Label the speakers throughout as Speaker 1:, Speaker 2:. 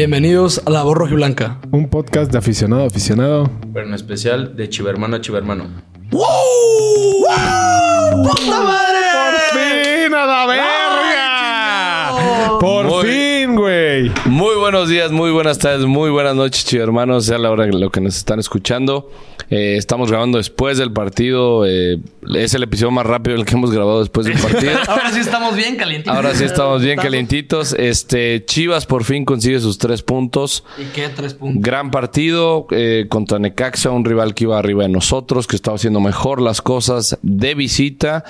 Speaker 1: Bienvenidos a La Voz Blanca.
Speaker 2: Un podcast de aficionado a aficionado.
Speaker 3: Pero en especial de Chivermano a Chivermano.
Speaker 1: ¡Wow! ¡Puta madre!
Speaker 2: ¡Fin a la verga! ¡Por
Speaker 4: Muy-
Speaker 2: fin, güey!
Speaker 4: Muy buenos días, muy buenas tardes, muy buenas noches, chido hermanos, sea la hora en lo que nos están escuchando. Eh, estamos grabando después del partido, eh, es el episodio más rápido el que hemos grabado después del partido.
Speaker 1: Ahora sí estamos bien calientitos.
Speaker 4: Ahora sí estamos bien calientitos. Este Chivas por fin consigue sus tres puntos.
Speaker 1: ¿Y qué? Tres puntos.
Speaker 4: Gran partido eh, contra Necaxa, un rival que iba arriba de nosotros, que estaba haciendo mejor las cosas de visita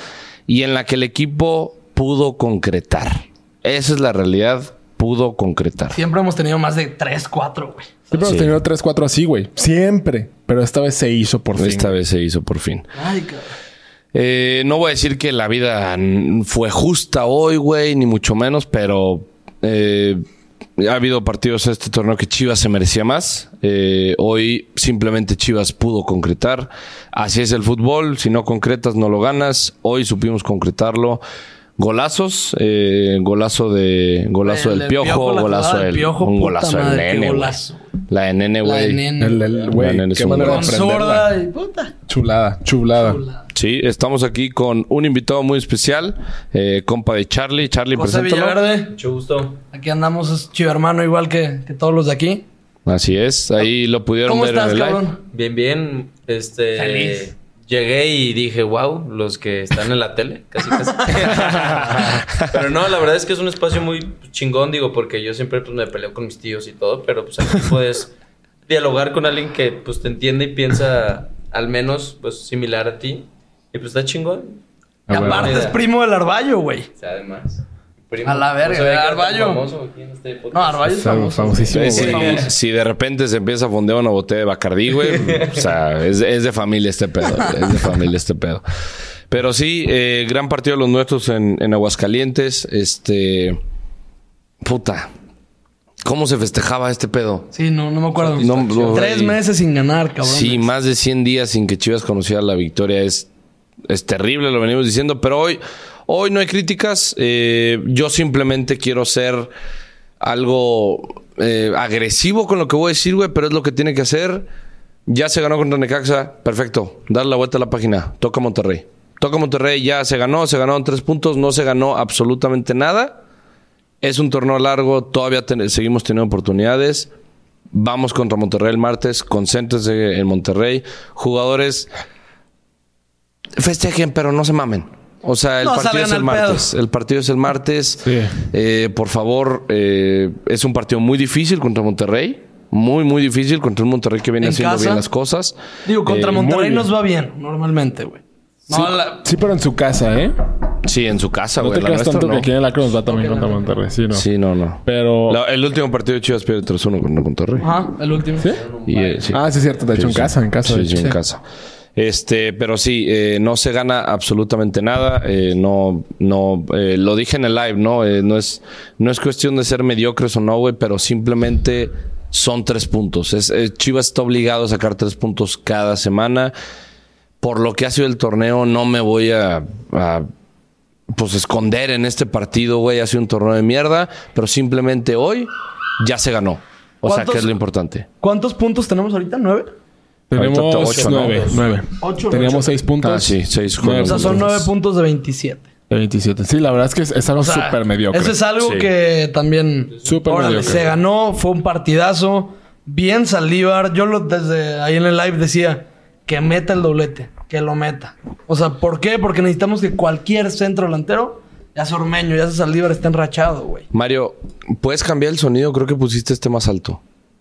Speaker 4: y en la que el equipo pudo concretar. Esa es la realidad, pudo concretar.
Speaker 1: Siempre hemos tenido más de tres, cuatro, güey.
Speaker 2: Siempre hemos tenido 3-4 así, güey. Siempre. Pero esta vez se hizo por fin.
Speaker 4: Esta vez se hizo por fin.
Speaker 1: Ay, cabrón.
Speaker 4: Eh, no voy a decir que la vida mm, fue justa hoy, güey, ni mucho menos, pero eh, ha habido partidos en este torneo que Chivas se merecía más. Eh, hoy simplemente Chivas pudo concretar. Así es el fútbol, si no concretas no lo ganas. Hoy supimos concretarlo. Golazos, eh, golazo de
Speaker 1: El
Speaker 4: golazo del
Speaker 1: del
Speaker 4: piojo,
Speaker 1: Piojo, la
Speaker 4: golazo
Speaker 1: jugada del
Speaker 4: del
Speaker 1: Piojo,
Speaker 4: un
Speaker 1: puta
Speaker 4: golazo del
Speaker 1: madre, qué
Speaker 4: nene, güey.
Speaker 1: golazo.
Speaker 4: La de
Speaker 1: La
Speaker 4: nene,
Speaker 1: de
Speaker 4: güey.
Speaker 1: nene.
Speaker 2: El, el- güey,
Speaker 4: Manuel es
Speaker 2: qué
Speaker 4: un
Speaker 2: manera de
Speaker 1: Con
Speaker 2: aprenderla.
Speaker 1: sorda y puta.
Speaker 2: Chulada, chulada.
Speaker 4: Sí, estamos aquí con un invitado muy especial, eh, compa de Charlie. Charlie,
Speaker 1: José
Speaker 4: preséntalo.
Speaker 1: Villaverde.
Speaker 3: Mucho gusto.
Speaker 1: Aquí andamos, es chido hermano, igual que, que todos los de aquí.
Speaker 4: Así es, ahí lo pudieron
Speaker 1: ¿Cómo
Speaker 4: ver
Speaker 1: estás,
Speaker 4: en el live.
Speaker 1: cabrón?
Speaker 3: Bien, bien. Este.
Speaker 1: Feliz.
Speaker 3: Llegué y dije, wow, los que están en la tele, casi, casi. pero no, la verdad es que es un espacio muy chingón, digo, porque yo siempre pues, me peleo con mis tíos y todo, pero pues aquí puedes dialogar con alguien que pues te entiende y piensa al menos pues similar a ti. Y pues está chingón.
Speaker 4: Ah,
Speaker 1: Y aparte es primo del Arballo, güey.
Speaker 3: O sea, además. primo.
Speaker 1: A la
Speaker 3: No
Speaker 1: verga,
Speaker 3: sabía que era tan
Speaker 1: Arballo.
Speaker 3: famoso aquí en este podcast.
Speaker 1: No, Arballo es
Speaker 2: Fam-
Speaker 1: famoso.
Speaker 2: Famosísimo,
Speaker 4: Eh,
Speaker 2: güey.
Speaker 4: si, si de repente se empieza a fondear una botella de Bacardí, güey, o sea, es, es de familia este pedo, es de familia este pedo. Pero sí, eh, gran partido de los nuestros en, en Aguascalientes, este... Puta, ¿cómo se festejaba este pedo?
Speaker 1: Sí, no, no me acuerdo.
Speaker 4: No, no,
Speaker 1: Tres
Speaker 4: güey.
Speaker 1: meses sin ganar, cabrón.
Speaker 4: Sí, más de 100 días sin que Chivas conociera la victoria es, es terrible, lo venimos diciendo, pero hoy, hoy no hay críticas. Eh, yo simplemente quiero ser algo eh, agresivo con lo que voy a decir, güey, pero es lo que tiene que hacer. Ya se ganó contra Necaxa, perfecto. Dar la vuelta a la página, toca Monterrey. Toca Monterrey, ya se ganó, se ganaron tres puntos, no se ganó absolutamente nada. Es un torneo largo, todavía ten- seguimos teniendo oportunidades. Vamos contra Monterrey el martes, concéntrense en Monterrey. Jugadores, festejen, pero no se mamen. O sea, el
Speaker 1: No
Speaker 4: partido
Speaker 1: salgan
Speaker 4: es el
Speaker 1: al
Speaker 4: martes. El partido es el martes.
Speaker 2: Sí.
Speaker 4: Eh, por favor, eh, es un partido muy difícil contra Monterrey. Muy, muy difícil contra un Monterrey que viene
Speaker 1: En
Speaker 4: haciendo
Speaker 1: casa.
Speaker 4: bien las cosas.
Speaker 1: Digo, contra
Speaker 4: Eh,
Speaker 2: muy
Speaker 1: Monterrey
Speaker 2: bien.
Speaker 1: nos va bien, normalmente, güey. No,
Speaker 2: Sí,
Speaker 1: la-
Speaker 2: sí, pero en su casa, ¿eh?
Speaker 4: Sí, en su casa,
Speaker 2: No
Speaker 4: güey.
Speaker 2: te
Speaker 4: la
Speaker 2: creas
Speaker 4: nuestra
Speaker 2: tanto
Speaker 4: no.
Speaker 2: que aquí en la cruz va también contra Monterrey. Sí, no.
Speaker 4: Sí, no, no.
Speaker 2: Pero...
Speaker 4: La- el último partido de Chivas pierde 3-1 contra Monterrey.
Speaker 1: Ajá, el último.
Speaker 2: ¿Sí?
Speaker 4: Y, eh, sí.
Speaker 2: Ah, sí, es cierto. De hecho, en
Speaker 4: Sí, sí.
Speaker 2: casa, en casa.
Speaker 4: Sí,
Speaker 2: de
Speaker 4: sí,
Speaker 2: hecho.
Speaker 4: en casa. Este, pero sí, eh, no se gana absolutamente nada. eh, no, no, eh, lo dije en el live, ¿no? Eh, no, es, no es cuestión de ser mediocres o no, güey, pero simplemente son tres puntos. Es, eh, Chivas está obligado a sacar tres puntos cada semana. Por lo que ha sido el torneo, no me voy a- a pues esconder en este partido, güey, ha sido un torneo de mierda, pero simplemente hoy ya se ganó. O sea,
Speaker 1: ¿Cuántos-
Speaker 4: que es lo importante.
Speaker 1: ¿Cuántos puntos tenemos ahorita? ¿Nueve?
Speaker 4: Ahorita
Speaker 2: Tenemos
Speaker 4: ocho, ¿no?
Speaker 2: nueve. nueve.
Speaker 1: Ocho,
Speaker 2: Teníamos
Speaker 1: ocho.
Speaker 2: seis puntos.
Speaker 4: Ah, sí, seis
Speaker 2: Nueve
Speaker 1: O sea,
Speaker 4: juegos.
Speaker 1: son nueve
Speaker 2: Entonces-
Speaker 1: puntos de 27.
Speaker 2: De 27. Sí, la verdad es que es, es algo
Speaker 1: O sea,
Speaker 2: súper mediocre.
Speaker 1: Eso es algo
Speaker 4: Sí.
Speaker 1: que también.
Speaker 2: Súper
Speaker 1: Órale,
Speaker 2: mediocre.
Speaker 1: Se ganó, fue un partidazo. Bien Saldívar. Yo lo, desde ahí en el live decía que meta el doblete, que lo meta. O sea, ¿por qué? Porque necesitamos que cualquier centro delantero, ya sea Ormeño, ya sea Saldívar, esté enrachado, güey.
Speaker 4: Mario, ¿puedes cambiar el sonido? Creo que pusiste este más alto.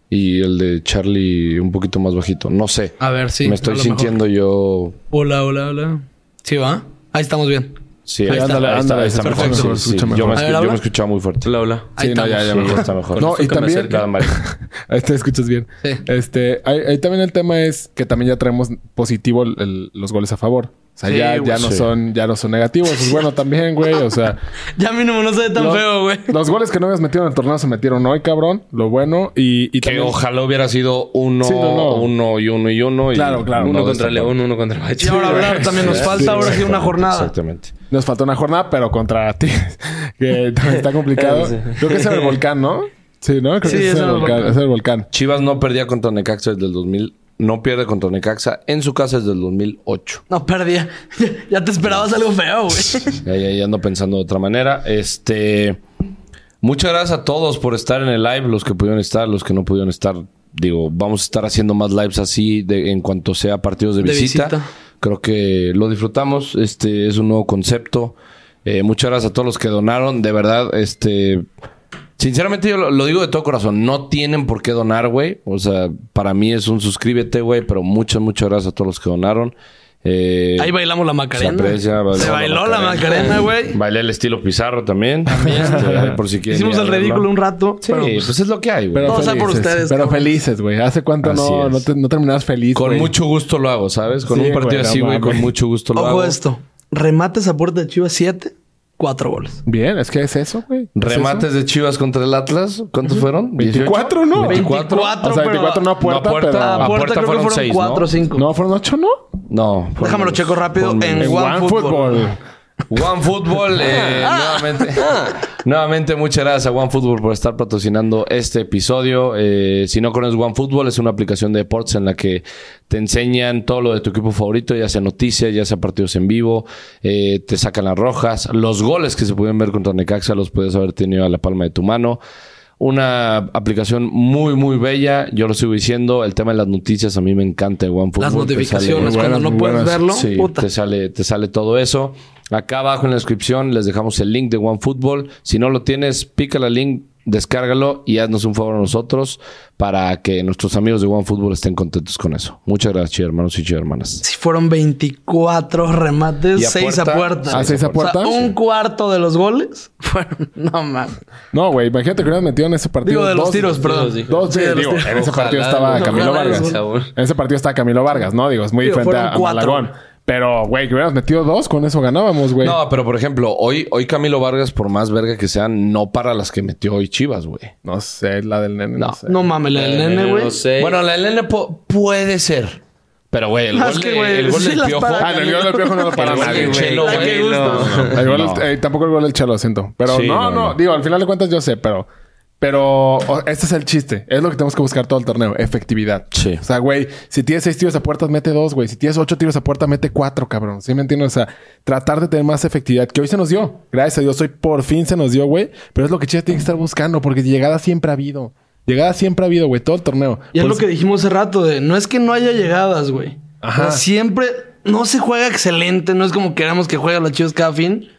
Speaker 4: Y el de Charlie un poquito más bajito. No sé.
Speaker 1: A ver, sí,
Speaker 4: Me
Speaker 1: a
Speaker 4: estoy
Speaker 1: lo
Speaker 4: sintiendo yo.
Speaker 1: Hola, hola, hola. Sí, va. Ahí estamos bien.
Speaker 4: Sí,
Speaker 1: Ahí está.
Speaker 2: Ándale, ándale, se
Speaker 4: mejor.
Speaker 2: escucha
Speaker 4: Sí,
Speaker 2: mejor,
Speaker 4: sí,
Speaker 2: se escucha
Speaker 4: Yo,
Speaker 2: mejor.
Speaker 4: me,
Speaker 1: A ver,
Speaker 4: escu- yo
Speaker 1: habla.
Speaker 4: me escuchaba muy fuerte.
Speaker 3: Hola, hola.
Speaker 1: Ahí
Speaker 2: Sí, no, ya,
Speaker 1: estamos.
Speaker 2: ya
Speaker 4: Sí,
Speaker 2: mejor.
Speaker 4: ya está mejor.
Speaker 3: Con
Speaker 2: No, y
Speaker 3: eso que me
Speaker 2: también.
Speaker 3: acercaba,
Speaker 4: Mario.
Speaker 2: Ahí te escuchas bien.
Speaker 1: Sí.
Speaker 2: Este, ahí, ahí también el tema es que también ya traemos positivo el- el- los goles a favor. O sea,
Speaker 1: Sí,
Speaker 2: ya,
Speaker 1: güey.
Speaker 2: ya no
Speaker 4: Sí.
Speaker 2: son, ya no son negativos. Es bueno también, güey. O sea,
Speaker 1: Ya mínimo no se ve tan
Speaker 2: Los-
Speaker 1: feo, güey.
Speaker 2: los goles que no habías metido en el torneo se metieron hoy, cabrón. Lo bueno. Y, y
Speaker 4: Que
Speaker 2: también.
Speaker 4: ojalá hubiera sido uno,
Speaker 2: Sí, no, no.
Speaker 4: uno y uno y uno. y
Speaker 2: Claro, claro.
Speaker 4: no
Speaker 3: Uno contra
Speaker 4: destapar.
Speaker 3: León, uno contra Bacho.
Speaker 1: Y ahora hablar también nos
Speaker 4: Sí,
Speaker 1: falta
Speaker 4: sí,
Speaker 1: ahora sí una
Speaker 4: exactamente,
Speaker 1: jornada.
Speaker 4: Exactamente.
Speaker 2: Nos faltó una jornada, pero contra ti. que también está complicado.
Speaker 3: Sí.
Speaker 2: Creo que es en el volcán, ¿no? Sí, ¿no? Creo
Speaker 1: Sí,
Speaker 2: que ese es,
Speaker 1: es
Speaker 2: el
Speaker 1: el
Speaker 2: volcán,
Speaker 1: volcán.
Speaker 2: es el volcán.
Speaker 4: Chivas no perdía contra Necaxa desde el 2000. No pierde contra Necaxa en su casa desde el 2008.
Speaker 1: No, perdía. Ya, ya te esperabas algo feo, güey.
Speaker 4: Ya, ya, ya ando pensando de otra manera. Este. Muchas gracias a todos por estar en el live, los que pudieron estar, los que no pudieron estar. Digo, vamos a estar haciendo más lives así de- en cuanto sea partidos de,
Speaker 1: De
Speaker 4: visita.
Speaker 1: visita.
Speaker 4: Creo que lo disfrutamos. Este es un nuevo concepto. Eh, muchas gracias a todos los que donaron. De verdad, este. Sinceramente, yo lo, lo digo de todo corazón. No tienen por qué donar, güey. O sea, para mí es un suscríbete, güey. Pero muchas, muchas gracias a todos los que donaron. Eh,
Speaker 1: Ahí bailamos la
Speaker 4: se
Speaker 1: Macarena.
Speaker 4: aprecia, bailó
Speaker 1: Se
Speaker 4: la
Speaker 1: bailó la
Speaker 4: Macarena.
Speaker 1: Macarena, güey.
Speaker 4: Bailé el estilo Pizarro también. Este, por si quieren
Speaker 1: Hicimos
Speaker 4: ir a
Speaker 1: el
Speaker 4: verlo.
Speaker 1: ridículo un rato.
Speaker 4: Sí,
Speaker 1: pero,
Speaker 4: pues,
Speaker 1: pues,
Speaker 4: es lo que hay, güey.
Speaker 2: Pero
Speaker 1: Todo sea por
Speaker 2: felices,
Speaker 1: ustedes,
Speaker 2: Pero
Speaker 1: cabrón.
Speaker 2: felices, güey. ¿Hace cuánto
Speaker 4: Así
Speaker 2: no,
Speaker 4: es.
Speaker 2: no, te- no terminabas feliz,
Speaker 4: Con
Speaker 2: güey?
Speaker 4: mucho gusto lo hago, ¿sabes? Con
Speaker 2: Sí,
Speaker 4: un partido
Speaker 2: güey, no
Speaker 4: así, güey,
Speaker 2: mames.
Speaker 4: con mucho gusto lo hago.
Speaker 1: ojo esto. Remates a puerta de Chivas 7, 4 goles.
Speaker 2: Bien, es que es eso, güey. ¿Es
Speaker 4: Remates de Chivas contra el Atlas. ¿Cuántos fueron?
Speaker 2: 24, ¿no?
Speaker 4: 24.
Speaker 1: 24,
Speaker 2: o sea,
Speaker 1: pero-
Speaker 2: 24 no a puerta,
Speaker 4: No a puerta,
Speaker 2: pero-
Speaker 1: A
Speaker 4: a
Speaker 1: puerta,
Speaker 4: puerta
Speaker 1: creo
Speaker 4: fueron
Speaker 1: que fueron
Speaker 4: seis,
Speaker 1: 4 o
Speaker 4: ¿no?
Speaker 1: 5.
Speaker 2: No, fueron 8, ¿no?
Speaker 4: No. por-
Speaker 1: Déjamelo checo rápido
Speaker 4: por-
Speaker 1: en
Speaker 2: One
Speaker 1: OneFootball.
Speaker 2: Football.
Speaker 4: One Football, eh, nuevamente, nuevamente muchas gracias a One Football por estar patrocinando este episodio. Eh, si no conoces One Football, es una aplicación de deportes en la que te enseñan todo lo de tu equipo favorito, ya sea noticias, ya sea partidos en vivo, eh, te sacan las rojas, los goles que se pueden ver contra Necaxa los puedes haber tenido a la palma de tu mano. Una aplicación muy, muy bella. Yo lo sigo diciendo. El tema de las noticias a mí me encanta de OneFootball.
Speaker 1: Las
Speaker 4: Te sale-
Speaker 1: notificaciones,
Speaker 2: buenas,
Speaker 1: cuando no
Speaker 2: muy
Speaker 1: puedes
Speaker 2: buenas.
Speaker 1: verlo,
Speaker 4: Sí,
Speaker 1: puta.
Speaker 4: te sale, te sale todo eso. Acá abajo en la descripción les dejamos el link de OneFootball. Si no lo tienes, pica el link, descárgalo y haznos un favor a nosotros para que nuestros amigos de OneFootball estén contentos con eso. Muchas gracias, chi- hermanos y chi- hermanas.
Speaker 1: Si fueron 24 remates,
Speaker 4: Y a
Speaker 1: 6 a
Speaker 4: puerta.
Speaker 1: puerta.
Speaker 2: Ah, seis a puerta.
Speaker 1: O sea, un cuarto de los goles fueron. No mames.
Speaker 2: No, güey, imagínate que hubieras metido en ese partido.
Speaker 1: Digo, de los
Speaker 2: dos-
Speaker 1: tiros, perdón.
Speaker 3: los dije.
Speaker 2: Dos,
Speaker 1: Sí, de los
Speaker 2: digo,
Speaker 1: tiros.
Speaker 2: en ese partido
Speaker 3: Ojalá,
Speaker 2: estaba
Speaker 3: güey.
Speaker 2: Camilo
Speaker 1: Ojalá,
Speaker 2: Vargas.
Speaker 3: güey.
Speaker 2: En ese partido estaba Camilo Vargas, ¿no? Digo, es muy
Speaker 1: Digo,
Speaker 2: diferente
Speaker 1: fueron
Speaker 2: a, a
Speaker 1: cuatro.
Speaker 2: Malagón. Pero, güey, que hubieras metido dos, con eso ganábamos, güey.
Speaker 4: No, pero por ejemplo, hoy, hoy Camilo Vargas, por más verga que sean, no para las que metió hoy Chivas, güey.
Speaker 2: No sé, la del nene. No,
Speaker 4: No.
Speaker 2: sé.
Speaker 1: No mames, la del nene, güey.
Speaker 3: No sé.
Speaker 4: Bueno, la Elena po- puede ser. Pero, güey, el
Speaker 1: Más
Speaker 4: gol,
Speaker 1: que,
Speaker 4: de-
Speaker 1: güey,
Speaker 4: el gol
Speaker 1: sí
Speaker 4: del
Speaker 1: las
Speaker 4: piojo.
Speaker 1: para
Speaker 2: Ah, en el gol del piojo no lo para
Speaker 4: El gol
Speaker 2: nadie,
Speaker 4: del
Speaker 2: güey.
Speaker 4: Chelo,
Speaker 1: La que
Speaker 4: güey,
Speaker 1: gusta.
Speaker 4: no, no.
Speaker 2: El gol-
Speaker 4: No.
Speaker 2: eh, tampoco el gol del Chelo, siento. Pero
Speaker 4: Sí,
Speaker 2: no, no,
Speaker 4: no, no.
Speaker 2: Digo, al final de cuentas yo sé, pero... Pero o- este es el chiste. Es lo que tenemos que buscar todo el torneo. Efectividad.
Speaker 4: Sí.
Speaker 2: O sea, güey, si tienes seis tiros a puertas, mete dos, güey. Si tienes ocho tiros a puerta, mete cuatro, cabrón. ¿Sí me entiendes? O sea, tratar de tener más efectividad. Que hoy se nos dio. Gracias a Dios, hoy por fin se nos dio, güey. Pero es lo que Chivas tiene que estar buscando. Porque llegada siempre ha habido. Llegada siempre ha habido, güey. Todo el torneo.
Speaker 1: Y es
Speaker 2: Por
Speaker 1: lo
Speaker 2: eso-
Speaker 1: que dijimos hace rato de no es que no haya llegadas, güey.
Speaker 2: Ajá.
Speaker 1: O sea, siempre no se juega excelente, no es como queramos que juegue los chivas cada fin,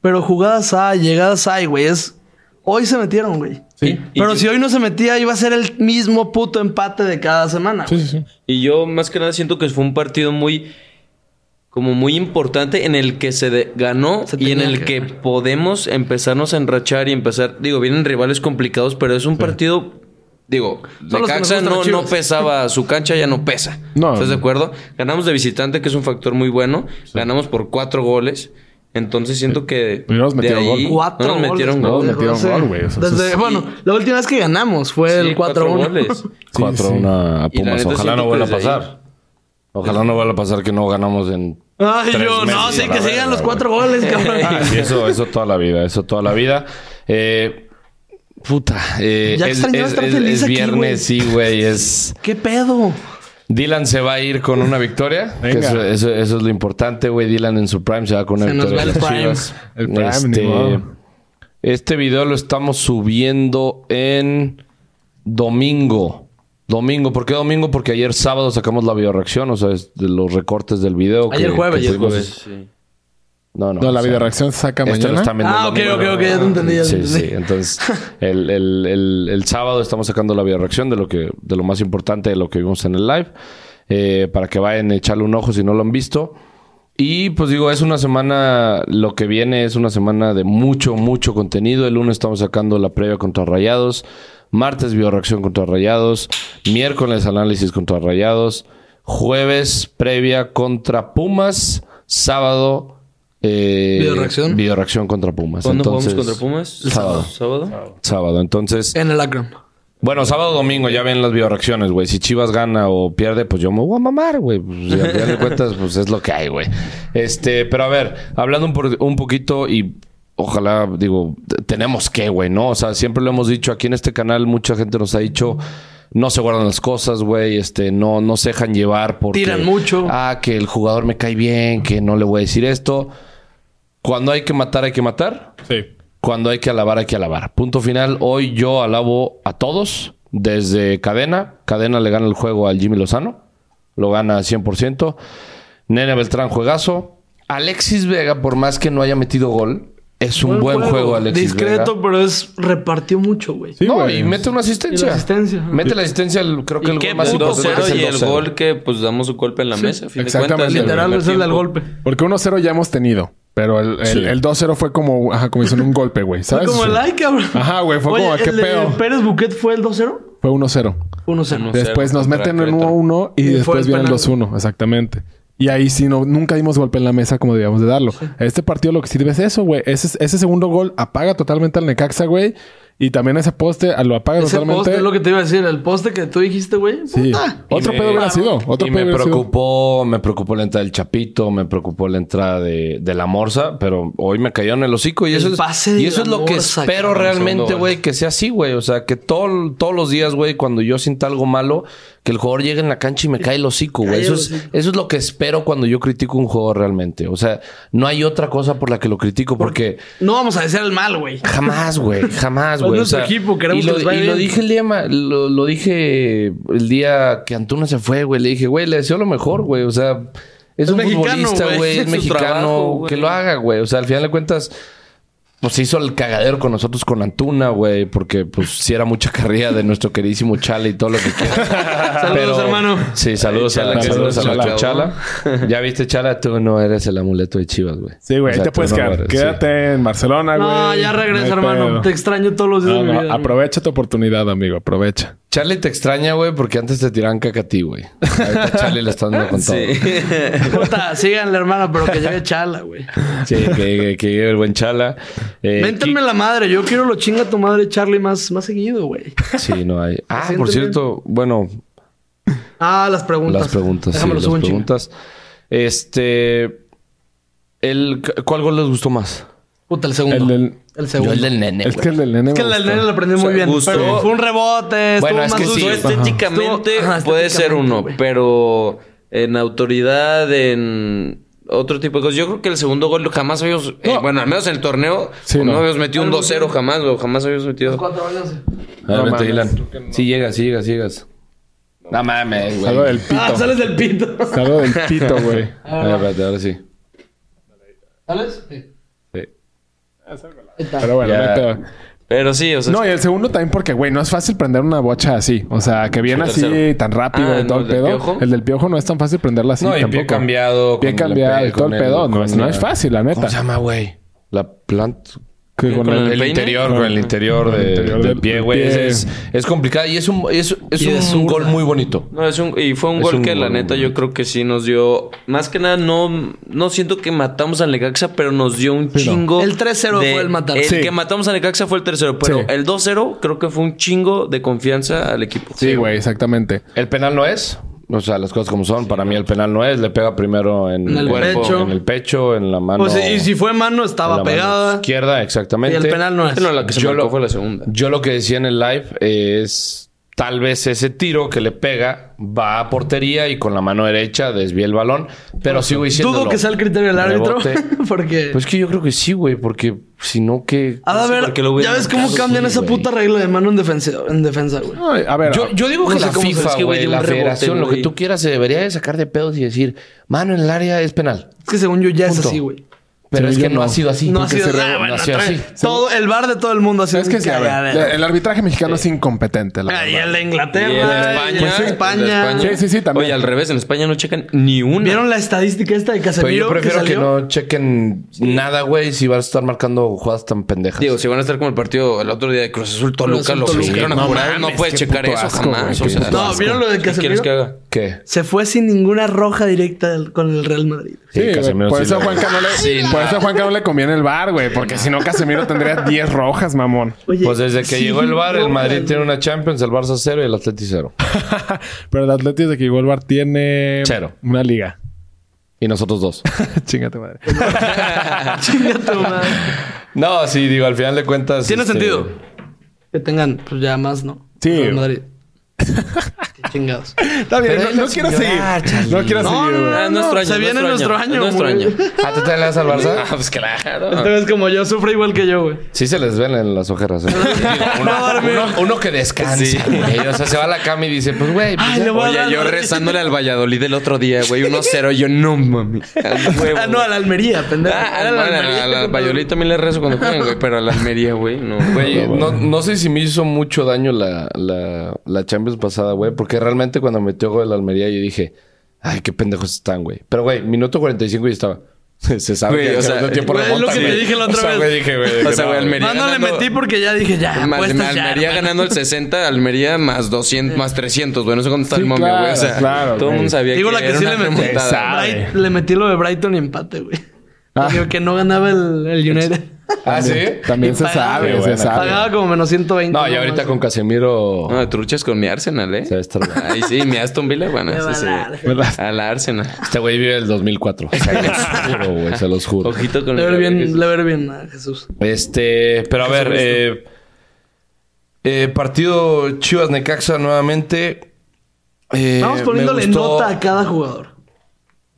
Speaker 1: pero jugadas hay, llegadas hay, güey. Es hoy se metieron, güey.
Speaker 2: Sí.
Speaker 3: Y-
Speaker 1: Pero
Speaker 3: y-
Speaker 1: si hoy no se metía, iba a ser el mismo puto empate de cada semana.
Speaker 2: Sí, sí, sí.
Speaker 3: Y yo más que nada siento que fue un partido muy como muy importante en el que se de- ganó
Speaker 1: Se
Speaker 3: y en
Speaker 1: tenía
Speaker 3: el
Speaker 1: que
Speaker 3: que, podemos empezarnos a enrachar y empezar, digo, vienen rivales complicados, pero es un partido digo,
Speaker 1: Son los que nos
Speaker 3: Necaxa
Speaker 1: gustan
Speaker 3: no
Speaker 1: los
Speaker 3: no
Speaker 1: Chivas.
Speaker 3: pesaba, su cancha ya no pesa.
Speaker 2: No.
Speaker 3: ¿Estás de acuerdo? Ganamos de visitante que es un factor muy bueno, ganamos por cuatro goles. Entonces siento que
Speaker 2: Pero no nos
Speaker 3: de
Speaker 2: metieron gol.
Speaker 3: ahí no
Speaker 1: Cuatro
Speaker 3: nos
Speaker 1: goles,
Speaker 3: metieron
Speaker 2: no,
Speaker 3: gol.
Speaker 1: pendejo,
Speaker 2: metieron
Speaker 1: no sé.
Speaker 2: gol, güey. O sea,
Speaker 1: Desde-
Speaker 3: sí.
Speaker 1: Bueno, la última vez que ganamos fue
Speaker 3: Sí,
Speaker 1: el
Speaker 3: cuatro
Speaker 1: 4-1.
Speaker 3: goles.
Speaker 4: 4-1 a
Speaker 3: Y la neta
Speaker 4: Pumas. Ojalá
Speaker 3: siento
Speaker 4: no
Speaker 3: que
Speaker 4: vuelva a
Speaker 3: desde
Speaker 4: pasar. Ojalá no vuelva a pasar que no ganamos en.
Speaker 1: Ay,
Speaker 4: tres
Speaker 1: yo, no,
Speaker 4: meses,
Speaker 1: sí,
Speaker 4: la
Speaker 1: que sigan
Speaker 4: verga,
Speaker 1: los
Speaker 4: güey.
Speaker 1: cuatro goles, cabrón.
Speaker 4: Ah, sí, eso, eso toda la vida, eso toda la vida. Eh, puta. eh,
Speaker 1: Ya
Speaker 4: es,
Speaker 1: extrañaba
Speaker 4: es-
Speaker 1: estar
Speaker 4: es-
Speaker 1: feliz
Speaker 4: es
Speaker 1: aquí,
Speaker 4: viernes, sí, güey. Es.
Speaker 1: ¿Qué pedo?
Speaker 4: Dylan se va a ir con una victoria. que
Speaker 2: Venga.
Speaker 4: eso, eso- eso es lo importante, güey. Dylan en su prime se va con una
Speaker 1: Se nos va
Speaker 4: victoria. de
Speaker 1: el
Speaker 4: las
Speaker 1: prime.
Speaker 4: Chivas.
Speaker 2: El prime,
Speaker 4: este,
Speaker 2: ni modo.
Speaker 4: este video lo estamos subiendo en domingo. Domingo, ¿por qué domingo? Porque ayer sábado sacamos la bioreacción, o sea, es de los recortes del video.
Speaker 1: Ayer jueves, ayer
Speaker 4: subimos.
Speaker 3: Pues, sí.
Speaker 4: No, no.
Speaker 2: No, la
Speaker 4: o sea,
Speaker 2: videoreacción se saca
Speaker 4: esto lo
Speaker 2: mañana.
Speaker 4: están viendo
Speaker 1: Ah,
Speaker 4: el domingo,
Speaker 1: ok, ok,
Speaker 4: ¿no?
Speaker 1: ok, ya te entendí, ya te
Speaker 4: Sí,
Speaker 1: entendí.
Speaker 4: sí. Entonces, el, el- el- el sábado estamos sacando la videoreacción de lo que, de lo más importante de lo que vimos en el live. eh, para que vayan a echarle un ojo si no lo han visto. Y pues digo, es una semana, lo que viene es una semana de mucho, mucho contenido. El lunes estamos sacando la previa contra Rayados, martes bioreacción contra Rayados, miércoles análisis contra Rayados, jueves previa contra Pumas, sábado eh,
Speaker 1: Videoreacción.
Speaker 4: videoreacción contra Pumas.
Speaker 3: Pues, ¿Cuándo
Speaker 4: Entonces,
Speaker 3: jugamos contra Pumas?
Speaker 4: El sábado.
Speaker 3: ¿Sábado?
Speaker 4: Sábado, entonces...
Speaker 1: En el Akron.
Speaker 4: Bueno, sábado domingo ya ven las bioreacciones, güey. Si Chivas gana o pierde, pues yo me voy a mamar, güey. Pues, si al final de cuentas, pues es lo que hay, güey. Este, pero a ver, hablando un, por- un poquito y ojalá, digo, t- tenemos que, güey, ¿no? O sea, siempre lo hemos dicho aquí en este canal, mucha gente nos ha dicho. No se guardan las cosas, güey. Este, no, no se dejan llevar porque...
Speaker 1: Tiran mucho.
Speaker 4: Ah, que el jugador me cae bien, que no le voy a decir esto. Cuando hay que matar, hay que matar.
Speaker 2: Sí.
Speaker 4: Cuando hay que alabar, hay que alabar. Punto final. Hoy yo alabo a todos. Desde Cadena. Cadena le gana el juego al Jimmy Lozano. Lo gana 100%. Nene Beltrán, juegazo. Alexis Vega, por más que no haya metido gol, es un buen, juego, Alexis
Speaker 1: Discreto,
Speaker 4: Vega.
Speaker 1: pero es repartió mucho, güey.
Speaker 2: Sí,
Speaker 4: no,
Speaker 2: güey.
Speaker 4: y mete una asistencia.
Speaker 1: Y la asistencia, ajá.
Speaker 4: Mete la asistencia, el- creo que el
Speaker 3: Y
Speaker 4: gol
Speaker 3: que
Speaker 4: más
Speaker 3: el
Speaker 4: importante
Speaker 3: 2-0
Speaker 4: es el
Speaker 3: y el
Speaker 4: 2-0.
Speaker 3: gol que pues damos un golpe en la mesa. a fin de
Speaker 2: exactamente.
Speaker 3: cuentas, en el
Speaker 1: Literal,
Speaker 3: primer
Speaker 1: es el del
Speaker 3: tiempo.
Speaker 1: golpe.
Speaker 2: Porque 1-0 ya hemos tenido. Pero el, el,
Speaker 4: Sí.
Speaker 2: el 2-0 fue como, ajá, como hicieron un golpe, güey.
Speaker 1: Fue
Speaker 2: ¿Sabes?
Speaker 1: como el like, cabrón.
Speaker 2: Ajá, güey, fue
Speaker 1: Oye,
Speaker 2: como, ¿a qué
Speaker 1: el de
Speaker 2: pedo?
Speaker 1: Pérez Buquet fue el 2-0.
Speaker 2: Fue 1-0.
Speaker 1: 1-0.
Speaker 2: Después nos
Speaker 3: contra
Speaker 2: meten en
Speaker 3: Querétaro.
Speaker 2: 1-1 y,
Speaker 1: Y fue
Speaker 2: después
Speaker 1: el
Speaker 2: viene el
Speaker 1: penal.
Speaker 2: 2-1. Exactamente. Y ahí sí no, nunca dimos golpe en la mesa como debíamos de darlo. Este partido lo que sirve es eso, güey. Ese, ese segundo gol apaga totalmente al Necaxa, güey. Y también ese poste ah, lo apaga
Speaker 1: Ese
Speaker 2: totalmente.
Speaker 1: poste es lo que te iba a decir. El poste que tú dijiste, güey.
Speaker 2: Sí.
Speaker 1: Puta.
Speaker 2: Otro
Speaker 4: me-
Speaker 2: pedo hubiera sido. Otro pedo
Speaker 4: y me
Speaker 2: hubiera sido.
Speaker 4: preocupó, me preocupó la entrada del Chapito, me preocupó la entrada de, de la Morsa, pero hoy me cayó en el hocico y eso es,
Speaker 1: pase de
Speaker 4: y eso
Speaker 1: la
Speaker 4: es lo que
Speaker 1: Morsa,
Speaker 4: espero
Speaker 1: cabrón,
Speaker 4: realmente,
Speaker 3: segundo
Speaker 4: güey, que sea así, güey. O sea, que todo- todos los días, güey, cuando yo sienta algo malo, que el jugador llegue en la cancha y me cae el hocico, güey.
Speaker 1: Cae
Speaker 4: Eso
Speaker 1: el
Speaker 4: es,
Speaker 1: hocico.
Speaker 4: eso es lo que espero cuando yo critico un jugador realmente. O sea, no hay otra cosa por la que lo critico porque...
Speaker 1: No vamos a decir el mal, güey.
Speaker 4: Jamás, güey. Jamás,
Speaker 1: Es
Speaker 4: güey.
Speaker 1: nuestro equipo, queremos
Speaker 4: y
Speaker 1: que
Speaker 4: lo,
Speaker 1: les vaya
Speaker 4: y lo
Speaker 1: bien.
Speaker 4: dije el día, ma- lo, lo dije el día que Antuna se fue, güey. Le dije, güey, le deseo lo mejor, güey. O sea, es
Speaker 1: Es
Speaker 4: un
Speaker 1: mexicano,
Speaker 4: futbolista,
Speaker 1: güey.
Speaker 4: güey. Es
Speaker 3: Es su
Speaker 4: mexicano.
Speaker 3: trabajo, güey.
Speaker 4: que lo haga, güey. O sea, al final de cuentas, pues hizo el cagadero con nosotros con Antuna, güey. Porque, pues, si era mucha carrera de nuestro queridísimo Chale y todo lo que quiera.
Speaker 1: Saludos,
Speaker 4: Pero-
Speaker 1: hermano.
Speaker 4: Sí, saludos
Speaker 3: Ay,
Speaker 4: a la
Speaker 2: Chala,
Speaker 4: saludos a
Speaker 2: saludos,
Speaker 4: nuestro Chala. Ya viste, Chala, tú no eres el amuleto de Chivas, güey.
Speaker 2: Sí, güey,
Speaker 4: O
Speaker 2: ahí
Speaker 4: sea,
Speaker 2: te
Speaker 4: tú
Speaker 2: puedes
Speaker 4: no
Speaker 2: quedar.
Speaker 4: eres, sí.
Speaker 2: Quédate en Barcelona, Ah, güey.
Speaker 1: No, ya regresa,
Speaker 2: hay
Speaker 1: hermano.
Speaker 2: pedo.
Speaker 1: Te extraño todos los días
Speaker 2: No,
Speaker 1: de mi
Speaker 2: no,
Speaker 1: vida. hermano.
Speaker 2: aprovecha tu oportunidad, amigo. Aprovecha.
Speaker 4: Charlie te extraña, güey, porque antes te tiraban caca a ti, güey. Ahorita Charlie le está dando con todo. Sí,
Speaker 1: Puta, síganle, hermano, pero que llegue chala, güey.
Speaker 4: que, que, que llegue el buen Chala. Eh,
Speaker 1: Véntenme
Speaker 4: Ki-
Speaker 1: la madre. Yo quiero lo chinga tu madre, Charlie, más, más seguido, güey.
Speaker 4: Sí, no hay. Ah,
Speaker 1: Siénteme.
Speaker 4: por cierto, bueno,
Speaker 1: Ah, las preguntas.
Speaker 4: las preguntas.
Speaker 1: Déjame
Speaker 4: sí,
Speaker 1: lo subo
Speaker 4: las
Speaker 1: en chinga.
Speaker 4: preguntas. Este. El, ¿Cuál gol les gustó más?
Speaker 1: Puta, el segundo.
Speaker 2: El del-
Speaker 1: El segundo.
Speaker 4: Yo el del nene,
Speaker 2: es
Speaker 4: güey.
Speaker 2: que el del nene.
Speaker 1: Es que
Speaker 2: me
Speaker 1: el del
Speaker 2: gustó.
Speaker 1: nene lo aprendí muy
Speaker 3: Se
Speaker 1: bien.
Speaker 3: gustó.
Speaker 1: pero Fue un rebote.
Speaker 4: Bueno,
Speaker 1: estuvo
Speaker 4: es que
Speaker 1: más
Speaker 4: sí.
Speaker 1: sucio.
Speaker 4: Ajá.
Speaker 3: estéticamente
Speaker 1: Estuvo- ajá,
Speaker 3: puede ser
Speaker 1: estéticamente,
Speaker 3: uno,
Speaker 1: güey.
Speaker 3: pero en autoridad, en otro tipo de cosas. Yo creo que el segundo gol jamás habíamos. eh,
Speaker 2: No.
Speaker 3: bueno, al menos en el torneo,
Speaker 2: Sí,
Speaker 3: no
Speaker 2: no.
Speaker 3: habíamos metido un 2-0 jamás, güey. Jamás habíamos metido.
Speaker 1: Cuatro, vénganse.
Speaker 4: Adelante,
Speaker 2: mames,
Speaker 4: Ah, Dylan. Sí, llegas, sí, llegas, sí, llegas. No mames, güey.
Speaker 2: Salgo
Speaker 1: Ah,
Speaker 2: del pito.
Speaker 1: sales del pito.
Speaker 2: Salgo del pito, güey.
Speaker 4: A ver, espérate, ahora sí.
Speaker 1: ¿Sales? Sí.
Speaker 4: Sí.
Speaker 2: Pero bueno,
Speaker 4: Ya.
Speaker 2: no hay pedo.
Speaker 3: Pero sí, o sea.
Speaker 2: No, y el segundo también porque, güey, no es fácil prender una bocha así. O sea, que viene
Speaker 3: El
Speaker 2: así
Speaker 3: tercero.
Speaker 2: tan rápido
Speaker 3: Ah,
Speaker 2: y todo
Speaker 3: no,
Speaker 2: el
Speaker 3: ¿el del
Speaker 2: pedo.
Speaker 3: piojo?
Speaker 2: El del piojo no es tan fácil prenderla así
Speaker 4: no, y
Speaker 2: tampoco.
Speaker 4: pie cambiado.
Speaker 2: Pie
Speaker 4: con
Speaker 2: cambiado
Speaker 4: la-
Speaker 2: y todo el
Speaker 4: con
Speaker 2: pedo. no,
Speaker 4: con
Speaker 2: es, no
Speaker 4: la-
Speaker 2: es fácil, la
Speaker 4: ¿Cómo se
Speaker 2: neta.
Speaker 4: llama, güey? La planta.
Speaker 2: Que con
Speaker 3: ¿Con
Speaker 2: el-
Speaker 4: El,
Speaker 3: peine?
Speaker 4: interior,
Speaker 2: Con
Speaker 4: con
Speaker 2: el-
Speaker 4: el interior,
Speaker 2: con el
Speaker 4: de-
Speaker 2: interior
Speaker 4: del
Speaker 2: del-
Speaker 4: pie,
Speaker 2: del
Speaker 4: güey. Es,
Speaker 2: pie.
Speaker 4: es, es complicado y es un, es, es
Speaker 1: Y de
Speaker 4: un
Speaker 1: zurda.
Speaker 4: gol muy bonito.
Speaker 3: No, es un, y fue un
Speaker 4: Es
Speaker 3: gol
Speaker 4: un
Speaker 3: que la
Speaker 4: gol,
Speaker 3: neta
Speaker 4: güey.
Speaker 3: yo creo que sí nos dio. Más que nada, no, no siento que matamos al Necaxa, pero nos dio un
Speaker 2: no.
Speaker 3: chingo.
Speaker 1: El 3-0
Speaker 3: de-
Speaker 1: fue el matar.
Speaker 3: El
Speaker 2: Sí.
Speaker 3: que matamos al Necaxa fue el tercero, pero
Speaker 2: Sí.
Speaker 3: el 2-0 creo que fue un chingo de confianza al equipo.
Speaker 2: Sí, güey, exactamente.
Speaker 4: El penal no es. O sea, las cosas como son. Para mí el penal no es. Le pega primero en,
Speaker 1: En el
Speaker 4: cuerpo,
Speaker 1: pecho.
Speaker 4: en el pecho, en la mano.
Speaker 1: Pues, y si fue mano,
Speaker 4: en la
Speaker 1: estaba
Speaker 4: mano
Speaker 1: pegada.
Speaker 4: Izquierda,
Speaker 1: Y
Speaker 4: exactamente.
Speaker 1: el penal no es.
Speaker 3: No, la que se
Speaker 4: Yo
Speaker 3: marcó
Speaker 4: lo-
Speaker 3: fue la segunda.
Speaker 4: Yo lo que decía en el live es tal vez ese tiro que le pega va a portería y con la mano derecha desvía el balón, pero sigo diciendo
Speaker 1: Dudo que sea el criterio del árbitro. Porque.
Speaker 4: Pues que yo creo que sí, güey, porque si no que
Speaker 1: a
Speaker 3: no sé
Speaker 1: ver,
Speaker 3: por qué lo
Speaker 1: ya
Speaker 3: hubieran
Speaker 1: ves cómo
Speaker 3: marcado,
Speaker 1: cambian
Speaker 4: sí,
Speaker 1: esa
Speaker 4: güey.
Speaker 1: puta regla de mano en defensa, en defensa güey.
Speaker 2: Ay, a ver,
Speaker 4: yo, yo digo
Speaker 1: No
Speaker 4: que
Speaker 1: sé
Speaker 4: la
Speaker 1: cómo se-
Speaker 4: FIFA,
Speaker 1: es que,
Speaker 3: güey,
Speaker 4: güey,
Speaker 3: de un
Speaker 4: la
Speaker 3: rebote,
Speaker 4: federación, lo que
Speaker 3: güey.
Speaker 4: tú quieras, se debería de sacar de pedos y decir, mano en el área es penal.
Speaker 1: Es que según yo ya es
Speaker 4: Punto.
Speaker 1: así, güey.
Speaker 4: Pero
Speaker 2: Sí,
Speaker 4: es que
Speaker 2: yo
Speaker 4: no
Speaker 2: no.
Speaker 4: ha sido así.
Speaker 1: No ha
Speaker 4: porque
Speaker 1: sido,
Speaker 4: se re-
Speaker 1: ah,
Speaker 4: no
Speaker 1: bueno,
Speaker 4: ha sido
Speaker 1: trae-
Speaker 4: así.
Speaker 1: Todo, el bar de todo el mundo ha sido
Speaker 2: es que
Speaker 1: un
Speaker 2: sí, a ver, Pues
Speaker 1: cagadero.
Speaker 2: el arbitraje mexicano es incompetente, la
Speaker 1: Ah, Y
Speaker 2: verdad.
Speaker 1: el de Inglaterra,
Speaker 3: Y
Speaker 1: y
Speaker 3: el de
Speaker 1: el de
Speaker 3: el de
Speaker 1: España.
Speaker 2: Sí, sí, sí, también.
Speaker 3: Oye, al revés, en España no checan ni una.
Speaker 1: ¿Vieron la estadística esta de Casemiro?
Speaker 4: Pero Pues yo prefiero que,
Speaker 1: salió?
Speaker 4: no chequen nada, güey, si vas a estar marcando jugadas tan pendejas.
Speaker 3: Digo, si van a estar como el partido el otro día de Cruz Azul Toluca,
Speaker 1: Azul,
Speaker 3: lo
Speaker 1: Toluca.
Speaker 3: pusieron a
Speaker 2: No
Speaker 3: jurar, no
Speaker 2: mames,
Speaker 3: puedes
Speaker 2: qué
Speaker 3: checar
Speaker 2: puto
Speaker 3: eso
Speaker 2: asco,
Speaker 3: jamás.
Speaker 2: güey,
Speaker 3: o sea,
Speaker 2: qué
Speaker 1: No, ¿vieron lo de
Speaker 3: ¿Qué
Speaker 1: Casemiro?
Speaker 3: quieres que haga?
Speaker 4: ¿Qué?
Speaker 1: Se fue sin ninguna roja directa del- con el Real Madrid.
Speaker 2: Sí, güey,
Speaker 4: Casemiro
Speaker 2: por
Speaker 4: sí
Speaker 2: eso a
Speaker 4: lo-
Speaker 2: Juanca no le,
Speaker 3: Sí,
Speaker 2: por
Speaker 3: no.
Speaker 2: eso a Juanca no le conviene el bar, güey, porque si no Casemiro tendría 10 rojas, mamón.
Speaker 1: Oye,
Speaker 4: Pues desde que
Speaker 1: sí,
Speaker 4: llegó el VAR, el
Speaker 1: no,
Speaker 4: Madrid
Speaker 1: güey.
Speaker 4: tiene una Champions, el Barça cero y el Atleti cero.
Speaker 2: Pero el Atleti de que llegó el bar tiene
Speaker 4: Cero.
Speaker 2: una liga.
Speaker 4: Y nosotros dos.
Speaker 2: Chingate madre.
Speaker 1: Chinga tu madre.
Speaker 4: No, sí, digo, al final de cuentas.
Speaker 5: Tiene
Speaker 4: este,
Speaker 5: sentido.
Speaker 1: Que tengan, pues ya más, ¿no?
Speaker 2: Sí. Ah.
Speaker 1: Real Madrid. Qué chingados.
Speaker 2: Está bien, no, no quiero seguir. No quiero
Speaker 1: No,
Speaker 2: seguir,
Speaker 1: no,
Speaker 2: güey.
Speaker 1: no,
Speaker 6: Ah, es nuestro año,
Speaker 1: se viene nuestro año.
Speaker 6: es nuestro
Speaker 1: güey.
Speaker 6: año.
Speaker 4: ¿Ah, tú te le vas al
Speaker 6: Ah,
Speaker 4: Barça?
Speaker 6: pues
Speaker 1: Esta
Speaker 6: claro.
Speaker 1: vez como yo, sufre igual que yo, güey.
Speaker 4: Sí se les ven en las ojeras. ¿eh? uno, uno- uno que descansa, güey. O sea, se va a la cama y dice, pues, güey, pues,
Speaker 1: Ay,
Speaker 4: ya-
Speaker 1: le voy a
Speaker 6: Oye,
Speaker 1: dar-
Speaker 6: yo rezándole al Valladolid el otro día, güey, 1-0. Yo no, mami. Al huevo,
Speaker 1: Ah, no, a la Almería, pendejo.
Speaker 6: Ah, al Almería. Al, Valladolid también le rezo cuando juegan, güey, pero al Almería, güey, no.
Speaker 4: Güey, no, no sé si me hizo mucho daño la, la, la Champions pasada, güey, porque realmente cuando metió gol el Almería yo dije, ay, qué pendejos están, güey. Pero, güey, minuto 45 y estaba. Se sabe
Speaker 6: Güey,
Speaker 4: que
Speaker 6: o
Speaker 4: el
Speaker 6: sea,
Speaker 4: segundo tiempo
Speaker 1: güey, es lo
Speaker 4: remontan,
Speaker 1: que le
Speaker 4: güey.
Speaker 1: dije la otra
Speaker 4: o sea,
Speaker 1: vez.
Speaker 4: güey, dije, güey, dije,
Speaker 6: O sea,
Speaker 4: no,
Speaker 6: güey, Almería
Speaker 1: Más no le
Speaker 6: ganando-
Speaker 1: metí porque ya dije, ya,
Speaker 6: Más-
Speaker 1: apuestas ya,
Speaker 6: Almería
Speaker 1: hermano.
Speaker 6: ganando el 60, Almería más 200, más 300, güey. No sé cuánto está
Speaker 2: Sí,
Speaker 6: el momio,
Speaker 2: claro,
Speaker 6: güey. O sea,
Speaker 2: claro,
Speaker 6: todo
Speaker 2: güey.
Speaker 6: el mundo sabía
Speaker 1: Digo
Speaker 6: que
Speaker 1: la que
Speaker 6: era
Speaker 1: sí
Speaker 6: una
Speaker 1: le metí.
Speaker 6: remontada.
Speaker 1: Bright- le metí lo de Brighton y empate, güey.
Speaker 2: Ah.
Speaker 1: Digo que no ganaba el, el United.
Speaker 4: Ah, sí.
Speaker 2: También se
Speaker 1: Pagaba,
Speaker 2: sabe,
Speaker 1: güey,
Speaker 2: se sabe.
Speaker 1: Pagaba como menos 120.
Speaker 4: Ah, No, y ahorita
Speaker 1: más,
Speaker 4: con
Speaker 1: güey.
Speaker 4: Casemiro.
Speaker 6: No, de truchas con mi Arsenal, ¿eh?
Speaker 4: Se va a estar bien.
Speaker 6: Ay, sí, mi Aston Villa, bueno,
Speaker 1: Me va
Speaker 6: sí,
Speaker 1: a
Speaker 6: sí.
Speaker 1: dar.
Speaker 2: ¿Verdad?
Speaker 6: A la Arsenal.
Speaker 4: Este güey vive el 2004. Se los juro, güey, se los juro.
Speaker 6: Ojito con
Speaker 1: Le
Speaker 6: el
Speaker 1: ver
Speaker 6: Jesús.
Speaker 1: bien, le ver bien a Jesús.
Speaker 4: Este, pero a ver, eh, eh, partido Chivas Necaxa nuevamente. Eh,
Speaker 1: Vamos
Speaker 4: me
Speaker 1: poniéndole
Speaker 4: gustó-
Speaker 1: nota a cada jugador.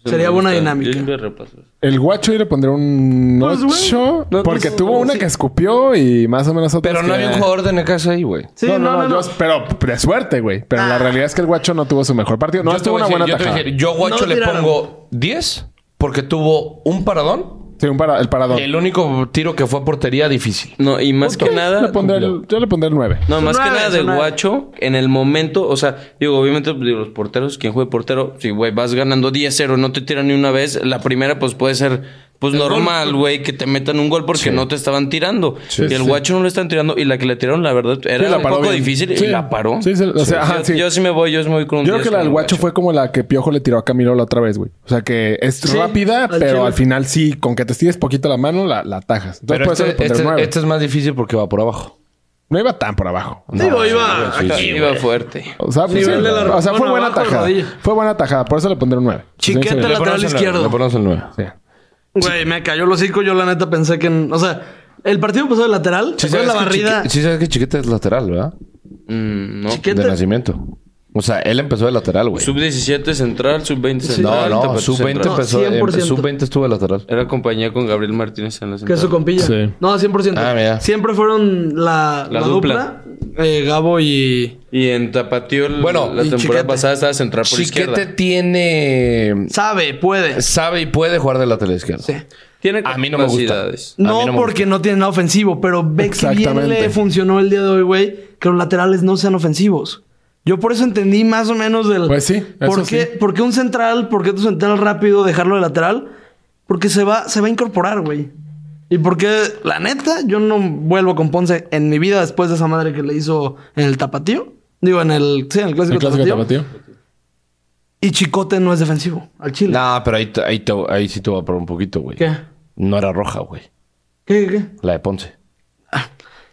Speaker 1: Sería
Speaker 6: Me
Speaker 1: buena
Speaker 6: gusta.
Speaker 1: dinámica.
Speaker 6: Yo siempre repaso eso.
Speaker 2: El guacho yo le pondría un
Speaker 1: Pues, güey,
Speaker 2: 8
Speaker 6: no,
Speaker 2: porque
Speaker 6: no,
Speaker 2: tuvo
Speaker 6: no,
Speaker 2: una
Speaker 6: sí.
Speaker 2: que escupió y más o menos otra.
Speaker 4: Pero no había un jugador de Necaxa ahí, güey.
Speaker 1: Sí, no, no, no.
Speaker 2: yo- pero de suerte, güey. Pero la
Speaker 1: Ah.
Speaker 2: realidad es que el guacho no tuvo su mejor partido. No,
Speaker 4: Yo te
Speaker 2: estuvo
Speaker 4: voy
Speaker 2: una
Speaker 4: a decir-
Speaker 2: buena
Speaker 4: yo te voy a
Speaker 2: tajada.
Speaker 4: decir, yo guacho
Speaker 1: No
Speaker 4: le
Speaker 1: tiraron.
Speaker 4: pongo 10 porque tuvo un paradón.
Speaker 2: Sí, un para- el parador.
Speaker 4: El único tiro que fue a portería difícil.
Speaker 6: No, y más que
Speaker 2: Le
Speaker 6: nada.
Speaker 2: pondré el- yo le pondré el 9.
Speaker 6: No,
Speaker 1: Son
Speaker 6: más que
Speaker 1: nueve,
Speaker 6: nada
Speaker 1: son
Speaker 6: del
Speaker 1: nueve.
Speaker 6: guacho, en el momento, o sea, digo, obviamente pues, digo, los porteros, quien juegue portero, si güey, vas ganando 10-0, no te tiran ni una vez, la primera pues puede ser pues normal, güey, que te metan un gol porque no te estaban tirando.
Speaker 2: Sí,
Speaker 6: y el
Speaker 2: sí.
Speaker 6: guacho no le están tirando y la que le tiraron, la verdad, era
Speaker 2: Sí, la
Speaker 6: un
Speaker 2: paró
Speaker 6: poco
Speaker 2: bien.
Speaker 6: difícil
Speaker 2: Sí.
Speaker 6: y la paró.
Speaker 2: Sí, sí, o sea, ajá,
Speaker 6: yo,
Speaker 2: sí.
Speaker 6: yo sí me voy, yo sí me voy con un
Speaker 2: Yo creo
Speaker 6: 10
Speaker 2: que la
Speaker 6: con
Speaker 2: del
Speaker 6: el
Speaker 2: guacho fue como la que Piojo le tiró a Camilo la otra vez, güey. O sea que es rápida,
Speaker 1: al
Speaker 2: pero
Speaker 1: chile.
Speaker 2: al final sí, con que te estires poquito la mano, la, la atajas. Entonces
Speaker 4: Pero
Speaker 2: por eso le
Speaker 4: este,
Speaker 2: pondré
Speaker 4: este-
Speaker 2: el 9.
Speaker 4: este es más difícil porque va por abajo.
Speaker 2: No iba tan por abajo.
Speaker 1: Digo, iba.
Speaker 4: Sí, sí,
Speaker 6: Iba fuerte.
Speaker 2: O sea, pues, sí,
Speaker 1: vele la-
Speaker 2: o sea, fue
Speaker 1: bueno,
Speaker 2: buena
Speaker 1: abajo de
Speaker 2: tajada.
Speaker 1: rodilla.
Speaker 2: Fue buena tajada, por eso le pondré un 9.
Speaker 1: Chiquete
Speaker 2: Sí, sí,
Speaker 1: la-
Speaker 4: Le ponemos
Speaker 1: Lateral
Speaker 4: el nueve,
Speaker 1: izquierdo.
Speaker 4: Le ponemos el 9.
Speaker 2: sí.
Speaker 1: Güey, me cayó los hocico. Yo la neta pensé que. en- o sea, el partido pasó de lateral. ¿Te acuerdas la barrida.
Speaker 4: Sí sabes que Chiquete es lateral, ¿verdad?
Speaker 6: Mm, no.
Speaker 1: Chiquete.
Speaker 4: De nacimiento. O sea, él empezó de lateral, güey.
Speaker 6: Sub 17 central, sub 20
Speaker 4: No,
Speaker 6: central.
Speaker 4: no,
Speaker 6: tapete
Speaker 4: sub 20
Speaker 6: central.
Speaker 1: No,
Speaker 4: empezó. em-
Speaker 1: 100%.
Speaker 4: sub 20 estuvo de lateral.
Speaker 6: Era compañía con Gabriel Martínez en
Speaker 1: Que
Speaker 6: la
Speaker 1: es su
Speaker 6: central.
Speaker 1: compilla.
Speaker 2: Sí.
Speaker 1: No, 100%.
Speaker 4: Ah, mira.
Speaker 1: Siempre fueron la,
Speaker 6: La
Speaker 1: la dupla.
Speaker 6: dupla.
Speaker 1: eh, Gabo y
Speaker 6: Y en Tapatío el-
Speaker 4: Bueno,
Speaker 6: la
Speaker 4: y
Speaker 6: temporada
Speaker 1: Chiquete.
Speaker 6: pasada estaba central por
Speaker 4: Chiquete
Speaker 6: izquierda.
Speaker 4: tiene.
Speaker 1: Sabe, puede.
Speaker 4: Sabe y puede jugar de lateral izquierdo.
Speaker 1: Sí.
Speaker 6: Tiene
Speaker 4: A mí no me gusta.
Speaker 6: capacidades.
Speaker 4: A mí
Speaker 1: No,
Speaker 4: no me
Speaker 1: porque no tiene nada ofensivo, pero ve que bien
Speaker 2: Exactamente.
Speaker 1: le funcionó el día de hoy, güey, que los laterales no sean ofensivos. Yo por eso entendí más o menos del.
Speaker 2: Pues sí, eso
Speaker 1: ¿Por qué,
Speaker 2: sí.
Speaker 1: por qué un central? ¿Por qué tu central rápido dejarlo de lateral? Porque se va, se va a incorporar, güey. Y porque, la neta, yo no vuelvo con Ponce en mi vida después de esa madre que le hizo en el tapatío. Digo, en el. Sí, en el clásico,
Speaker 2: El clásico
Speaker 1: tapatío.
Speaker 2: tapatío.
Speaker 1: Y Chicote no es defensivo al Chile.
Speaker 4: No, pero ahí, te- ahí, te- ahí sí te voy a poner un poquito, güey.
Speaker 1: ¿Qué?
Speaker 4: No era roja, güey.
Speaker 1: ¿Qué, qué, qué?
Speaker 4: La de Ponce.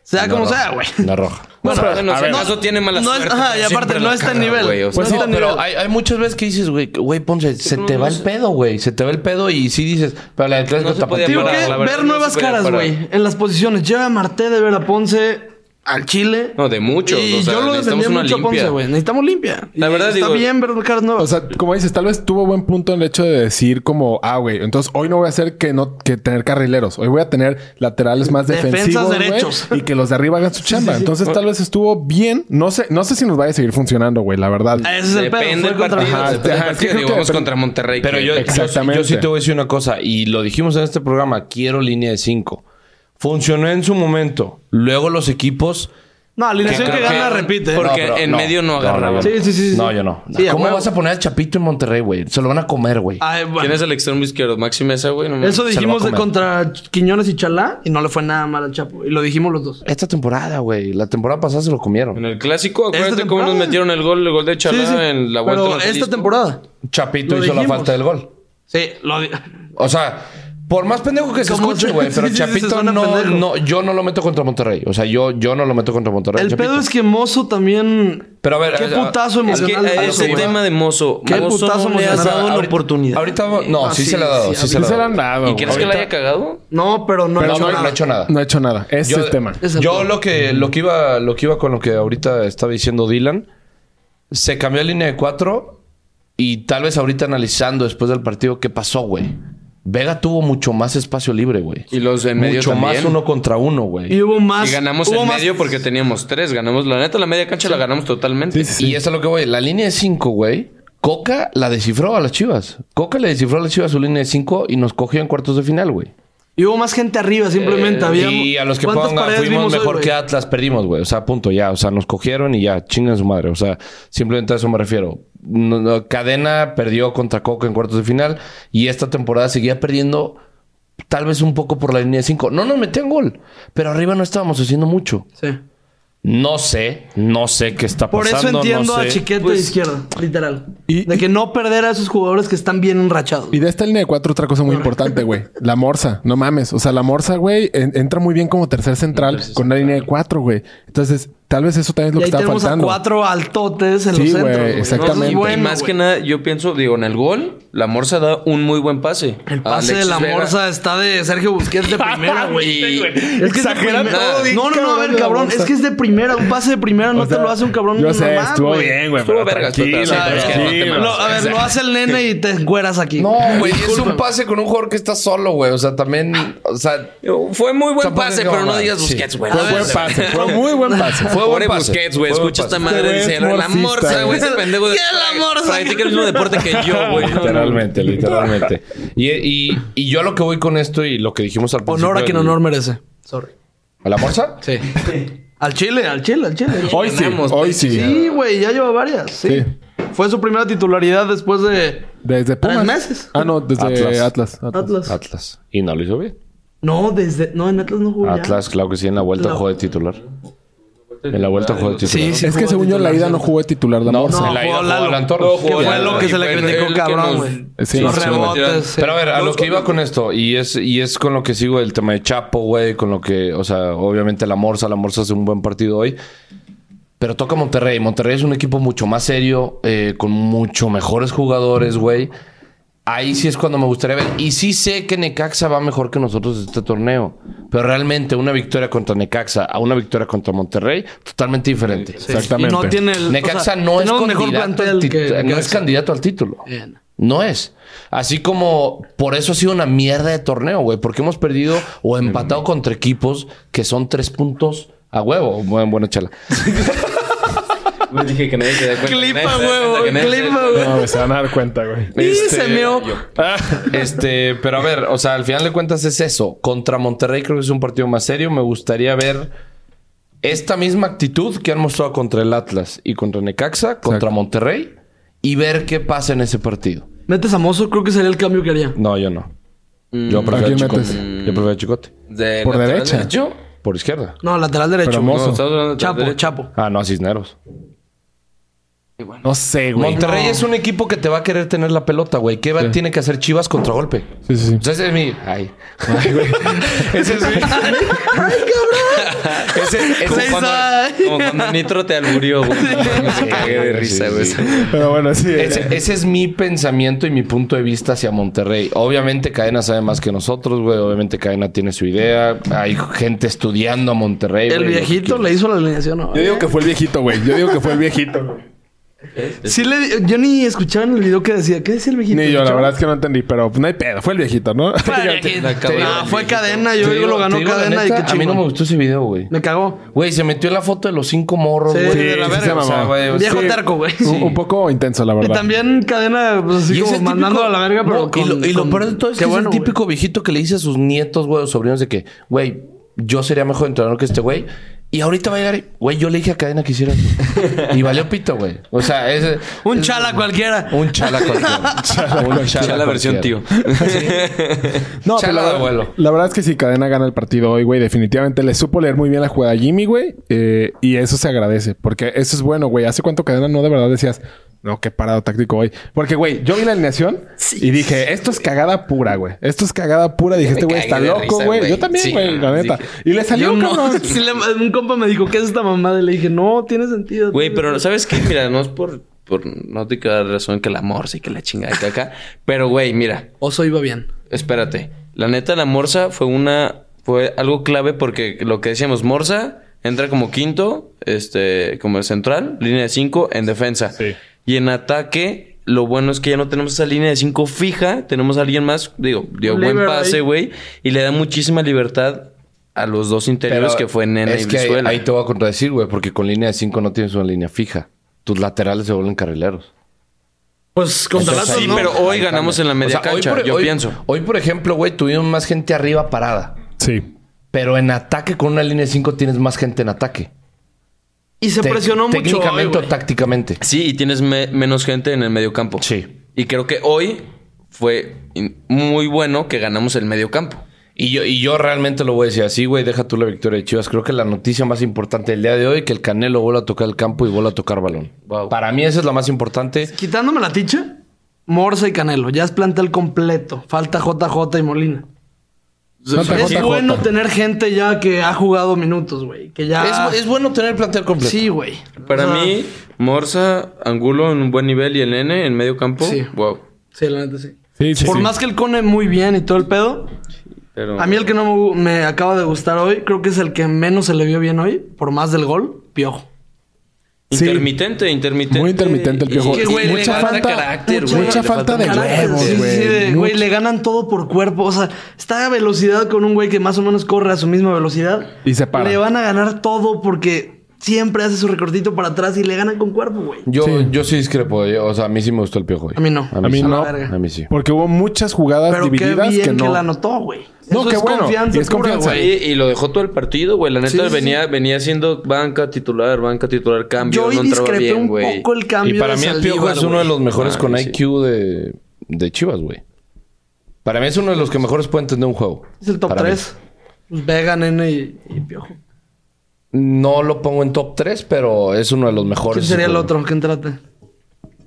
Speaker 1: Sea
Speaker 4: No
Speaker 1: como
Speaker 4: roja.
Speaker 1: sea, güey.
Speaker 4: No roja.
Speaker 6: Bueno,
Speaker 2: pero,
Speaker 6: bueno,
Speaker 2: a
Speaker 6: si
Speaker 2: ver.
Speaker 6: acaso tiene mala
Speaker 1: No es-
Speaker 6: suerte.
Speaker 1: ajá,
Speaker 6: pero
Speaker 1: y
Speaker 6: siempre
Speaker 1: aparte,
Speaker 6: la
Speaker 1: no está en
Speaker 6: caga,
Speaker 1: nivel.
Speaker 6: güey, o sea,
Speaker 2: Pues
Speaker 1: no
Speaker 2: sí,
Speaker 1: está en
Speaker 4: Pero
Speaker 1: nivel.
Speaker 4: hay, hay muchas veces que dices, güey, que, güey, Ponce, se te va el pedo, güey. Se te va el pedo y sí dices, pero la del clásico
Speaker 6: No se podía
Speaker 4: tapatío,
Speaker 1: Digo
Speaker 6: Para,
Speaker 1: que
Speaker 6: la verdad,
Speaker 1: ver
Speaker 6: no
Speaker 1: nuevas
Speaker 6: se podía
Speaker 1: caras,
Speaker 6: parar.
Speaker 1: güey, en las posiciones. Lleva a Marté de ver a Ponce al Chile.
Speaker 6: No, de muchos,
Speaker 1: Y
Speaker 6: o sea,
Speaker 1: yo lo
Speaker 6: necesitamos
Speaker 1: defendía
Speaker 6: una
Speaker 1: mucho a Ponce,
Speaker 6: limpia.
Speaker 1: güey. Necesitamos limpia.
Speaker 6: La
Speaker 1: Y
Speaker 6: verdad,
Speaker 1: está
Speaker 6: digo-
Speaker 1: bien ver caras nuevas.
Speaker 2: O sea, como dices, tal vez tuvo buen punto en el hecho de decir como, ah, güey, entonces hoy no voy a hacer que no que tener carrileros, hoy voy a tener laterales más
Speaker 1: Defensas,
Speaker 2: defensivos, güey,
Speaker 1: derechos.
Speaker 2: y que los de arriba hagan su chamba. Entonces tal vez estuvo bien, no sé, no sé si nos vaya a seguir funcionando, güey, la verdad.
Speaker 1: Ese es el pedo. fue
Speaker 6: Depende del
Speaker 1: contra-
Speaker 6: partido.
Speaker 2: Ajá,
Speaker 6: depende del
Speaker 2: ajá, sí,
Speaker 6: partido.
Speaker 2: creo
Speaker 6: Digo,
Speaker 2: que-
Speaker 6: vamos
Speaker 2: pero-
Speaker 6: contra Monterrey.
Speaker 4: Pero
Speaker 6: que-
Speaker 4: yo, yo-
Speaker 2: Exactamente.
Speaker 4: yo sí te voy a decir una cosa, y lo dijimos en este programa, quiero línea de 5. Funcionó en su momento. Luego los equipos...
Speaker 1: No, alineación
Speaker 4: Que
Speaker 1: que
Speaker 4: creo
Speaker 1: gana,
Speaker 4: que-
Speaker 1: repite.
Speaker 6: Porque-
Speaker 1: No,
Speaker 4: pero
Speaker 6: en medio no agarraba.
Speaker 4: yo
Speaker 1: Sí, sí, sí, sí.
Speaker 4: No, yo no.
Speaker 1: Sí, a
Speaker 4: ¿Cómo
Speaker 1: huevo. Ah.
Speaker 4: vas a poner al Chapito en Monterrey, güey? Se lo van a comer, güey.
Speaker 1: ay, bueno.
Speaker 6: ¿Quién es el extremo izquierdo? Maxi Mesa, güey. No mames.
Speaker 1: Eso
Speaker 4: lo va a
Speaker 1: dijimos de
Speaker 4: comer.
Speaker 1: contra Quiñones y Chalá y no le fue nada mal al Chapo. Y lo dijimos los dos.
Speaker 4: Esta temporada, güey. La temporada pasada se lo
Speaker 6: En
Speaker 4: comieron.
Speaker 6: el clásico, acuérdate
Speaker 1: Esta
Speaker 6: cómo nos
Speaker 1: temporada.
Speaker 6: metieron el gol, el gol de Chalá
Speaker 1: Sí, sí.
Speaker 6: en la vuelta.
Speaker 1: Pero
Speaker 6: en
Speaker 1: esta
Speaker 6: Jalisco.
Speaker 1: temporada.
Speaker 4: Chapito
Speaker 1: Lo
Speaker 4: hizo la
Speaker 1: dijimos.
Speaker 4: falta del gol.
Speaker 1: Sí, lo di-
Speaker 4: O sea, Por más pendejo que se
Speaker 1: ¿Cómo
Speaker 4: escuche,
Speaker 1: se-
Speaker 4: güey,
Speaker 1: sí,
Speaker 4: pero
Speaker 1: sí, sí,
Speaker 4: Chapito
Speaker 1: suena
Speaker 4: no,
Speaker 1: pendejo.
Speaker 4: no, yo no lo meto contra Monterrey. O sea, yo, yo no lo meto contra Monterrey.
Speaker 1: El
Speaker 4: Chapito.
Speaker 1: pedo es que Mozo también.
Speaker 4: Pero a ver,
Speaker 1: Qué
Speaker 4: a- a-
Speaker 1: putazo
Speaker 4: es
Speaker 3: Es que
Speaker 1: emocional.
Speaker 3: a
Speaker 1: A lo
Speaker 3: ese
Speaker 1: que iba.
Speaker 3: tema de Mozo,
Speaker 1: Qué
Speaker 3: Mozo
Speaker 1: putazo
Speaker 3: no le has
Speaker 1: emocional.
Speaker 3: dado la
Speaker 1: Ahorita-
Speaker 3: oportunidad.
Speaker 4: Ahorita, no,
Speaker 2: Ah,
Speaker 4: sí,
Speaker 2: sí,
Speaker 4: se le ha dado.
Speaker 2: sí,
Speaker 4: Sí, se
Speaker 2: sí
Speaker 4: le ha
Speaker 2: se le
Speaker 4: dado.
Speaker 2: han dado,
Speaker 3: ¿Y crees
Speaker 2: güey.
Speaker 3: que la haya cagado?
Speaker 1: No, pero no.
Speaker 4: Pero
Speaker 1: ha
Speaker 4: no,
Speaker 1: hecho
Speaker 4: no ha
Speaker 1: nada.
Speaker 4: hecho nada.
Speaker 2: No ha hecho nada. Ese es el tema.
Speaker 1: Es el
Speaker 4: yo
Speaker 1: tema.
Speaker 4: lo que, lo que iba, lo que iba con lo que ahorita estaba diciendo Dylan, se cambió a línea de cuatro y tal vez ahorita analizando después del partido qué pasó, güey. Vega tuvo mucho más espacio libre, güey.
Speaker 6: Y los de en medio
Speaker 4: mucho
Speaker 6: también.
Speaker 4: más uno contra uno,
Speaker 1: Y
Speaker 4: güey.
Speaker 1: hubo más.
Speaker 6: Y ganamos
Speaker 1: hubo
Speaker 6: en
Speaker 1: más-
Speaker 6: medio porque teníamos tres. Ganamos, la neta, la media cancha la ganamos
Speaker 2: Sí,
Speaker 6: totalmente.
Speaker 2: sí, sí.
Speaker 4: Y eso es lo que voy. La línea de cinco, güey. Coca la descifró a las Chivas. Coca le descifró a las Chivas su línea de cinco y nos cogió en cuartos de final, güey.
Speaker 1: Y hubo más gente arriba, simplemente. había,
Speaker 4: Eh, Y a los que
Speaker 1: ¿Cuántas
Speaker 4: pongan
Speaker 1: paredes
Speaker 4: fuimos
Speaker 1: vimos hoy,
Speaker 4: mejor
Speaker 1: güey?
Speaker 4: que Atlas, perdimos, güey. O sea, punto, ya. O sea, nos cogieron y ya, chingan su madre. O sea, simplemente a eso me refiero. No- no, Cadena perdió contra Coca en cuartos de final y esta temporada seguía perdiendo tal vez un poco por la línea de 5. No nos metían gol, pero arriba no estábamos haciendo mucho.
Speaker 1: Sí.
Speaker 4: No sé, no sé qué está
Speaker 1: Por
Speaker 4: pasando.
Speaker 1: eso entiendo
Speaker 4: no sé.
Speaker 1: a Chiquete
Speaker 3: Pues-
Speaker 1: de izquierda, literal.
Speaker 2: Y-
Speaker 1: de que no perder a esos jugadores que están bien enrachados.
Speaker 2: Y de esta línea de cuatro, otra cosa muy importante, güey. La morsa, no mames. O sea, la morsa, güey, en- entra muy bien como tercer central con una línea de cuatro, güey. Entonces, tal vez eso también es lo
Speaker 1: pues, y
Speaker 2: que
Speaker 1: ahí
Speaker 2: está
Speaker 1: tenemos
Speaker 2: faltando.
Speaker 1: a cuatro altotes en
Speaker 2: Sí,
Speaker 1: los
Speaker 2: güey,
Speaker 1: centros. güey.
Speaker 2: exactamente.
Speaker 1: Entonces,
Speaker 6: Y
Speaker 1: bueno,
Speaker 6: más que
Speaker 1: güey.
Speaker 6: nada, yo pienso, digo, en el gol, la Morsa da un muy buen pase.
Speaker 1: El
Speaker 6: A
Speaker 1: pase de
Speaker 6: Alexis
Speaker 1: la
Speaker 6: Vega.
Speaker 1: morsa está de Sergio Busquets de primera, güey. es que es de
Speaker 2: Exageran
Speaker 1: primera.
Speaker 2: todo, bien
Speaker 1: No, no, no, a
Speaker 2: cabrón,
Speaker 1: ver,
Speaker 2: la
Speaker 1: cabrón.
Speaker 2: Morsa.
Speaker 1: Es que es de primera. Un pase de primera no
Speaker 2: O sea,
Speaker 1: te lo hace un cabrón
Speaker 2: Yo sé,
Speaker 1: nomás,
Speaker 2: estuvo
Speaker 1: güey.
Speaker 2: bien, güey.
Speaker 6: Estuvo
Speaker 2: Pero
Speaker 6: vergas,
Speaker 2: tranquilo,
Speaker 6: pero
Speaker 1: O sea,
Speaker 6: Sí,
Speaker 1: es que
Speaker 2: tranquilo.
Speaker 1: no, a ver, lo hace el nene y te encueras aquí.
Speaker 4: No, güey, es un pase con un jugador que está solo, güey. O sea, también, o sea,
Speaker 6: Fue muy buen
Speaker 4: Tampoco
Speaker 6: pase,
Speaker 4: digo,
Speaker 6: pero no
Speaker 4: güey,
Speaker 6: digas
Speaker 4: sí.
Speaker 6: Busquets, güey.
Speaker 2: Fue buen pase, fue muy buen pase.
Speaker 4: fue buen
Speaker 6: Pobre
Speaker 4: pase.
Speaker 6: Busquets, güey.
Speaker 4: Fue buen
Speaker 6: Escucha
Speaker 4: pase.
Speaker 6: esta madre
Speaker 2: Este
Speaker 6: del
Speaker 2: güey es
Speaker 6: cielo. La
Speaker 2: morcista,
Speaker 6: morsa, güey. Ese
Speaker 1: güey.
Speaker 6: pendejo de.
Speaker 1: ¿Qué la morsa?
Speaker 6: Practica el mismo deporte que yo, güey.
Speaker 4: Literalmente, literalmente. Y, y- y yo a lo que voy con esto y lo que dijimos al principio.
Speaker 1: Honor a quien
Speaker 4: del-
Speaker 1: honor merece. Sorry.
Speaker 4: ¿A la morsa?
Speaker 6: Sí.
Speaker 1: Al Chile, al Chile, al Chile.
Speaker 2: Hoy sí,
Speaker 6: Ganamos,
Speaker 2: hoy sí.
Speaker 1: Sí, güey, ya lleva varias. Sí.
Speaker 2: Sí.
Speaker 1: Fue su primera titularidad después de.
Speaker 2: Desde Pumas.
Speaker 1: Tres meses.
Speaker 2: Ah, no, desde
Speaker 4: Atlas.
Speaker 2: Atlas. Atlas.
Speaker 1: Atlas.
Speaker 4: Atlas. Y no lo hizo bien.
Speaker 1: No, desde. No, en Atlas no jugó. ya.
Speaker 4: Atlas, claro que sí, en la vuelta
Speaker 1: No.
Speaker 4: jugó de titular. En la vuelta jugó de titular.
Speaker 1: Sí, sí.
Speaker 2: Es que
Speaker 1: jugó
Speaker 2: según yo, la
Speaker 1: titular,
Speaker 2: ida
Speaker 1: sí.
Speaker 2: no jugó de titular la
Speaker 4: No,
Speaker 2: morsa.
Speaker 4: en la ida
Speaker 1: jugó
Speaker 4: jugó
Speaker 1: Lalo.
Speaker 4: Alan Torres.
Speaker 1: Que
Speaker 6: jugó
Speaker 1: fue
Speaker 6: Lalo.
Speaker 1: lo que se le
Speaker 6: Y fue
Speaker 1: criticó,
Speaker 6: él que
Speaker 1: cabrón,
Speaker 6: nos-
Speaker 1: güey.
Speaker 2: Sí,
Speaker 1: Los
Speaker 2: sí, sí.
Speaker 1: rebotes. eh,
Speaker 4: Pero a ver, a lo
Speaker 6: Los-
Speaker 4: que iba con esto, y es, y es con lo que sigo el tema de Chapo, güey, con lo que, o sea, obviamente la Morsa, la Morsa hace un buen partido hoy, pero toca Monterrey. Monterrey es un equipo mucho más serio, eh, con mucho mejores jugadores, güey. Ahí sí es cuando me gustaría ver. Y sí sé que Necaxa va mejor que nosotros este torneo. Pero realmente una victoria contra Necaxa a una victoria contra Monterrey, totalmente diferente.
Speaker 2: Exactamente.
Speaker 1: Y no tiene el. o
Speaker 4: Necaxa
Speaker 1: sea,
Speaker 4: no, es
Speaker 1: tenemos
Speaker 4: candidato al
Speaker 1: plantel
Speaker 4: tit-
Speaker 1: que
Speaker 4: no es
Speaker 1: Necaxa.
Speaker 4: candidato al título.
Speaker 1: Bien.
Speaker 4: No es. Así como por eso ha sido una mierda de torneo, güey. Porque hemos perdido o empatado contra equipos que son tres puntos a huevo. Bueno, buena chela.
Speaker 6: Güey, Dije que nadie se da cuenta.
Speaker 1: Clipa,
Speaker 6: nadie se da cuenta,
Speaker 1: huevo,
Speaker 6: que nadie se da
Speaker 1: clipa,
Speaker 6: cuenta.
Speaker 1: güey.
Speaker 2: No, se van a dar cuenta, güey.
Speaker 1: Y
Speaker 4: Este,
Speaker 1: se meó.
Speaker 4: Este, pero a ver, o sea, al final de cuentas es eso. Contra Monterrey creo que es un partido más serio. Me gustaría ver esta misma actitud que han mostrado contra el Atlas y contra Necaxa, contra
Speaker 2: Exacto.
Speaker 4: Monterrey y ver qué pasa en ese partido.
Speaker 1: Metes a Mozo, creo que sería el cambio que haría.
Speaker 4: No, yo no.
Speaker 1: Mm.
Speaker 4: Yo prefiero
Speaker 2: quién
Speaker 4: a Chicote.
Speaker 2: metes?
Speaker 4: Yo prefiero a Chicote.
Speaker 6: De
Speaker 2: Por
Speaker 6: lateral
Speaker 2: derecha.
Speaker 6: derecho.
Speaker 4: Por izquierda.
Speaker 1: No, lateral derecho.
Speaker 2: Pero
Speaker 6: No,
Speaker 2: Mozo.
Speaker 6: estamos hablando de
Speaker 1: Chapo,
Speaker 6: derecha.
Speaker 1: Chapo.
Speaker 4: Ah, no, a Cisneros.
Speaker 2: No sé, güey.
Speaker 4: Monterrey
Speaker 1: no.
Speaker 4: es un equipo que te va a querer tener la pelota, güey. ¿Qué va-
Speaker 2: Sí.
Speaker 4: tiene que hacer Chivas contra golpe?
Speaker 2: Sí, sí, sí.
Speaker 4: O sea, ese es mi. Ay. ese es mi. ¡Ay, cabrón! Ese, ese-
Speaker 6: Como
Speaker 1: Seis
Speaker 6: cuando,
Speaker 1: a-
Speaker 6: como cuando Nitro te alburió, güey. Me cagué de risa, güey.
Speaker 2: Pero bueno, sí. eh,
Speaker 4: ese- ese es mi pensamiento y mi punto de vista hacia Monterrey. Obviamente, Cadena sabe más que nosotros, güey. Obviamente, Cadena tiene su idea. Hay gente estudiando a Monterrey.
Speaker 1: El
Speaker 4: güey, lo que
Speaker 1: viejito
Speaker 4: quieras.
Speaker 1: le hizo la alineación. ¿no?
Speaker 2: Yo digo que fue el viejito, güey. Yo digo que fue el viejito, güey.
Speaker 1: Sí le di- yo ni escuchaba en el video que decía. ¿Qué decía el viejito?
Speaker 2: Ni yo, la verdad es que no entendí, pero pues, no hay pedo. Fue el viejito, ¿no?
Speaker 1: Fue viejito.
Speaker 6: La cabrón,
Speaker 1: No,
Speaker 6: el
Speaker 1: Ah, fue
Speaker 6: viejito.
Speaker 1: cadena.
Speaker 4: Te
Speaker 1: Yo digo, lo
Speaker 4: te
Speaker 1: ganó
Speaker 4: digo la
Speaker 1: cadena y
Speaker 4: neta,
Speaker 1: qué
Speaker 4: A mí no me
Speaker 1: chingón.
Speaker 4: gustó ese video, güey.
Speaker 1: Me cagó.
Speaker 4: Güey, se metió la foto de los cinco morros,
Speaker 1: Sí,
Speaker 4: güey.
Speaker 1: de la verga.
Speaker 4: o sea, güey, o sea,
Speaker 1: Viejo terco, güey.
Speaker 2: Un, un poco intenso, la
Speaker 1: Y
Speaker 2: verdad.
Speaker 1: también cadena, pues así como
Speaker 4: es el
Speaker 1: mandando
Speaker 4: típico-
Speaker 1: a la verga,
Speaker 4: No,
Speaker 1: pero.
Speaker 4: y lo,
Speaker 1: con-
Speaker 4: y lo
Speaker 1: con-
Speaker 4: peor de todo es
Speaker 1: qué
Speaker 4: que es
Speaker 1: bueno,
Speaker 4: el
Speaker 1: güey.
Speaker 4: típico viejito que le dice a sus nietos, güey, o sobrinos de que, güey, yo sería mejor entrenador que este güey. Y ahorita va a llegar, y, güey, yo le dije a cadena que hiciera eso. Y valió pito, güey. O sea, es.
Speaker 1: Un
Speaker 4: es-
Speaker 1: chala cualquiera.
Speaker 4: Un chala cualquiera. Un
Speaker 6: Ya la versión, tío.
Speaker 2: No, pero
Speaker 4: Chala de
Speaker 2: la,
Speaker 4: abuelo.
Speaker 2: la verdad es que si Cadena gana el partido hoy, güey, definitivamente le supo leer muy bien la jugada a Jimmy, güey. eh, y eso se agradece. Porque eso es bueno, güey. ¿Hace cuánto Cadena no de verdad decías, no, qué parado táctico hoy? Porque, güey, yo vi la alineación y dije, esto es cagada pura, güey. Esto es cagada pura. Dije,
Speaker 4: me
Speaker 2: este güey
Speaker 4: cagué
Speaker 2: está
Speaker 4: de
Speaker 2: loco,
Speaker 4: risa,
Speaker 2: güey.
Speaker 4: güey.
Speaker 2: Yo también,
Speaker 4: Sí,
Speaker 2: güey,
Speaker 4: no,
Speaker 2: la neta. Y le salió,
Speaker 1: Yo
Speaker 2: un
Speaker 1: no.
Speaker 2: cabrón.
Speaker 1: Sí, le- un compa me dijo, ¿qué es esta mamada? Y le dije, no, tiene sentido.
Speaker 6: Güey,
Speaker 1: tiene
Speaker 6: pero ¿sabes qué? Mira, no es por, por no te queda razón que el amor sí que la chingada que acá. Pero, güey, mira,
Speaker 1: Oso iba bien.
Speaker 6: espérate. La neta, la Morsa fue una. fue algo clave porque lo que decíamos, Morsa entra como quinto, este, como el central, línea de cinco en defensa. Y en ataque, lo bueno es que ya no tenemos esa línea de cinco fija, tenemos a alguien más, digo, dio
Speaker 1: Un
Speaker 6: buen
Speaker 1: libero
Speaker 6: pase,
Speaker 1: ahí.
Speaker 6: güey, y le da muchísima libertad a los dos interiores que fue Nena
Speaker 4: es
Speaker 6: y
Speaker 4: que ahí-
Speaker 6: Brizuela.
Speaker 4: ahí te voy a contradecir, güey, porque con línea de 5 no tienes una línea fija. Tus laterales se vuelven carrileros.
Speaker 1: Pues con
Speaker 4: Entonces,
Speaker 1: Dalazos,
Speaker 6: sí,
Speaker 1: ¿no?
Speaker 6: pero hoy ganamos en la media
Speaker 4: O sea, hoy
Speaker 6: cancha,
Speaker 4: por- e-
Speaker 6: yo
Speaker 4: hoy-
Speaker 6: pienso.
Speaker 4: Hoy, por ejemplo, güey, tuvimos más gente arriba parada.
Speaker 2: Sí.
Speaker 4: Pero en ataque con una línea de 5 tienes más gente en ataque.
Speaker 1: Y se
Speaker 4: Te-
Speaker 1: presionó mucho. hoy,
Speaker 4: Técnicamente
Speaker 1: güey.
Speaker 4: o tácticamente.
Speaker 6: Sí, y tienes me- menos gente en el medio campo.
Speaker 4: Sí.
Speaker 6: Y creo que hoy fue in- muy bueno que ganamos el medio campo.
Speaker 4: Y yo, y yo realmente lo voy a decir así, güey. Deja tú la victoria de Chivas. Creo que la noticia más importante del día de hoy es que el Canelo vuelva a tocar el campo y vuelva a tocar balón.
Speaker 6: Wow.
Speaker 4: Para mí esa es la más importante.
Speaker 1: Quitándome la ticha, Morsa y Canelo. Ya es plantel completo. Falta JJ y Molina.
Speaker 2: Falta
Speaker 1: es
Speaker 2: JJ.
Speaker 1: bueno tener gente ya que ha jugado minutos, güey. Que ya...
Speaker 4: Es, es bueno tener plantel completo.
Speaker 1: Ah. Sí, güey.
Speaker 6: Para
Speaker 1: O sea,
Speaker 6: mí, Morsa, Angulo en un buen nivel y el N en medio campo.
Speaker 1: Sí.
Speaker 6: Wow.
Speaker 1: Sí, la neta, sí.
Speaker 2: Sí, sí,
Speaker 1: Por
Speaker 2: sí.
Speaker 1: más que el Cone muy bien y todo el pedo,
Speaker 6: Pero
Speaker 1: a mí el que no me, me acaba de gustar hoy, creo que es el que menos se le vio bien hoy, por más del gol, Piojo.
Speaker 2: Sí.
Speaker 6: intermitente, intermitente.
Speaker 2: Muy intermitente el
Speaker 6: Y-
Speaker 2: piojo.
Speaker 6: y-
Speaker 1: güey,
Speaker 6: y
Speaker 1: le
Speaker 2: mucha
Speaker 1: falta
Speaker 2: falta,
Speaker 6: carácter,
Speaker 2: mucha,
Speaker 6: güey, le
Speaker 2: falta
Speaker 6: falta
Speaker 2: de
Speaker 1: Caray,
Speaker 2: huevos,
Speaker 1: sí, sí,
Speaker 2: güey.
Speaker 1: sí, de, güey,
Speaker 2: Mucho-
Speaker 1: le ganan todo por cuerpo. O sea, está a velocidad con un güey que más o menos corre a su misma velocidad.
Speaker 2: Y se para.
Speaker 1: Le van a ganar todo porque siempre hace su recortito para atrás y le ganan con cuerpo, güey.
Speaker 4: Yo,
Speaker 2: Sí.
Speaker 4: yo sí discrepo. yo- o sea, a mí sí me gustó el piojo. güey.
Speaker 1: A mí no.
Speaker 4: A
Speaker 2: A mí
Speaker 4: mí, sí.
Speaker 2: no.
Speaker 4: A mí sí.
Speaker 2: Porque hubo muchas jugadas
Speaker 1: Pero qué
Speaker 2: divididas
Speaker 1: bien que,
Speaker 2: que no.
Speaker 1: la anotó, güey.
Speaker 2: No,
Speaker 1: Eso
Speaker 2: qué
Speaker 1: es
Speaker 2: bueno,
Speaker 1: Confianza
Speaker 2: y es
Speaker 1: pura,
Speaker 2: confianza.
Speaker 1: güey.
Speaker 6: y, y lo dejó todo el partido, güey. La
Speaker 1: Sí,
Speaker 6: neta
Speaker 1: sí,
Speaker 6: venía, venía siendo banca, titular, banca, titular, cambio.
Speaker 1: Yo hoy
Speaker 6: no entraba
Speaker 1: discrepé
Speaker 6: bien,
Speaker 1: un
Speaker 6: güey.
Speaker 1: poco el cambio.
Speaker 4: Y para
Speaker 1: de
Speaker 4: mí el
Speaker 1: Saldívar,
Speaker 4: Piojo es uno de
Speaker 1: güey.
Speaker 4: los mejores
Speaker 6: Ah,
Speaker 4: con
Speaker 6: sí.
Speaker 4: IQ de, de Chivas, güey. Para mí es uno de los que mejores puede entender un juego.
Speaker 1: Es el top
Speaker 4: Para mí.
Speaker 1: 3. Vega, Nene y, y Piojo.
Speaker 4: No lo pongo en top 3, pero es uno de los mejores.
Speaker 1: ¿Quién sería el otro que entrate?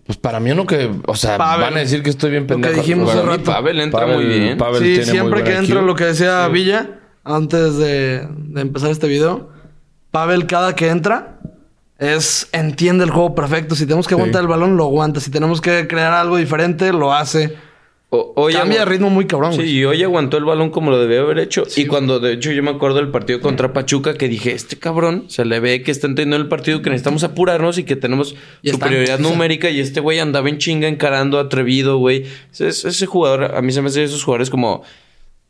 Speaker 4: Pues para mí uno que... O sea,
Speaker 1: Pavel.
Speaker 4: van a decir que estoy bien
Speaker 1: Lo que
Speaker 4: pendejo.
Speaker 1: dijimos
Speaker 4: Para
Speaker 1: hace
Speaker 4: mí,
Speaker 1: rato.
Speaker 6: Pavel entra muy bien.
Speaker 4: Pavel
Speaker 1: sí,
Speaker 4: tiene muy
Speaker 1: siempre
Speaker 4: buen
Speaker 1: que
Speaker 4: IQ.
Speaker 1: entro lo que decía Villa antes de, de empezar este video, Pavel cada que entra es entiende el juego perfecto. Si tenemos que aguantar el balón, lo aguanta. Si tenemos que crear algo diferente, lo hace.
Speaker 6: O- hoy
Speaker 1: Cambia de
Speaker 6: hago-
Speaker 1: ritmo muy cabrón.
Speaker 6: Sí,
Speaker 1: güey.
Speaker 6: y hoy aguantó el balón como lo debió haber hecho. y cuando, de hecho, yo me acuerdo del partido contra Pachuca que dije, este cabrón se le ve que está entendiendo el partido, que necesitamos apurarnos y que tenemos
Speaker 1: Y está-
Speaker 6: superioridad
Speaker 1: o sea-
Speaker 6: numérica. Y este güey andaba en chinga, encarando, atrevido, güey. Ese, ese- ese jugador, a mí se me hace de esos jugadores como...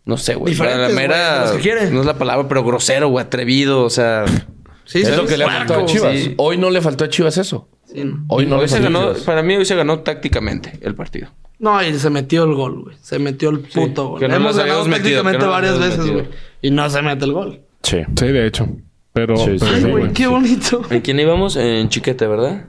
Speaker 6: No sé, güey. La, la
Speaker 1: Diferentes, güey, de
Speaker 6: mera...
Speaker 1: los que quiere.
Speaker 6: No es la palabra, pero grosero, güey. Atrevido, o sea...
Speaker 1: Sí,
Speaker 4: Es
Speaker 1: sí,
Speaker 4: lo que le ha
Speaker 1: sí.
Speaker 4: faltado a
Speaker 6: Marco,
Speaker 4: Chivas.
Speaker 6: sí.
Speaker 4: Hoy no le faltó a Chivas eso.
Speaker 1: Sí, no.
Speaker 4: Hoy no
Speaker 6: hoy
Speaker 4: le
Speaker 6: se
Speaker 4: faltó a
Speaker 6: ganó,
Speaker 4: Chivas.
Speaker 6: para mí hoy se ganó tácticamente el partido.
Speaker 1: No, y se metió el gol, güey. Se metió el puto gol.
Speaker 6: que no
Speaker 1: Hemos
Speaker 6: nos
Speaker 1: ganado
Speaker 6: habíamos metido,
Speaker 1: prácticamente
Speaker 6: que no nos
Speaker 1: varias
Speaker 6: habíamos
Speaker 1: veces, güey.
Speaker 6: metido.
Speaker 1: Y no se mete el gol.
Speaker 4: Sí.
Speaker 2: Sí, de hecho. Pero.
Speaker 4: Sí, sí,
Speaker 2: pero
Speaker 1: Ay,
Speaker 2: sí,
Speaker 1: güey,
Speaker 2: güey.
Speaker 1: qué bonito.
Speaker 6: ¿En quién íbamos? En Chiquete, ¿verdad?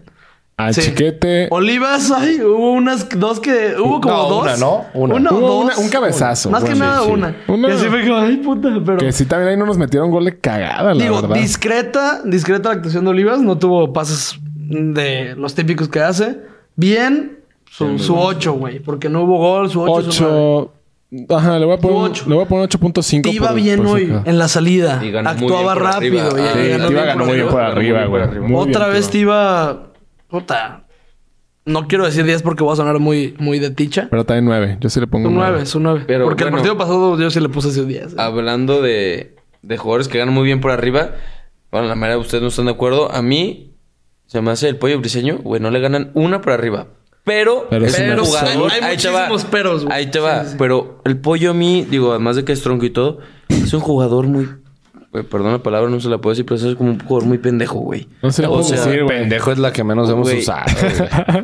Speaker 2: Al
Speaker 1: Sí.
Speaker 2: chiquete.
Speaker 1: Olivas, ay, hubo unas dos que. Hubo como
Speaker 4: No,
Speaker 1: dos.
Speaker 4: una, ¿no? Una.
Speaker 1: Una o
Speaker 2: Hubo
Speaker 1: dos.
Speaker 2: una- un cabezazo,
Speaker 1: Más que
Speaker 2: bueno,
Speaker 1: nada
Speaker 4: sí.
Speaker 1: una.
Speaker 2: Una.
Speaker 1: Y así fue como, ay, puta, pero.
Speaker 2: Que sí, también ahí no nos metieron gol de cagada, la
Speaker 1: digo,
Speaker 2: verdad.
Speaker 1: discreta, discreta la actuación de Olivas. No tuvo pases de los típicos que hace. Bien, su, su ocho, güey. Porque no hubo gol, su ocho. su nueve.
Speaker 2: 8. Ajá, le voy a poner, un-
Speaker 1: Ocho.
Speaker 2: le voy a poner 8.5.
Speaker 1: Te iba
Speaker 2: por-
Speaker 1: bien
Speaker 2: por
Speaker 1: hoy
Speaker 2: sacar.
Speaker 1: en la salida.
Speaker 6: Y ganó muy
Speaker 1: Actuaba
Speaker 6: bien por
Speaker 1: rápido.
Speaker 6: arriba.
Speaker 1: y-
Speaker 6: Ah,
Speaker 1: y
Speaker 2: Sí,
Speaker 1: ganó
Speaker 2: Tiva
Speaker 1: bien
Speaker 2: ganó
Speaker 1: por
Speaker 2: muy bien
Speaker 1: arriba.
Speaker 2: por
Speaker 6: ganó muy
Speaker 2: arriba,
Speaker 6: bien por
Speaker 2: güey.
Speaker 6: arriba.
Speaker 2: Muy
Speaker 1: Otra
Speaker 2: bien,
Speaker 1: vez te
Speaker 2: Tiva.
Speaker 1: iba. Puta. No quiero decir 10 porque voy a sonar muy, muy de ticha.
Speaker 2: Pero también 9. Yo sí le pongo
Speaker 1: Su
Speaker 2: un
Speaker 1: 9, su 9.
Speaker 6: Pero
Speaker 1: Porque el
Speaker 6: bueno. Ah,
Speaker 1: partido pasado yo sí le puse ese 10. eh.
Speaker 6: Hablando de, de jugadores que ganan muy bien por arriba, bueno, la mayoría de ustedes no están de acuerdo. A mí se me hace el pollo briseño, güey, no le ganan una por arriba. Pero,
Speaker 2: Pero es una
Speaker 1: hay- hay muchísimos peros, güey.
Speaker 6: Ahí te
Speaker 1: Sí,
Speaker 6: va.
Speaker 1: sí, sí.
Speaker 6: Pero el pollo a mí, digo, además de que es tronco y todo, es un jugador muy. güey, perdón la palabra, no se la puedo decir, pero es como un jugador muy pendejo, güey.
Speaker 2: No se la
Speaker 6: O
Speaker 2: puedo
Speaker 6: sea,
Speaker 2: decir, güey.
Speaker 4: Pendejo es la que menos hemos
Speaker 6: Güey.
Speaker 4: usado.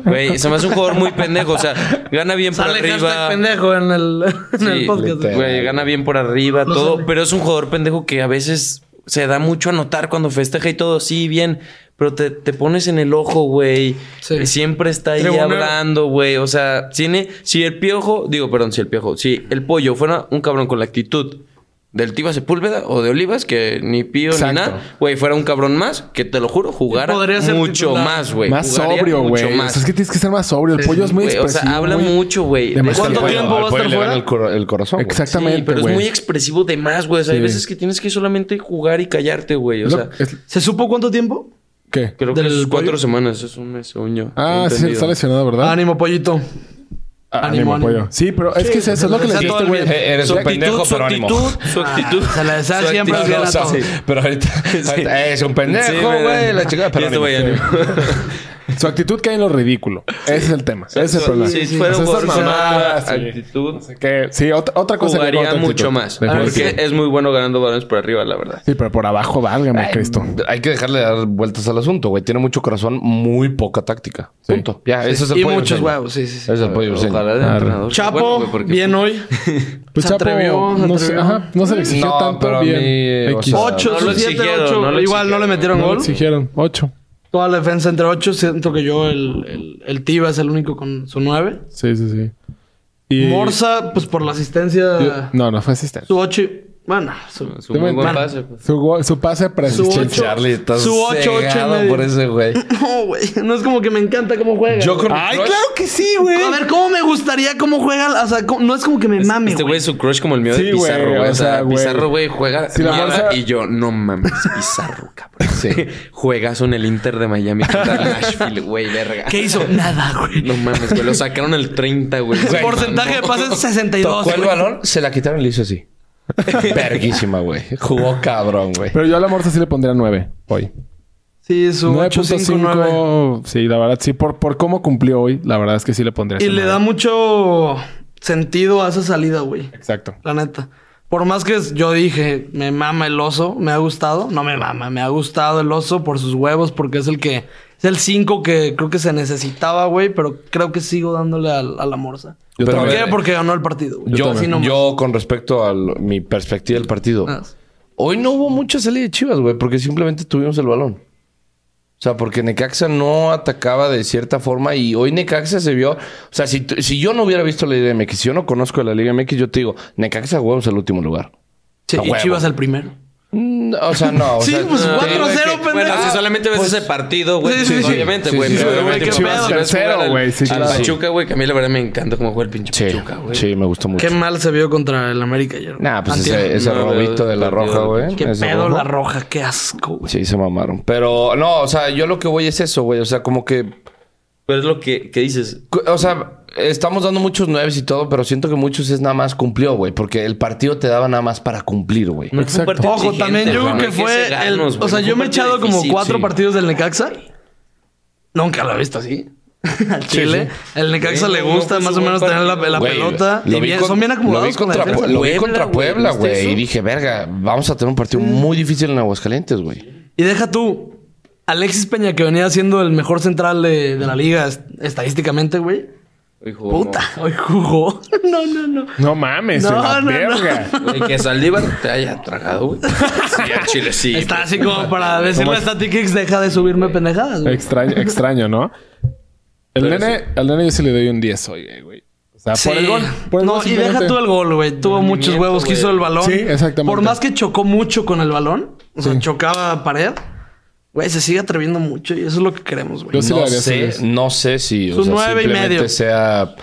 Speaker 4: güey.
Speaker 6: Güey, se me hace un jugador muy pendejo. O sea, gana bien por
Speaker 1: Sale hashtag
Speaker 6: pues, arriba.
Speaker 1: pendejo en el, en el
Speaker 6: Sí,
Speaker 1: podcast.
Speaker 4: literal.
Speaker 6: Güey, gana bien por arriba,
Speaker 1: No
Speaker 6: todo.
Speaker 1: sale.
Speaker 6: Pero es un jugador pendejo que a veces se da mucho a notar cuando festeja y todo, sí, bien, pero te, te pones en el ojo, güey.
Speaker 1: Sí.
Speaker 6: Y Siempre está ahí
Speaker 1: Tribunero.
Speaker 6: hablando, güey. O sea, tiene, si el piojo, digo, perdón, si el piojo, si el pollo fuera un cabrón con la actitud del Tiva Sepúlveda o de Olivas, que ni pío
Speaker 2: Exacto.
Speaker 6: ni nada, güey, fuera un cabrón más, que te lo juro, jugara
Speaker 1: Podría ser
Speaker 6: mucho
Speaker 1: titular.
Speaker 6: más, güey.
Speaker 2: más
Speaker 6: Jugaría
Speaker 2: sobrio,
Speaker 6: mucho
Speaker 2: güey. O
Speaker 6: más.
Speaker 2: sea, es que tienes que ser más sobrio. El
Speaker 6: Sí,
Speaker 2: pollo es muy
Speaker 6: güey, O
Speaker 2: expresivo.
Speaker 6: sea, habla
Speaker 2: muy-
Speaker 6: mucho, güey.
Speaker 2: Demasiado.
Speaker 1: ¿Cuánto
Speaker 2: Al
Speaker 1: tiempo va a estar fuera?
Speaker 4: el, cor- el corazón. güey.
Speaker 2: Exactamente,
Speaker 6: Sí, pero
Speaker 2: güey.
Speaker 6: es muy expresivo de más, güey. O sea, hay veces que tienes que solamente jugar y callarte, güey. O
Speaker 2: Es lo-
Speaker 6: sea,
Speaker 2: es-
Speaker 1: ¿Se supo cuánto tiempo?
Speaker 2: ¿Qué?
Speaker 6: creo que
Speaker 1: del
Speaker 6: es cuatro
Speaker 1: pollo.
Speaker 6: semanas, es un mes, según yo.
Speaker 2: Ah,
Speaker 6: He
Speaker 2: sí,
Speaker 6: entendido.
Speaker 2: está lesionado, ¿verdad?
Speaker 1: Ánimo, pollito.
Speaker 2: Ah,
Speaker 1: Ánimo, ánimo.
Speaker 2: pollo. Sí, pero es que es eso, es lo que
Speaker 1: o
Speaker 2: le
Speaker 1: sea,
Speaker 2: dijiste,
Speaker 1: todo el
Speaker 2: güey.
Speaker 1: bien.
Speaker 4: Eh, eres
Speaker 6: Su
Speaker 4: un
Speaker 6: actitud,
Speaker 4: pendejo,
Speaker 6: su
Speaker 4: pero ánimo.
Speaker 6: actitud, su actitud.
Speaker 1: se la desea
Speaker 6: su
Speaker 1: siempre
Speaker 6: actitud.
Speaker 1: bien a
Speaker 4: No, o sea,
Speaker 1: todo.
Speaker 4: Pero ahorita, ahorita Eh, es un pendejo,
Speaker 6: Sí,
Speaker 4: güey.
Speaker 6: ¿verdad?
Speaker 4: la chica, pero
Speaker 6: Y este
Speaker 4: ánimo.
Speaker 6: güey, ánimo.
Speaker 2: Su actitud cae en lo ridículo. Ese es el tema. Ese es el
Speaker 6: Eso-
Speaker 2: problema.
Speaker 6: Si
Speaker 2: Sí,
Speaker 6: fuera
Speaker 2: O sea,
Speaker 6: un
Speaker 2: esa
Speaker 6: jugador con
Speaker 2: mamada,
Speaker 6: otra
Speaker 2: sí.
Speaker 6: actitud,
Speaker 2: Que, sí, otra, otra cosa que
Speaker 6: jugaría
Speaker 2: otra
Speaker 6: mucho
Speaker 2: actitud.
Speaker 6: más. Porque
Speaker 2: Definitivamente.
Speaker 6: es muy bueno ganando balones por arriba, la verdad.
Speaker 2: Sí, pero por abajo, válgame, Cristo.
Speaker 4: Hay que dejarle dar vueltas al asunto, güey. Tiene mucho corazón, muy poca táctica. Punto. Ya, ese es el
Speaker 1: Y
Speaker 4: pollo
Speaker 1: muchos
Speaker 4: briseño.
Speaker 1: huevos, sí, sí, sí.
Speaker 4: Ese es el pollo briseño.
Speaker 6: Ojalá de
Speaker 2: Arre.
Speaker 6: entrenador.
Speaker 1: Chapo,
Speaker 6: Bueno, güey, porque-
Speaker 1: bien hoy.
Speaker 2: Pues
Speaker 1: Se
Speaker 2: Chapo,
Speaker 1: atrevió, se
Speaker 2: no sé,
Speaker 1: atrevió.
Speaker 2: ajá, no se le exigió
Speaker 4: No,
Speaker 2: tanto
Speaker 4: pero a
Speaker 2: bien.
Speaker 4: mí, eh, o
Speaker 2: X.
Speaker 4: sea,
Speaker 1: Ocho,
Speaker 6: No
Speaker 1: su
Speaker 6: lo
Speaker 1: siete,
Speaker 6: exigieron,
Speaker 1: ocho.
Speaker 6: no lo
Speaker 1: Igual no le
Speaker 6: exigieron.
Speaker 1: metieron
Speaker 2: No le
Speaker 1: gol.
Speaker 2: exigieron. Ocho.
Speaker 1: Toda la defensa entre ocho. Siento que yo, el, el, el Tiva es el único con su nueve.
Speaker 2: Sí, sí, sí. Y...
Speaker 1: Morsa, pues por la asistencia.
Speaker 2: No, no fue asistente.
Speaker 1: Su ocho. y- Bueno, su-
Speaker 6: Es un muy buen
Speaker 1: Bueno.
Speaker 6: pase. pues.
Speaker 2: Su, go- su pase para
Speaker 1: Su ocho.
Speaker 2: asistencia.
Speaker 4: Charlie, estás
Speaker 1: Su ocho, ocho y
Speaker 4: cegado
Speaker 1: medio.
Speaker 4: por ese güey.
Speaker 1: No, güey. No es como que me encanta cómo juega.
Speaker 4: Yo con mi
Speaker 2: Ay,
Speaker 4: crush-
Speaker 2: claro que sí, güey.
Speaker 1: A ver, ¿cómo me gustaría cómo juega? O sea, ¿cómo- no es como que me mame,
Speaker 6: Este güey
Speaker 1: güey.
Speaker 6: es su crush como el mío
Speaker 2: Sí,
Speaker 6: de
Speaker 2: güey,
Speaker 6: Pizarro, güey.
Speaker 2: o sea,
Speaker 6: O sea,
Speaker 2: güey.
Speaker 6: Pizarro, güey, juega
Speaker 2: Si la
Speaker 6: mierda
Speaker 2: Barça-
Speaker 6: y yo, no mames, Pizarro, cabrón. Juegas en el Inter de Miami contra el Nashville, güey, verga.
Speaker 1: ¿Qué hizo? Nada, güey.
Speaker 6: No mames, güey, lo sacaron el 30, güey.
Speaker 1: El porcentaje de pases es 62.
Speaker 4: Tocó el
Speaker 1: güey.
Speaker 4: balón, se la quitaron y le hizo así. Verguísima, güey. Jugó cabrón, güey.
Speaker 2: Pero yo a la Morsa sí le pondría nueve hoy.
Speaker 1: Sí, su 8.59.
Speaker 2: 9.5. Sí, la verdad, sí, por, por cómo cumplió hoy, la verdad es que sí le pondría.
Speaker 1: Y
Speaker 2: ese
Speaker 1: le
Speaker 2: nueve.
Speaker 1: da mucho sentido a esa salida, güey.
Speaker 2: Exacto.
Speaker 1: La neta. Por más que es- yo dije, me mama el oso, me ha gustado. No me mama, me ha gustado el oso por sus huevos, porque es el que. Es el 5 que creo que se necesitaba, güey, pero creo que sigo dándole al- a, la morsa.
Speaker 2: Yo
Speaker 1: ¿Por
Speaker 4: también.
Speaker 1: qué? Porque ganó el partido. güey.
Speaker 4: Yo,
Speaker 1: Así
Speaker 4: yo,
Speaker 1: nomás.
Speaker 4: con respecto a lo- mi perspectiva del partido,
Speaker 1: Ah.
Speaker 4: hoy no hubo mucha salida de Chivas, güey, porque simplemente tuvimos el balón. O sea, porque Necaxa no atacaba de cierta forma y hoy Necaxa se vio. O sea, si, tú- si yo no hubiera visto la Liga MX, si yo no conozco la Liga MX, yo te digo, Necaxa jugamos el último lugar.
Speaker 1: Sí,
Speaker 4: A
Speaker 1: y
Speaker 4: huevo.
Speaker 1: Chivas el primero.
Speaker 4: Mm, O sea, no. o
Speaker 1: Sí,
Speaker 4: sea,
Speaker 1: pues,
Speaker 4: te digo de
Speaker 1: 4-0,
Speaker 4: que-
Speaker 1: pendejo.
Speaker 6: Bueno,
Speaker 1: Ah,
Speaker 6: si solamente ves ese partido, güey,
Speaker 1: Sí,
Speaker 6: pues
Speaker 1: sí, sí.
Speaker 6: obviamente,
Speaker 4: Sí,
Speaker 6: güey.
Speaker 4: sí,
Speaker 6: pero
Speaker 4: sí, güey,
Speaker 6: obviamente
Speaker 1: qué
Speaker 6: si vas-
Speaker 1: pedo.
Speaker 6: si vas a jugar
Speaker 2: Tercero,
Speaker 6: al-
Speaker 2: güey, sí,
Speaker 6: al
Speaker 2: claro.
Speaker 6: Pachuca, güey, que a mí la verdad me encanta cómo juega el pinche
Speaker 4: Sí,
Speaker 6: Pachuca, güey.
Speaker 4: sí, me gustó mucho.
Speaker 1: Qué mal se vio contra el América ayer.
Speaker 4: Nah, pues
Speaker 1: Antier.
Speaker 4: ese, ese
Speaker 6: No,
Speaker 4: robito de la
Speaker 6: perdido,
Speaker 4: roja, güey.
Speaker 1: Qué
Speaker 4: ese
Speaker 1: pedo
Speaker 4: rojo.
Speaker 1: la roja, qué asco, güey.
Speaker 4: Sí, se mamaron. Pero no, o sea, yo lo que voy es eso, güey. O sea, como que.
Speaker 6: Pero es lo que, que dices.
Speaker 4: cu- O sea, estamos dando muchos nueves y todo, pero siento que muchos es nada más cumplió, güey. Porque el partido te daba nada más para cumplir, güey.
Speaker 6: No fue un
Speaker 2: Exacto.
Speaker 6: partido
Speaker 1: Ojo,
Speaker 6: exigente,
Speaker 1: también yo creo
Speaker 6: güey, no
Speaker 1: que
Speaker 6: es
Speaker 1: fue.
Speaker 6: se
Speaker 1: el-
Speaker 6: ganos,
Speaker 1: o
Speaker 6: güey,
Speaker 1: sea,
Speaker 6: no
Speaker 1: yo
Speaker 6: fue
Speaker 1: me he
Speaker 6: un
Speaker 1: echado
Speaker 6: partido
Speaker 1: como
Speaker 6: difícil,
Speaker 1: cuatro
Speaker 6: sí.
Speaker 1: partidos del Necaxa. Nunca lo he visto así. Al Chile. El Necaxa
Speaker 6: Sí,
Speaker 1: le
Speaker 6: no,
Speaker 1: gusta
Speaker 6: fue
Speaker 1: más
Speaker 6: su
Speaker 1: o
Speaker 6: buen
Speaker 1: menos tener la, la
Speaker 4: Güey,
Speaker 1: pelota.
Speaker 4: lo
Speaker 1: Y
Speaker 4: vi
Speaker 1: bien,
Speaker 4: con-
Speaker 1: son bien
Speaker 4: Lo vi
Speaker 1: acumulados con la
Speaker 4: contra,
Speaker 1: defensa.
Speaker 4: Pue- lo vi
Speaker 6: Puebla,
Speaker 4: contra
Speaker 6: güey,
Speaker 4: Puebla,
Speaker 6: ¿viste
Speaker 4: güey. Y
Speaker 6: eso?
Speaker 4: dije, verga, vamos a tener un partido
Speaker 1: Mm.
Speaker 4: muy difícil en Aguascalientes, güey.
Speaker 1: Y deja tú. Alexis Peña, que venía siendo el mejor central de, de la liga est- estadísticamente, güey.
Speaker 6: Hoy jugó-
Speaker 1: Puta, hoy jugó. No, no, no.
Speaker 2: No mames,
Speaker 1: No,
Speaker 2: en
Speaker 1: no,
Speaker 2: la
Speaker 1: no.
Speaker 2: verga.
Speaker 6: Güey, que Saldívar te haya tragado, güey. Sí, al Chile, sí.
Speaker 1: Está así como para decirle a
Speaker 2: es?
Speaker 1: Static X, deja de subirme pendejadas, güey.
Speaker 2: Extraño, extraño, ¿no? El nene, al nene yo sí le doy un 10 hoy, güey. O sea, por el gol. Por el
Speaker 1: no,
Speaker 2: gol
Speaker 1: y deja
Speaker 2: simplemente.
Speaker 1: tú el gol, güey. Tuvo muchos huevos,
Speaker 6: güey.
Speaker 1: quiso el balón.
Speaker 2: Sí, exactamente.
Speaker 1: Por más que chocó mucho con el balón, o sea, chocaba a pared, güey, se sigue atreviendo mucho y eso es lo que queremos, güey.
Speaker 2: Yo sí le
Speaker 4: no,
Speaker 2: daría ese
Speaker 4: sé,
Speaker 2: 10.
Speaker 4: no sé si
Speaker 1: Su nueve y
Speaker 4: simplemente
Speaker 1: medio.
Speaker 4: sea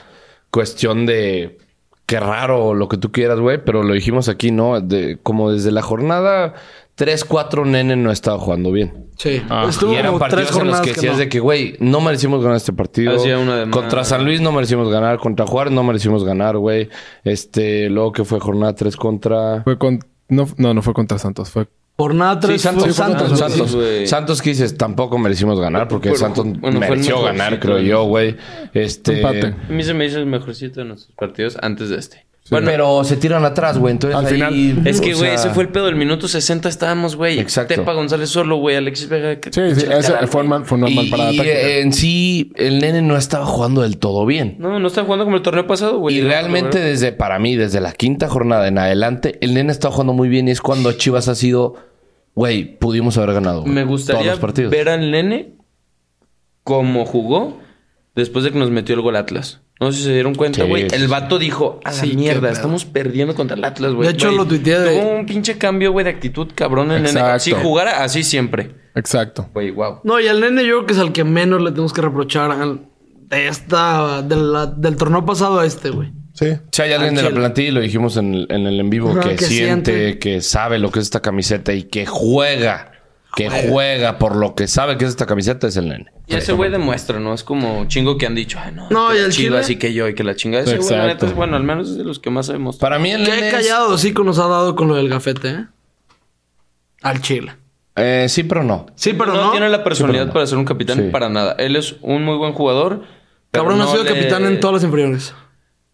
Speaker 4: cuestión de qué raro lo que tú quieras, güey, pero lo dijimos aquí, ¿no? De, como desde la jornada 3-4 Nene no estaba jugando bien.
Speaker 1: Sí,
Speaker 2: Ah,
Speaker 1: estuvo
Speaker 4: y eran
Speaker 1: como tres
Speaker 4: partidos en los
Speaker 1: jornadas
Speaker 4: que
Speaker 1: que,
Speaker 4: decías
Speaker 1: no.
Speaker 4: de que, güey, no merecimos ganar este partido.
Speaker 6: Hacía una de más.
Speaker 4: Contra San Luis no merecimos ganar. Contra Juárez no merecimos ganar, güey. Este, luego que fue jornada 3 contra...
Speaker 2: Fue con. No, no, no fue contra Santos. Fue.
Speaker 1: Jornada
Speaker 4: Sí,
Speaker 1: tres
Speaker 4: Santos,
Speaker 1: fue
Speaker 4: Santos,
Speaker 1: güey.
Speaker 4: Santos,
Speaker 6: Sí, güey.
Speaker 4: Santos que dices, tampoco merecimos ganar porque
Speaker 6: Bueno,
Speaker 4: Santos
Speaker 6: bueno, fue el
Speaker 4: mereció
Speaker 6: mejor,
Speaker 4: ganar,
Speaker 6: sí,
Speaker 4: creo
Speaker 6: claro.
Speaker 4: yo, güey. Este,
Speaker 2: Empate.
Speaker 6: A mí se me hizo el mejorcito de nuestros partidos antes de este.
Speaker 4: Bueno, pero se tiran atrás, güey. Entonces
Speaker 2: Al
Speaker 4: ahí-
Speaker 2: final.
Speaker 6: Es
Speaker 4: o
Speaker 6: que, güey,
Speaker 4: sea,
Speaker 6: ese fue el pedo. El minuto 60 estábamos, güey.
Speaker 4: Exacto.
Speaker 6: Tepa González solo, güey. Alexis Vega. que-
Speaker 2: Sí, sí, ese fue un mal, fue un mal
Speaker 4: Y,
Speaker 2: para
Speaker 4: y, eh, en sí, el nene no estaba jugando del todo bien.
Speaker 6: No, no está jugando como el torneo pasado, güey.
Speaker 4: Y realmente desde, para mí, desde la quinta jornada en adelante, el nene está jugando muy bien y es cuando Chivas ha sido güey, pudimos haber ganado. güey,
Speaker 6: Me gustaría
Speaker 4: todos los partidos.
Speaker 6: ver al nene como jugó después de que nos metió el gol Atlas. No sé si se dieron cuenta,
Speaker 4: Sí,
Speaker 6: güey.
Speaker 4: sí,
Speaker 6: el
Speaker 4: sí.
Speaker 6: vato dijo, a la
Speaker 1: Sí, qué
Speaker 6: mierda,
Speaker 1: pedo.
Speaker 6: estamos perdiendo contra el Atlas, güey.
Speaker 1: De hecho,
Speaker 6: Güey,
Speaker 1: lo tuiteé de-
Speaker 6: Tuvo un pinche cambio, güey, de actitud cabrón el nene.
Speaker 2: Exacto.
Speaker 6: Si jugara así siempre.
Speaker 2: Exacto.
Speaker 6: Güey, wow.
Speaker 1: No, y al nene yo creo que es al que menos le tenemos que reprochar al- de esta, de la- del torneo pasado a este, güey.
Speaker 2: Sí.
Speaker 4: Si hay alguien de la
Speaker 1: Ángel.
Speaker 4: plantilla, y lo dijimos en el en, el en vivo,
Speaker 1: Ajá,
Speaker 4: que,
Speaker 1: que
Speaker 4: siente,
Speaker 1: siente.
Speaker 4: que sabe lo que es esta camiseta y que juega, que juega por lo que sabe que es esta camiseta, es el nene.
Speaker 6: Y ese güey demuestra, ¿no? Es como chingo que han dicho, ay, no,
Speaker 1: No,
Speaker 6: que
Speaker 1: y
Speaker 6: la
Speaker 1: el
Speaker 6: chido
Speaker 1: Chile-
Speaker 6: así que yo y que la chingada. Ese güey, la
Speaker 2: Exacto.
Speaker 6: neta, es bueno, al menos es de los que más sabemos.
Speaker 4: Para mí el nene
Speaker 1: Qué
Speaker 4: es-
Speaker 1: callado hocico nos ha dado con lo del gafete, ¿eh? Al chile.
Speaker 4: Eh, sí, pero no.
Speaker 1: Sí, pero
Speaker 6: no,
Speaker 1: no.
Speaker 6: tiene la personalidad
Speaker 4: no.
Speaker 6: para ser un capitán
Speaker 4: Sí.
Speaker 6: para nada. Él es un muy buen jugador. pero
Speaker 1: Cabrón ha
Speaker 6: no
Speaker 1: sido
Speaker 6: le-
Speaker 1: capitán en todas las inferiores.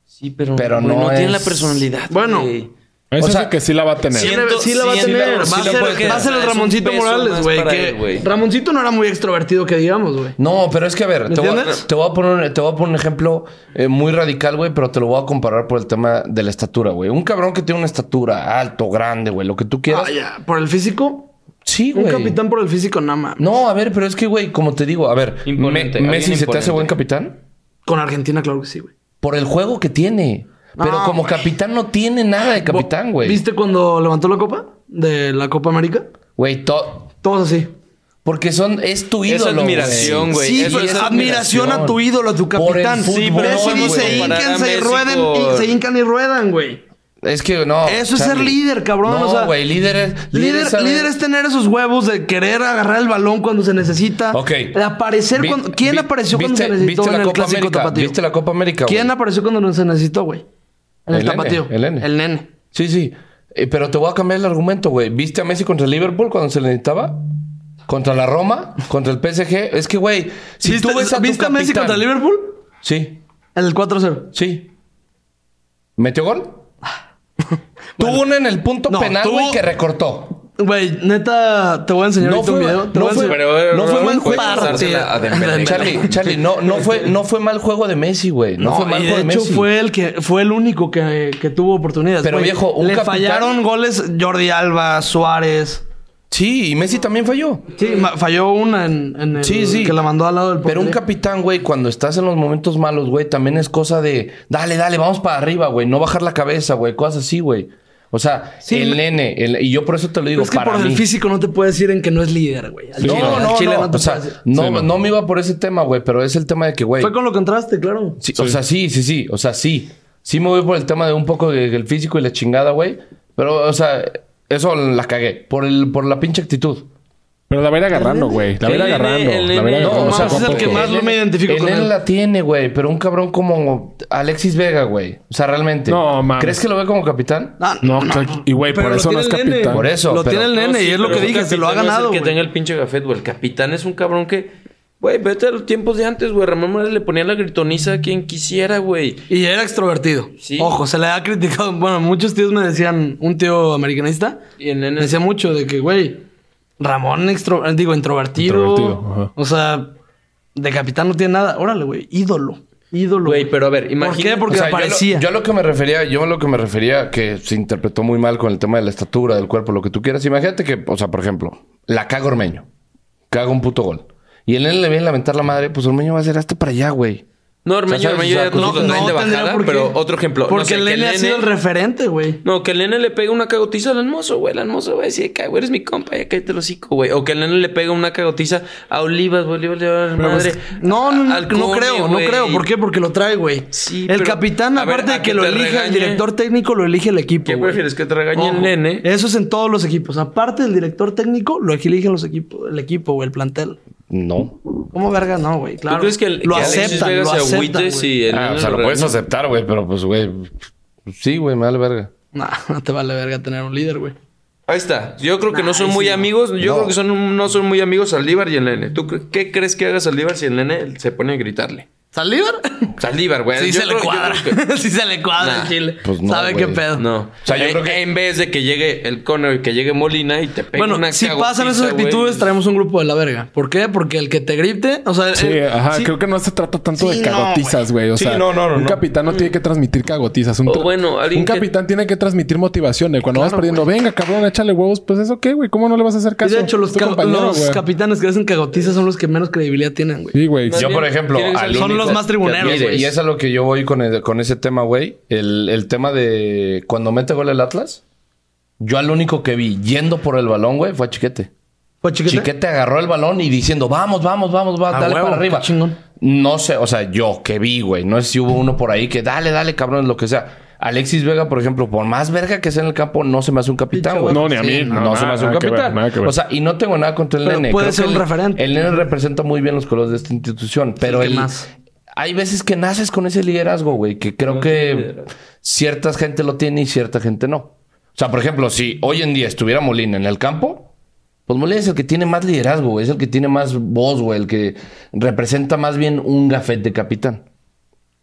Speaker 6: Sí, pero,
Speaker 4: Pero
Speaker 6: güey,
Speaker 4: no
Speaker 6: no, tiene
Speaker 4: es-
Speaker 6: la personalidad.
Speaker 1: Bueno.
Speaker 6: güey.
Speaker 2: Eso
Speaker 4: sea,
Speaker 2: sí que sí la va a tener.
Speaker 6: siempre-
Speaker 1: Tiene- sí la va a
Speaker 6: siento-
Speaker 1: tener.
Speaker 6: sí
Speaker 1: va,
Speaker 6: la
Speaker 1: a ser,
Speaker 6: puede
Speaker 1: va a ser
Speaker 6: tener.
Speaker 1: el
Speaker 6: Es un
Speaker 1: Ramoncito
Speaker 6: peso
Speaker 1: Morales,
Speaker 6: más
Speaker 1: güey.
Speaker 6: para
Speaker 1: que
Speaker 6: él, güey.
Speaker 1: Ramoncito no era muy extrovertido, que digamos, güey.
Speaker 4: No, pero es que a ver,
Speaker 1: ¿Me
Speaker 4: te voy a,
Speaker 1: entiendes?
Speaker 4: te voy a poner, te voy a poner un ejemplo eh, muy radical, güey, pero te lo voy a comparar por el tema de la estatura, güey. Un cabrón que tiene una estatura alto, grande, güey, lo que tú quieras.
Speaker 1: Vaya, Ah, por el físico.
Speaker 4: sí,
Speaker 1: Un
Speaker 4: güey.
Speaker 1: capitán por el físico, nada más.
Speaker 4: No, a ver, pero es que, güey, como te digo, a ver,
Speaker 6: Imponente,
Speaker 4: Me-
Speaker 6: alguien
Speaker 4: Messi se te hace
Speaker 6: imponente.
Speaker 4: buen capitán
Speaker 1: Con Argentina, claro que sí, güey.
Speaker 4: por el juego que tiene. Pero
Speaker 1: No,
Speaker 4: como
Speaker 1: güey.
Speaker 4: capitán no tiene nada de capitán, güey.
Speaker 1: ¿Viste cuando levantó la copa de la Copa América?
Speaker 4: Güey, to-
Speaker 1: Todos así.
Speaker 4: porque son es tu
Speaker 6: Es
Speaker 4: ídolo.
Speaker 6: admiración,
Speaker 4: güey.
Speaker 6: güey.
Speaker 1: Sí,
Speaker 6: eso
Speaker 1: pero
Speaker 6: es
Speaker 1: es admiración a tu ídolo, a tu
Speaker 4: Por el
Speaker 1: capitán.
Speaker 4: fútbol,
Speaker 1: sí, pero Messi
Speaker 4: güey.
Speaker 1: dice,
Speaker 4: Comparar
Speaker 6: a
Speaker 1: hincanse y
Speaker 6: Messi
Speaker 1: rueden,
Speaker 6: por-
Speaker 1: se hincan y ruedan, güey.
Speaker 4: Es que no.
Speaker 1: Eso es
Speaker 4: Charlie.
Speaker 1: ser líder, cabrón,
Speaker 4: No,
Speaker 1: o sea,
Speaker 4: güey, líder es
Speaker 1: Líder,
Speaker 4: sabe-
Speaker 1: líder es tener esos huevos de querer agarrar el balón cuando se necesita.
Speaker 4: Ok.
Speaker 1: De aparecer
Speaker 4: Vi-
Speaker 1: cuando. ¿Quién
Speaker 4: vi-
Speaker 1: apareció cuando
Speaker 4: viste-
Speaker 1: se necesitó
Speaker 4: viste
Speaker 1: en
Speaker 4: la
Speaker 1: el
Speaker 4: Copa
Speaker 1: clásico
Speaker 4: América,
Speaker 1: tapatío?
Speaker 4: ¿Viste la Copa América? güey?
Speaker 1: ¿Quién apareció cuando no se necesitó, güey? En el,
Speaker 4: El nene,
Speaker 1: tapatío.
Speaker 4: el nene.
Speaker 1: El nene.
Speaker 4: Sí, sí. Eh, pero te voy a cambiar el argumento, güey. ¿Viste a Messi contra el Liverpool cuando se le necesitaba? ¿Contra la Roma? ¿Contra el PSG? Es que, güey, si
Speaker 1: ¿Viste,
Speaker 4: tú ves a tu
Speaker 1: ¿viste a Messi
Speaker 4: capitán-
Speaker 1: contra el Liverpool?
Speaker 4: Sí,
Speaker 1: El 4-0.
Speaker 4: sí. ¿Metió gol? Tuvo una en el punto
Speaker 1: No,
Speaker 4: penal,
Speaker 1: tuvo-
Speaker 4: güey, que recortó.
Speaker 1: Güey, neta, te voy a enseñar
Speaker 4: No
Speaker 1: ahorita
Speaker 4: fue-
Speaker 1: un video. Te
Speaker 4: no
Speaker 1: voy a
Speaker 4: fue-
Speaker 1: enseñar-
Speaker 4: pero-
Speaker 1: no fue
Speaker 4: pero-
Speaker 1: mal
Speaker 4: fue
Speaker 6: pasársela a Dembélé.
Speaker 4: Charlie, Charlie, no, no, fue, no fue mal juego de Messi, güey. No,
Speaker 1: No,
Speaker 4: fue mal
Speaker 1: y
Speaker 4: juego
Speaker 1: de
Speaker 4: de,
Speaker 1: hecho
Speaker 4: Messi.
Speaker 1: fue el que fue el único que, que tuvo oportunidades.
Speaker 4: Pero,
Speaker 1: güey.
Speaker 4: viejo, un
Speaker 1: le
Speaker 4: capitán-
Speaker 1: fallaron goles Jordi Alba, Suárez.
Speaker 4: Sí, y Messi también falló.
Speaker 1: Sí, ma- falló una en, en el
Speaker 4: Sí, sí.
Speaker 1: que la mandó al lado del
Speaker 4: Pero un
Speaker 1: portero.
Speaker 4: capitán, güey, cuando estás en los momentos malos, güey, también es cosa de, dale, dale, vamos para arriba, güey, no bajar la cabeza, güey, cosas así, güey. O sea,
Speaker 1: Sí,
Speaker 4: el
Speaker 1: me-
Speaker 4: nene, el- y yo por eso te lo digo,
Speaker 1: es que
Speaker 4: para
Speaker 1: por
Speaker 4: mí.
Speaker 1: el físico no te puedes decir en que no es líder, güey. Al
Speaker 4: No,
Speaker 1: Chile-
Speaker 4: no,
Speaker 1: al
Speaker 4: no,
Speaker 1: Chile te
Speaker 4: o sea,
Speaker 1: puedes decir.
Speaker 4: no,
Speaker 2: Sí, no.
Speaker 4: no me iba por ese tema, güey, pero es el tema de que, güey,
Speaker 1: Fue con lo que entraste, claro.
Speaker 4: sí, o sea, sí, sí, sí, o sea, sí, sí me voy por el tema de un poco de- del físico y la chingada, güey, pero, o sea, eso la cagué, por, el, por la pinche actitud.
Speaker 2: Pero la va a ir agarrando, güey. La va a ir
Speaker 6: El nene,
Speaker 2: agarrando. La va a
Speaker 6: el
Speaker 2: ir
Speaker 6: nene.
Speaker 2: agarrando.
Speaker 1: No,
Speaker 2: o sea,
Speaker 1: mames,
Speaker 2: poco
Speaker 1: es
Speaker 2: a
Speaker 1: el que
Speaker 2: poco.
Speaker 1: más me identifico
Speaker 4: el
Speaker 1: con
Speaker 4: nene
Speaker 1: él.
Speaker 4: la tiene, güey, pero un cabrón como Alexis Vega, güey. O sea, realmente.
Speaker 2: No, mames.
Speaker 4: ¿Crees que lo ve como capitán?
Speaker 1: Ah,
Speaker 2: No, claro, y güey,
Speaker 1: Pero
Speaker 2: por
Speaker 1: lo
Speaker 2: eso
Speaker 1: tiene
Speaker 2: no es
Speaker 1: el nene.
Speaker 2: capitán.
Speaker 4: Por eso.
Speaker 1: Lo
Speaker 4: pero-
Speaker 1: tiene el nene
Speaker 6: No, sí,
Speaker 1: y es lo
Speaker 6: pero
Speaker 1: que
Speaker 6: un
Speaker 1: dije, se lo ha
Speaker 6: capitán no es
Speaker 1: ganado.
Speaker 6: el que
Speaker 1: güey.
Speaker 6: tenga el pinche gafet, güey. El capitán es un cabrón que. Güey, vete a los tiempos de antes, güey. Ramón Morales le ponía la gritoniza a quien quisiera, güey.
Speaker 1: Y era extrovertido.
Speaker 6: Sí.
Speaker 1: Ojo, se le ha criticado. Bueno, muchos tíos me decían, un tío americanista,
Speaker 6: Y el nene.
Speaker 1: me decía mucho de que, güey, Ramón, extro, eh, digo, introvertido.
Speaker 2: Introvertido, ajá.
Speaker 1: O sea, de capitán no tiene nada. Órale, güey, ídolo. Ídolo.
Speaker 6: Güey, pero a ver, imagínate.
Speaker 1: ¿Por qué? Porque
Speaker 4: O sea, yo lo-
Speaker 1: aparecía.
Speaker 4: Yo, a lo que me refería, yo a lo que me refería que se interpretó muy mal con el tema de la estatura, del cuerpo, lo que tú quieras. Imagínate que, o sea, por ejemplo, la caga Ormeño. Caga un puto gol. Y el nene le viene a lamentar la madre, pues Ormeño va a ser hasta para allá, güey.
Speaker 6: No, Ormeño,
Speaker 4: ¿sabes?
Speaker 6: Ormeño
Speaker 4: O sea,
Speaker 6: ya tuvo
Speaker 4: no-
Speaker 6: su tren de
Speaker 1: tendría
Speaker 6: bajada,
Speaker 1: por qué.
Speaker 6: pero otro ejemplo. no
Speaker 1: Porque
Speaker 6: sé,
Speaker 1: el
Speaker 6: que
Speaker 1: nene ha sido el referente, güey.
Speaker 6: No, que el nene le pega una cagotiza al hermoso, güey. El hermoso va a decir, "Ca- güey, eres mi compa, ya cállate el hocico, güey. O que el nene le pega una cagotiza a Olivas, güey. Olivas le va a dar madre.
Speaker 1: pues, No, no, no,
Speaker 6: a- al
Speaker 1: no
Speaker 6: Cone,
Speaker 1: creo,
Speaker 6: güey.
Speaker 1: no creo. ¿Por qué? Porque lo trae, güey.
Speaker 6: Sí,
Speaker 1: el
Speaker 6: pero-
Speaker 1: capitán,
Speaker 6: a ver,
Speaker 1: aparte
Speaker 6: a
Speaker 1: de
Speaker 6: que
Speaker 1: que lo
Speaker 6: te
Speaker 1: elige el
Speaker 6: regañe.
Speaker 1: director técnico, lo elige el equipo.
Speaker 6: ¿Qué
Speaker 1: güey.
Speaker 6: prefieres? ¿Que te regañe
Speaker 1: Ojo,
Speaker 6: el nene?
Speaker 1: Eso es en todos los equipos. Aparte del director técnico, lo eligen los equipos, el equipo o el plantel.
Speaker 4: No.
Speaker 1: ¿Cómo verga? No, güey. Claro.
Speaker 6: ¿Tú crees que el,
Speaker 1: lo
Speaker 6: que Alexis
Speaker 1: aceptan,
Speaker 6: Vega
Speaker 1: lo
Speaker 6: se
Speaker 1: aceptan,
Speaker 6: agüite
Speaker 1: güey.
Speaker 6: si el
Speaker 4: Ah,
Speaker 6: nene
Speaker 4: o sea, lo
Speaker 6: regaña?
Speaker 4: puedes aceptar, güey, pero pues, güey. pues, Sí, güey, me da la verga.
Speaker 1: Nah, no te vale verga tener un líder, güey.
Speaker 6: Ahí está. Yo creo que no son
Speaker 1: Ay,
Speaker 6: muy
Speaker 1: sí.
Speaker 6: amigos. Yo
Speaker 4: No.
Speaker 6: creo que son un- no son muy amigos Saldívar y el nene. ¿Tú cre- qué crees que haga Saldívar si el nene se pone a gritarle?
Speaker 1: ¿Saldívar?
Speaker 6: Saldívar, güey.
Speaker 1: Sí
Speaker 6: Pues Yo
Speaker 1: se le
Speaker 6: creo- yo
Speaker 1: cuadra.
Speaker 6: creo que-
Speaker 1: sí se le cuadra el Chile.
Speaker 4: pues no,
Speaker 1: ¿Sabe
Speaker 4: güey.
Speaker 1: qué pedo?
Speaker 6: No. O sea, yo creo que en vez de que llegue el Conor, que llegue Molina y te pegue
Speaker 1: Bueno,
Speaker 6: una
Speaker 1: si pasan
Speaker 6: cagotiza,
Speaker 1: esas
Speaker 6: güey.
Speaker 1: actitudes, traemos un grupo de la verga. ¿Por qué? Porque el que te grite, o sea, eh,
Speaker 2: Sí,
Speaker 6: Eh,
Speaker 2: ah,
Speaker 1: el-
Speaker 2: ajá.
Speaker 1: sí,
Speaker 2: Creo que no se trata tanto
Speaker 4: Sí,
Speaker 2: de
Speaker 4: no,
Speaker 2: cagotizas, güey. O
Speaker 4: Sí,
Speaker 2: sea,
Speaker 4: no, no, no,
Speaker 2: un
Speaker 4: no.
Speaker 2: capitán no tiene que transmitir cagotizas. Un,
Speaker 6: O
Speaker 2: tra-
Speaker 6: bueno, alguien
Speaker 2: un
Speaker 6: que-
Speaker 2: capitán tiene que transmitir motivación. De cuando vas perdiendo, venga, cabrón, échale huevos. Pues eso qué, güey. ¿Cómo no le vas a hacer
Speaker 1: y
Speaker 2: caso?
Speaker 1: de hecho, los,
Speaker 2: Tu
Speaker 1: ca-
Speaker 2: compañero,
Speaker 1: los
Speaker 2: güey.
Speaker 1: capitanes que hacen cagotizas son los que menos credibilidad tienen, güey.
Speaker 2: Sí, güey.
Speaker 6: Más
Speaker 4: Yo,
Speaker 6: bien,
Speaker 4: por ejemplo,
Speaker 6: ¿quiénes
Speaker 4: al
Speaker 1: Son
Speaker 4: único-
Speaker 1: los más tribuneros,
Speaker 4: Mire,
Speaker 1: güey.
Speaker 4: Y eso es a lo que yo voy con, el- con ese tema, güey. El, el tema de cuando mete gol el Atlas. Yo al único que vi yendo por el balón, güey, fue a Chiquete.
Speaker 1: Pues chiquete.
Speaker 4: Chiquete agarró el balón y diciendo, vamos, vamos, vamos, va,
Speaker 1: A
Speaker 4: dale
Speaker 1: huevo,
Speaker 4: para arriba.
Speaker 1: qué chingón.
Speaker 4: No sé, o sea, yo que vi, güey. No sé si hubo uno por ahí que dale, dale, cabrón, lo que sea. Alexis Vega, por ejemplo, por más verga que sea en el campo, no se me hace un capitán, güey.
Speaker 2: No, ni a mí.
Speaker 4: Sí, No,
Speaker 2: No,
Speaker 4: se me
Speaker 2: nada,
Speaker 4: hace un
Speaker 2: nada que ver,
Speaker 4: capitán.
Speaker 2: nada que ver.
Speaker 4: o sea, y no tengo nada contra el
Speaker 1: Pero
Speaker 4: nene.
Speaker 1: puede
Speaker 4: Creo
Speaker 1: ser
Speaker 4: que
Speaker 1: un
Speaker 4: el-
Speaker 1: referente.
Speaker 4: El nene representa muy bien los colores de esta institución, pero
Speaker 1: ¿qué
Speaker 4: el-
Speaker 1: más?
Speaker 4: hay veces que naces con ese liderazgo, güey, que creo que cierta gente lo tiene y cierta gente no. O sea, por ejemplo, si hoy en día estuviera Molina en el campo, pues Molina es el que tiene más liderazgo, güey, es el que tiene más voz, güey, el que representa más bien un gafete de capitán.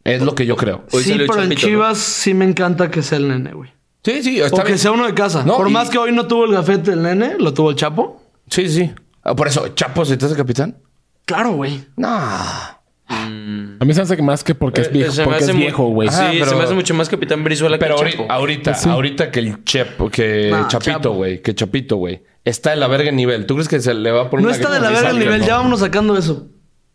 Speaker 4: Es lo que yo creo.
Speaker 6: Hoy
Speaker 1: sí,
Speaker 6: salió
Speaker 1: pero en
Speaker 6: Chapito, ¿no?
Speaker 1: Chivas sí me encanta que sea el nene, güey.
Speaker 4: Sí, sí,
Speaker 1: O
Speaker 4: está
Speaker 1: que
Speaker 4: bien.
Speaker 1: sea uno de casa.
Speaker 4: No,
Speaker 1: Por
Speaker 4: y-
Speaker 1: más que hoy no tuvo el gafete el nene, lo tuvo el Chapo.
Speaker 4: Sí, sí. Ah, Por eso, Chapo, ¿se te hace capitán?
Speaker 1: Claro, güey.
Speaker 4: No.
Speaker 2: A mí se hace que más que porque es
Speaker 6: Eh,
Speaker 2: viejo,
Speaker 6: se me
Speaker 2: porque
Speaker 6: hace
Speaker 2: es
Speaker 6: muy-
Speaker 2: viejo, güey.
Speaker 6: Sí,
Speaker 4: Ah,
Speaker 6: se
Speaker 4: pero-
Speaker 6: me hace mucho más Capitán Brizuela
Speaker 4: Pero
Speaker 6: que
Speaker 4: ahorita,
Speaker 6: Chapo.
Speaker 4: ahorita, ahorita que el Chep, que
Speaker 1: Nah,
Speaker 4: Chapito,
Speaker 1: Chapo.
Speaker 4: güey, que Chapito, güey, está de la verga en nivel. ¿Tú crees que se le va a poner
Speaker 1: No
Speaker 4: una
Speaker 1: está de la
Speaker 4: gris
Speaker 1: verga el
Speaker 4: al
Speaker 1: nivel.
Speaker 4: no?
Speaker 1: Ya vámonos sacando eso.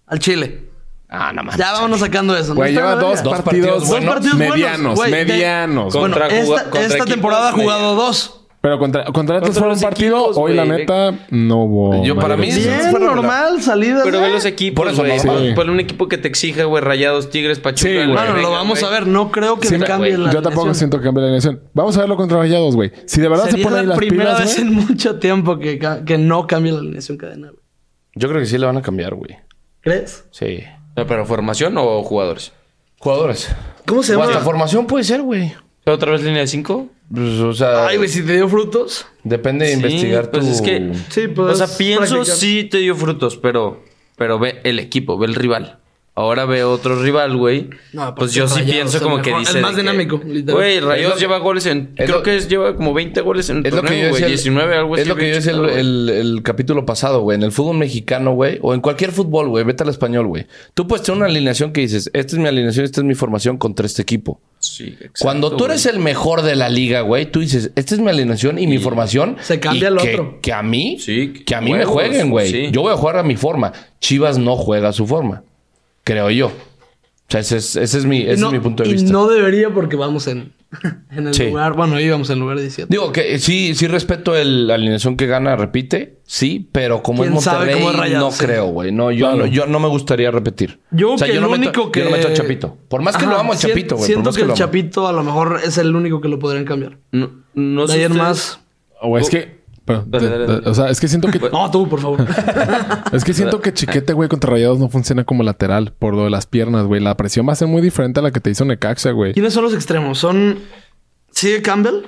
Speaker 1: Al Chile.
Speaker 4: Ah, no mames.
Speaker 1: Ya vámonos sacando eso. No
Speaker 2: Güey,
Speaker 1: está de
Speaker 2: lleva
Speaker 1: la
Speaker 2: dos,
Speaker 1: verga.
Speaker 4: Dos partidos
Speaker 2: partidos,
Speaker 4: buenos.
Speaker 1: partidos buenos,
Speaker 2: medianos,
Speaker 1: güey, de-
Speaker 2: medianos.
Speaker 6: Con-
Speaker 1: Bueno,
Speaker 6: Contra
Speaker 1: esta,
Speaker 6: juega- contra
Speaker 1: esta
Speaker 6: equipos,
Speaker 1: temporada ha
Speaker 6: güey.
Speaker 1: jugado dos.
Speaker 2: Pero contra, contra Atlas
Speaker 6: Contra
Speaker 2: fue un
Speaker 6: los
Speaker 2: partido.
Speaker 6: equipos,
Speaker 2: hoy, la
Speaker 6: güey.
Speaker 2: neta, no hubo.
Speaker 4: Yo, para mí,
Speaker 2: mayores.
Speaker 4: Sí,
Speaker 1: Bien,
Speaker 4: sí, fue
Speaker 1: normal, salida.
Speaker 6: Pero ve los
Speaker 4: Por
Speaker 6: equipos,
Speaker 4: eso
Speaker 6: güey.
Speaker 4: no,
Speaker 6: Pon-
Speaker 2: sí.
Speaker 6: pon un equipo que te exija, güey. Rayados, Tigres, Pachuca.
Speaker 2: Sí, güey.
Speaker 6: la
Speaker 1: Bueno,
Speaker 6: verga,
Speaker 1: lo vamos
Speaker 6: güey.
Speaker 1: a ver. No creo que
Speaker 2: Sí, me-
Speaker 1: cambie la
Speaker 2: yo tampoco
Speaker 1: alineación.
Speaker 2: siento que cambie la alineación. Vamos a verlo contra Rayados, güey. Si de verdad se
Speaker 1: Sería
Speaker 2: pone ahí
Speaker 1: la
Speaker 2: las
Speaker 1: primera
Speaker 2: pilas,
Speaker 1: vez
Speaker 2: güey.
Speaker 1: en mucho tiempo que, ca- que no cambie la alineación cadena. güey.
Speaker 4: Yo creo que sí le van a cambiar, güey.
Speaker 1: ¿Crees?
Speaker 4: Sí.
Speaker 6: No, pero formación o jugadores.
Speaker 4: Jugadores.
Speaker 1: ¿Cómo se
Speaker 4: O
Speaker 1: llama?
Speaker 4: hasta formación puede ser, güey.
Speaker 6: ¿Otra vez línea de 5?
Speaker 4: Pues, o sea,
Speaker 1: Ay, güey, si te dio frutos.
Speaker 4: depende de investigar
Speaker 6: pues
Speaker 4: tu-
Speaker 6: es que...
Speaker 1: Sí, pues,
Speaker 6: O sea, pienso
Speaker 1: practicar.
Speaker 6: sí te dio frutos, pero... Pero ve el equipo, ve el rival. Ahora ve otro rival, güey.
Speaker 1: No, aparte
Speaker 6: pues yo sí
Speaker 1: Rayados,
Speaker 6: pienso
Speaker 1: el
Speaker 6: como
Speaker 1: mejor-
Speaker 6: que dice...
Speaker 1: el más
Speaker 6: de que,
Speaker 1: dinámico, literal.
Speaker 6: Güey,
Speaker 4: Es lo
Speaker 6: Rayados
Speaker 4: que-
Speaker 6: lleva goles en...
Speaker 4: es
Speaker 6: Creo
Speaker 4: lo-
Speaker 6: que es- lleva como 20 goles en
Speaker 4: Es lo que
Speaker 6: torneo,
Speaker 4: yo
Speaker 6: güey.
Speaker 4: decía. el-
Speaker 6: 19, algo así.
Speaker 4: Es lo que yo decía el, el- el capítulo pasado, güey. En el fútbol mexicano, güey. O en cualquier fútbol, güey. Vete al español, güey. Tú puedes tener una alineación que dices, esta es mi alineación, esta es mi formación contra este equipo.
Speaker 6: Sí, exacto,
Speaker 4: Cuando tú
Speaker 6: güey.
Speaker 4: eres el mejor de la liga, güey, tú dices, esta es mi alineación y mi formación.
Speaker 1: Se cambia
Speaker 4: y
Speaker 1: al
Speaker 4: que-
Speaker 1: otro.
Speaker 4: Que a mí,
Speaker 6: Sí,
Speaker 4: que a mí me
Speaker 6: huevos,
Speaker 4: jueguen, güey.
Speaker 6: sí.
Speaker 4: Yo voy a jugar a mi forma. Chivas no juega a su forma, creo yo. O sea, ese es, ese es mi,
Speaker 1: Y
Speaker 4: ese
Speaker 1: no-
Speaker 4: es mi punto de
Speaker 1: y
Speaker 4: vista.
Speaker 1: no debería porque vamos en, en el
Speaker 4: Sí.
Speaker 1: lugar... Bueno, íbamos en lugar 17.
Speaker 4: Digo que eh, sí, sí respeto el- la alineación que gana, repite, sí, pero como es
Speaker 1: ¿Quién sabe
Speaker 4: Monterrey,
Speaker 1: cómo es Rayados,
Speaker 4: no
Speaker 1: sí.
Speaker 4: creo, güey. No, yo, no, yo no me gustaría repetir.
Speaker 1: Yo
Speaker 4: O sea,
Speaker 1: que el
Speaker 4: no meto-
Speaker 1: único que...
Speaker 4: yo no meto a Chapito. Por más que
Speaker 1: Ajá,
Speaker 4: lo amo a
Speaker 1: sien-
Speaker 4: Chapito, güey. por
Speaker 1: Siento
Speaker 4: más
Speaker 1: que el
Speaker 4: lo amo.
Speaker 1: Chapito a lo mejor es el único que lo podrían cambiar.
Speaker 6: No, no
Speaker 1: De
Speaker 6: sé
Speaker 1: ayer
Speaker 6: ustedes-
Speaker 1: más...
Speaker 2: O es que. pero,
Speaker 6: Uh, Dale, dale, dale.
Speaker 2: O sea, es que siento que.
Speaker 1: No, tú, por favor.
Speaker 2: Es que siento que Chiquete, güey, contra Rayados no funciona como lateral por lo de las piernas, güey. La presión va a ser muy diferente a la que te hizo Necaxa, güey.
Speaker 1: ¿Quiénes son los extremos? ¿Son... ¿Sigue Campbell?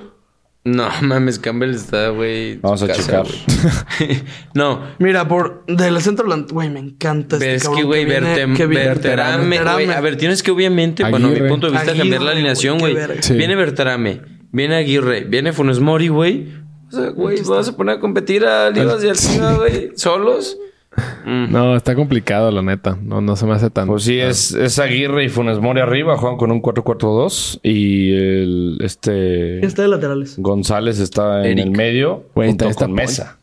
Speaker 6: No, mames, Campbell está, güey. en
Speaker 4: Vamos
Speaker 6: su
Speaker 4: a
Speaker 6: casa,
Speaker 4: checar.
Speaker 6: güey. no,
Speaker 1: Mira, por... Del centro... delante- Güey, me encanta este
Speaker 6: Es
Speaker 1: cabrón
Speaker 6: que, güey,
Speaker 1: viene-
Speaker 6: Bertem-
Speaker 1: que viene-
Speaker 6: Berterame, güey.
Speaker 1: Berterame.
Speaker 6: A ver, tienes que, obviamente, bueno, a mi
Speaker 2: Aguirre.
Speaker 6: punto de vista,
Speaker 1: Aguirre,
Speaker 6: cambiar la
Speaker 1: güey,
Speaker 6: alineación,
Speaker 1: qué
Speaker 6: güey.
Speaker 1: verga.
Speaker 2: Sí.
Speaker 6: Viene Berterame, viene Aguirre, viene Funes Mori, güey. O sea, güey, vas a poner a competir a Livas y al Tiva, güey, solos.
Speaker 2: No, está complicado, la neta. No, no se me hace tan.
Speaker 4: Pues sí, es, es Aguirre y Funes Mori arriba, juegan con un 4-4-2 y el, este
Speaker 1: ¿Quién está de laterales?
Speaker 4: González está en
Speaker 6: Eric.
Speaker 4: el medio
Speaker 2: Güey,
Speaker 4: junto
Speaker 2: está- está
Speaker 4: con
Speaker 2: pon-
Speaker 4: Mesa.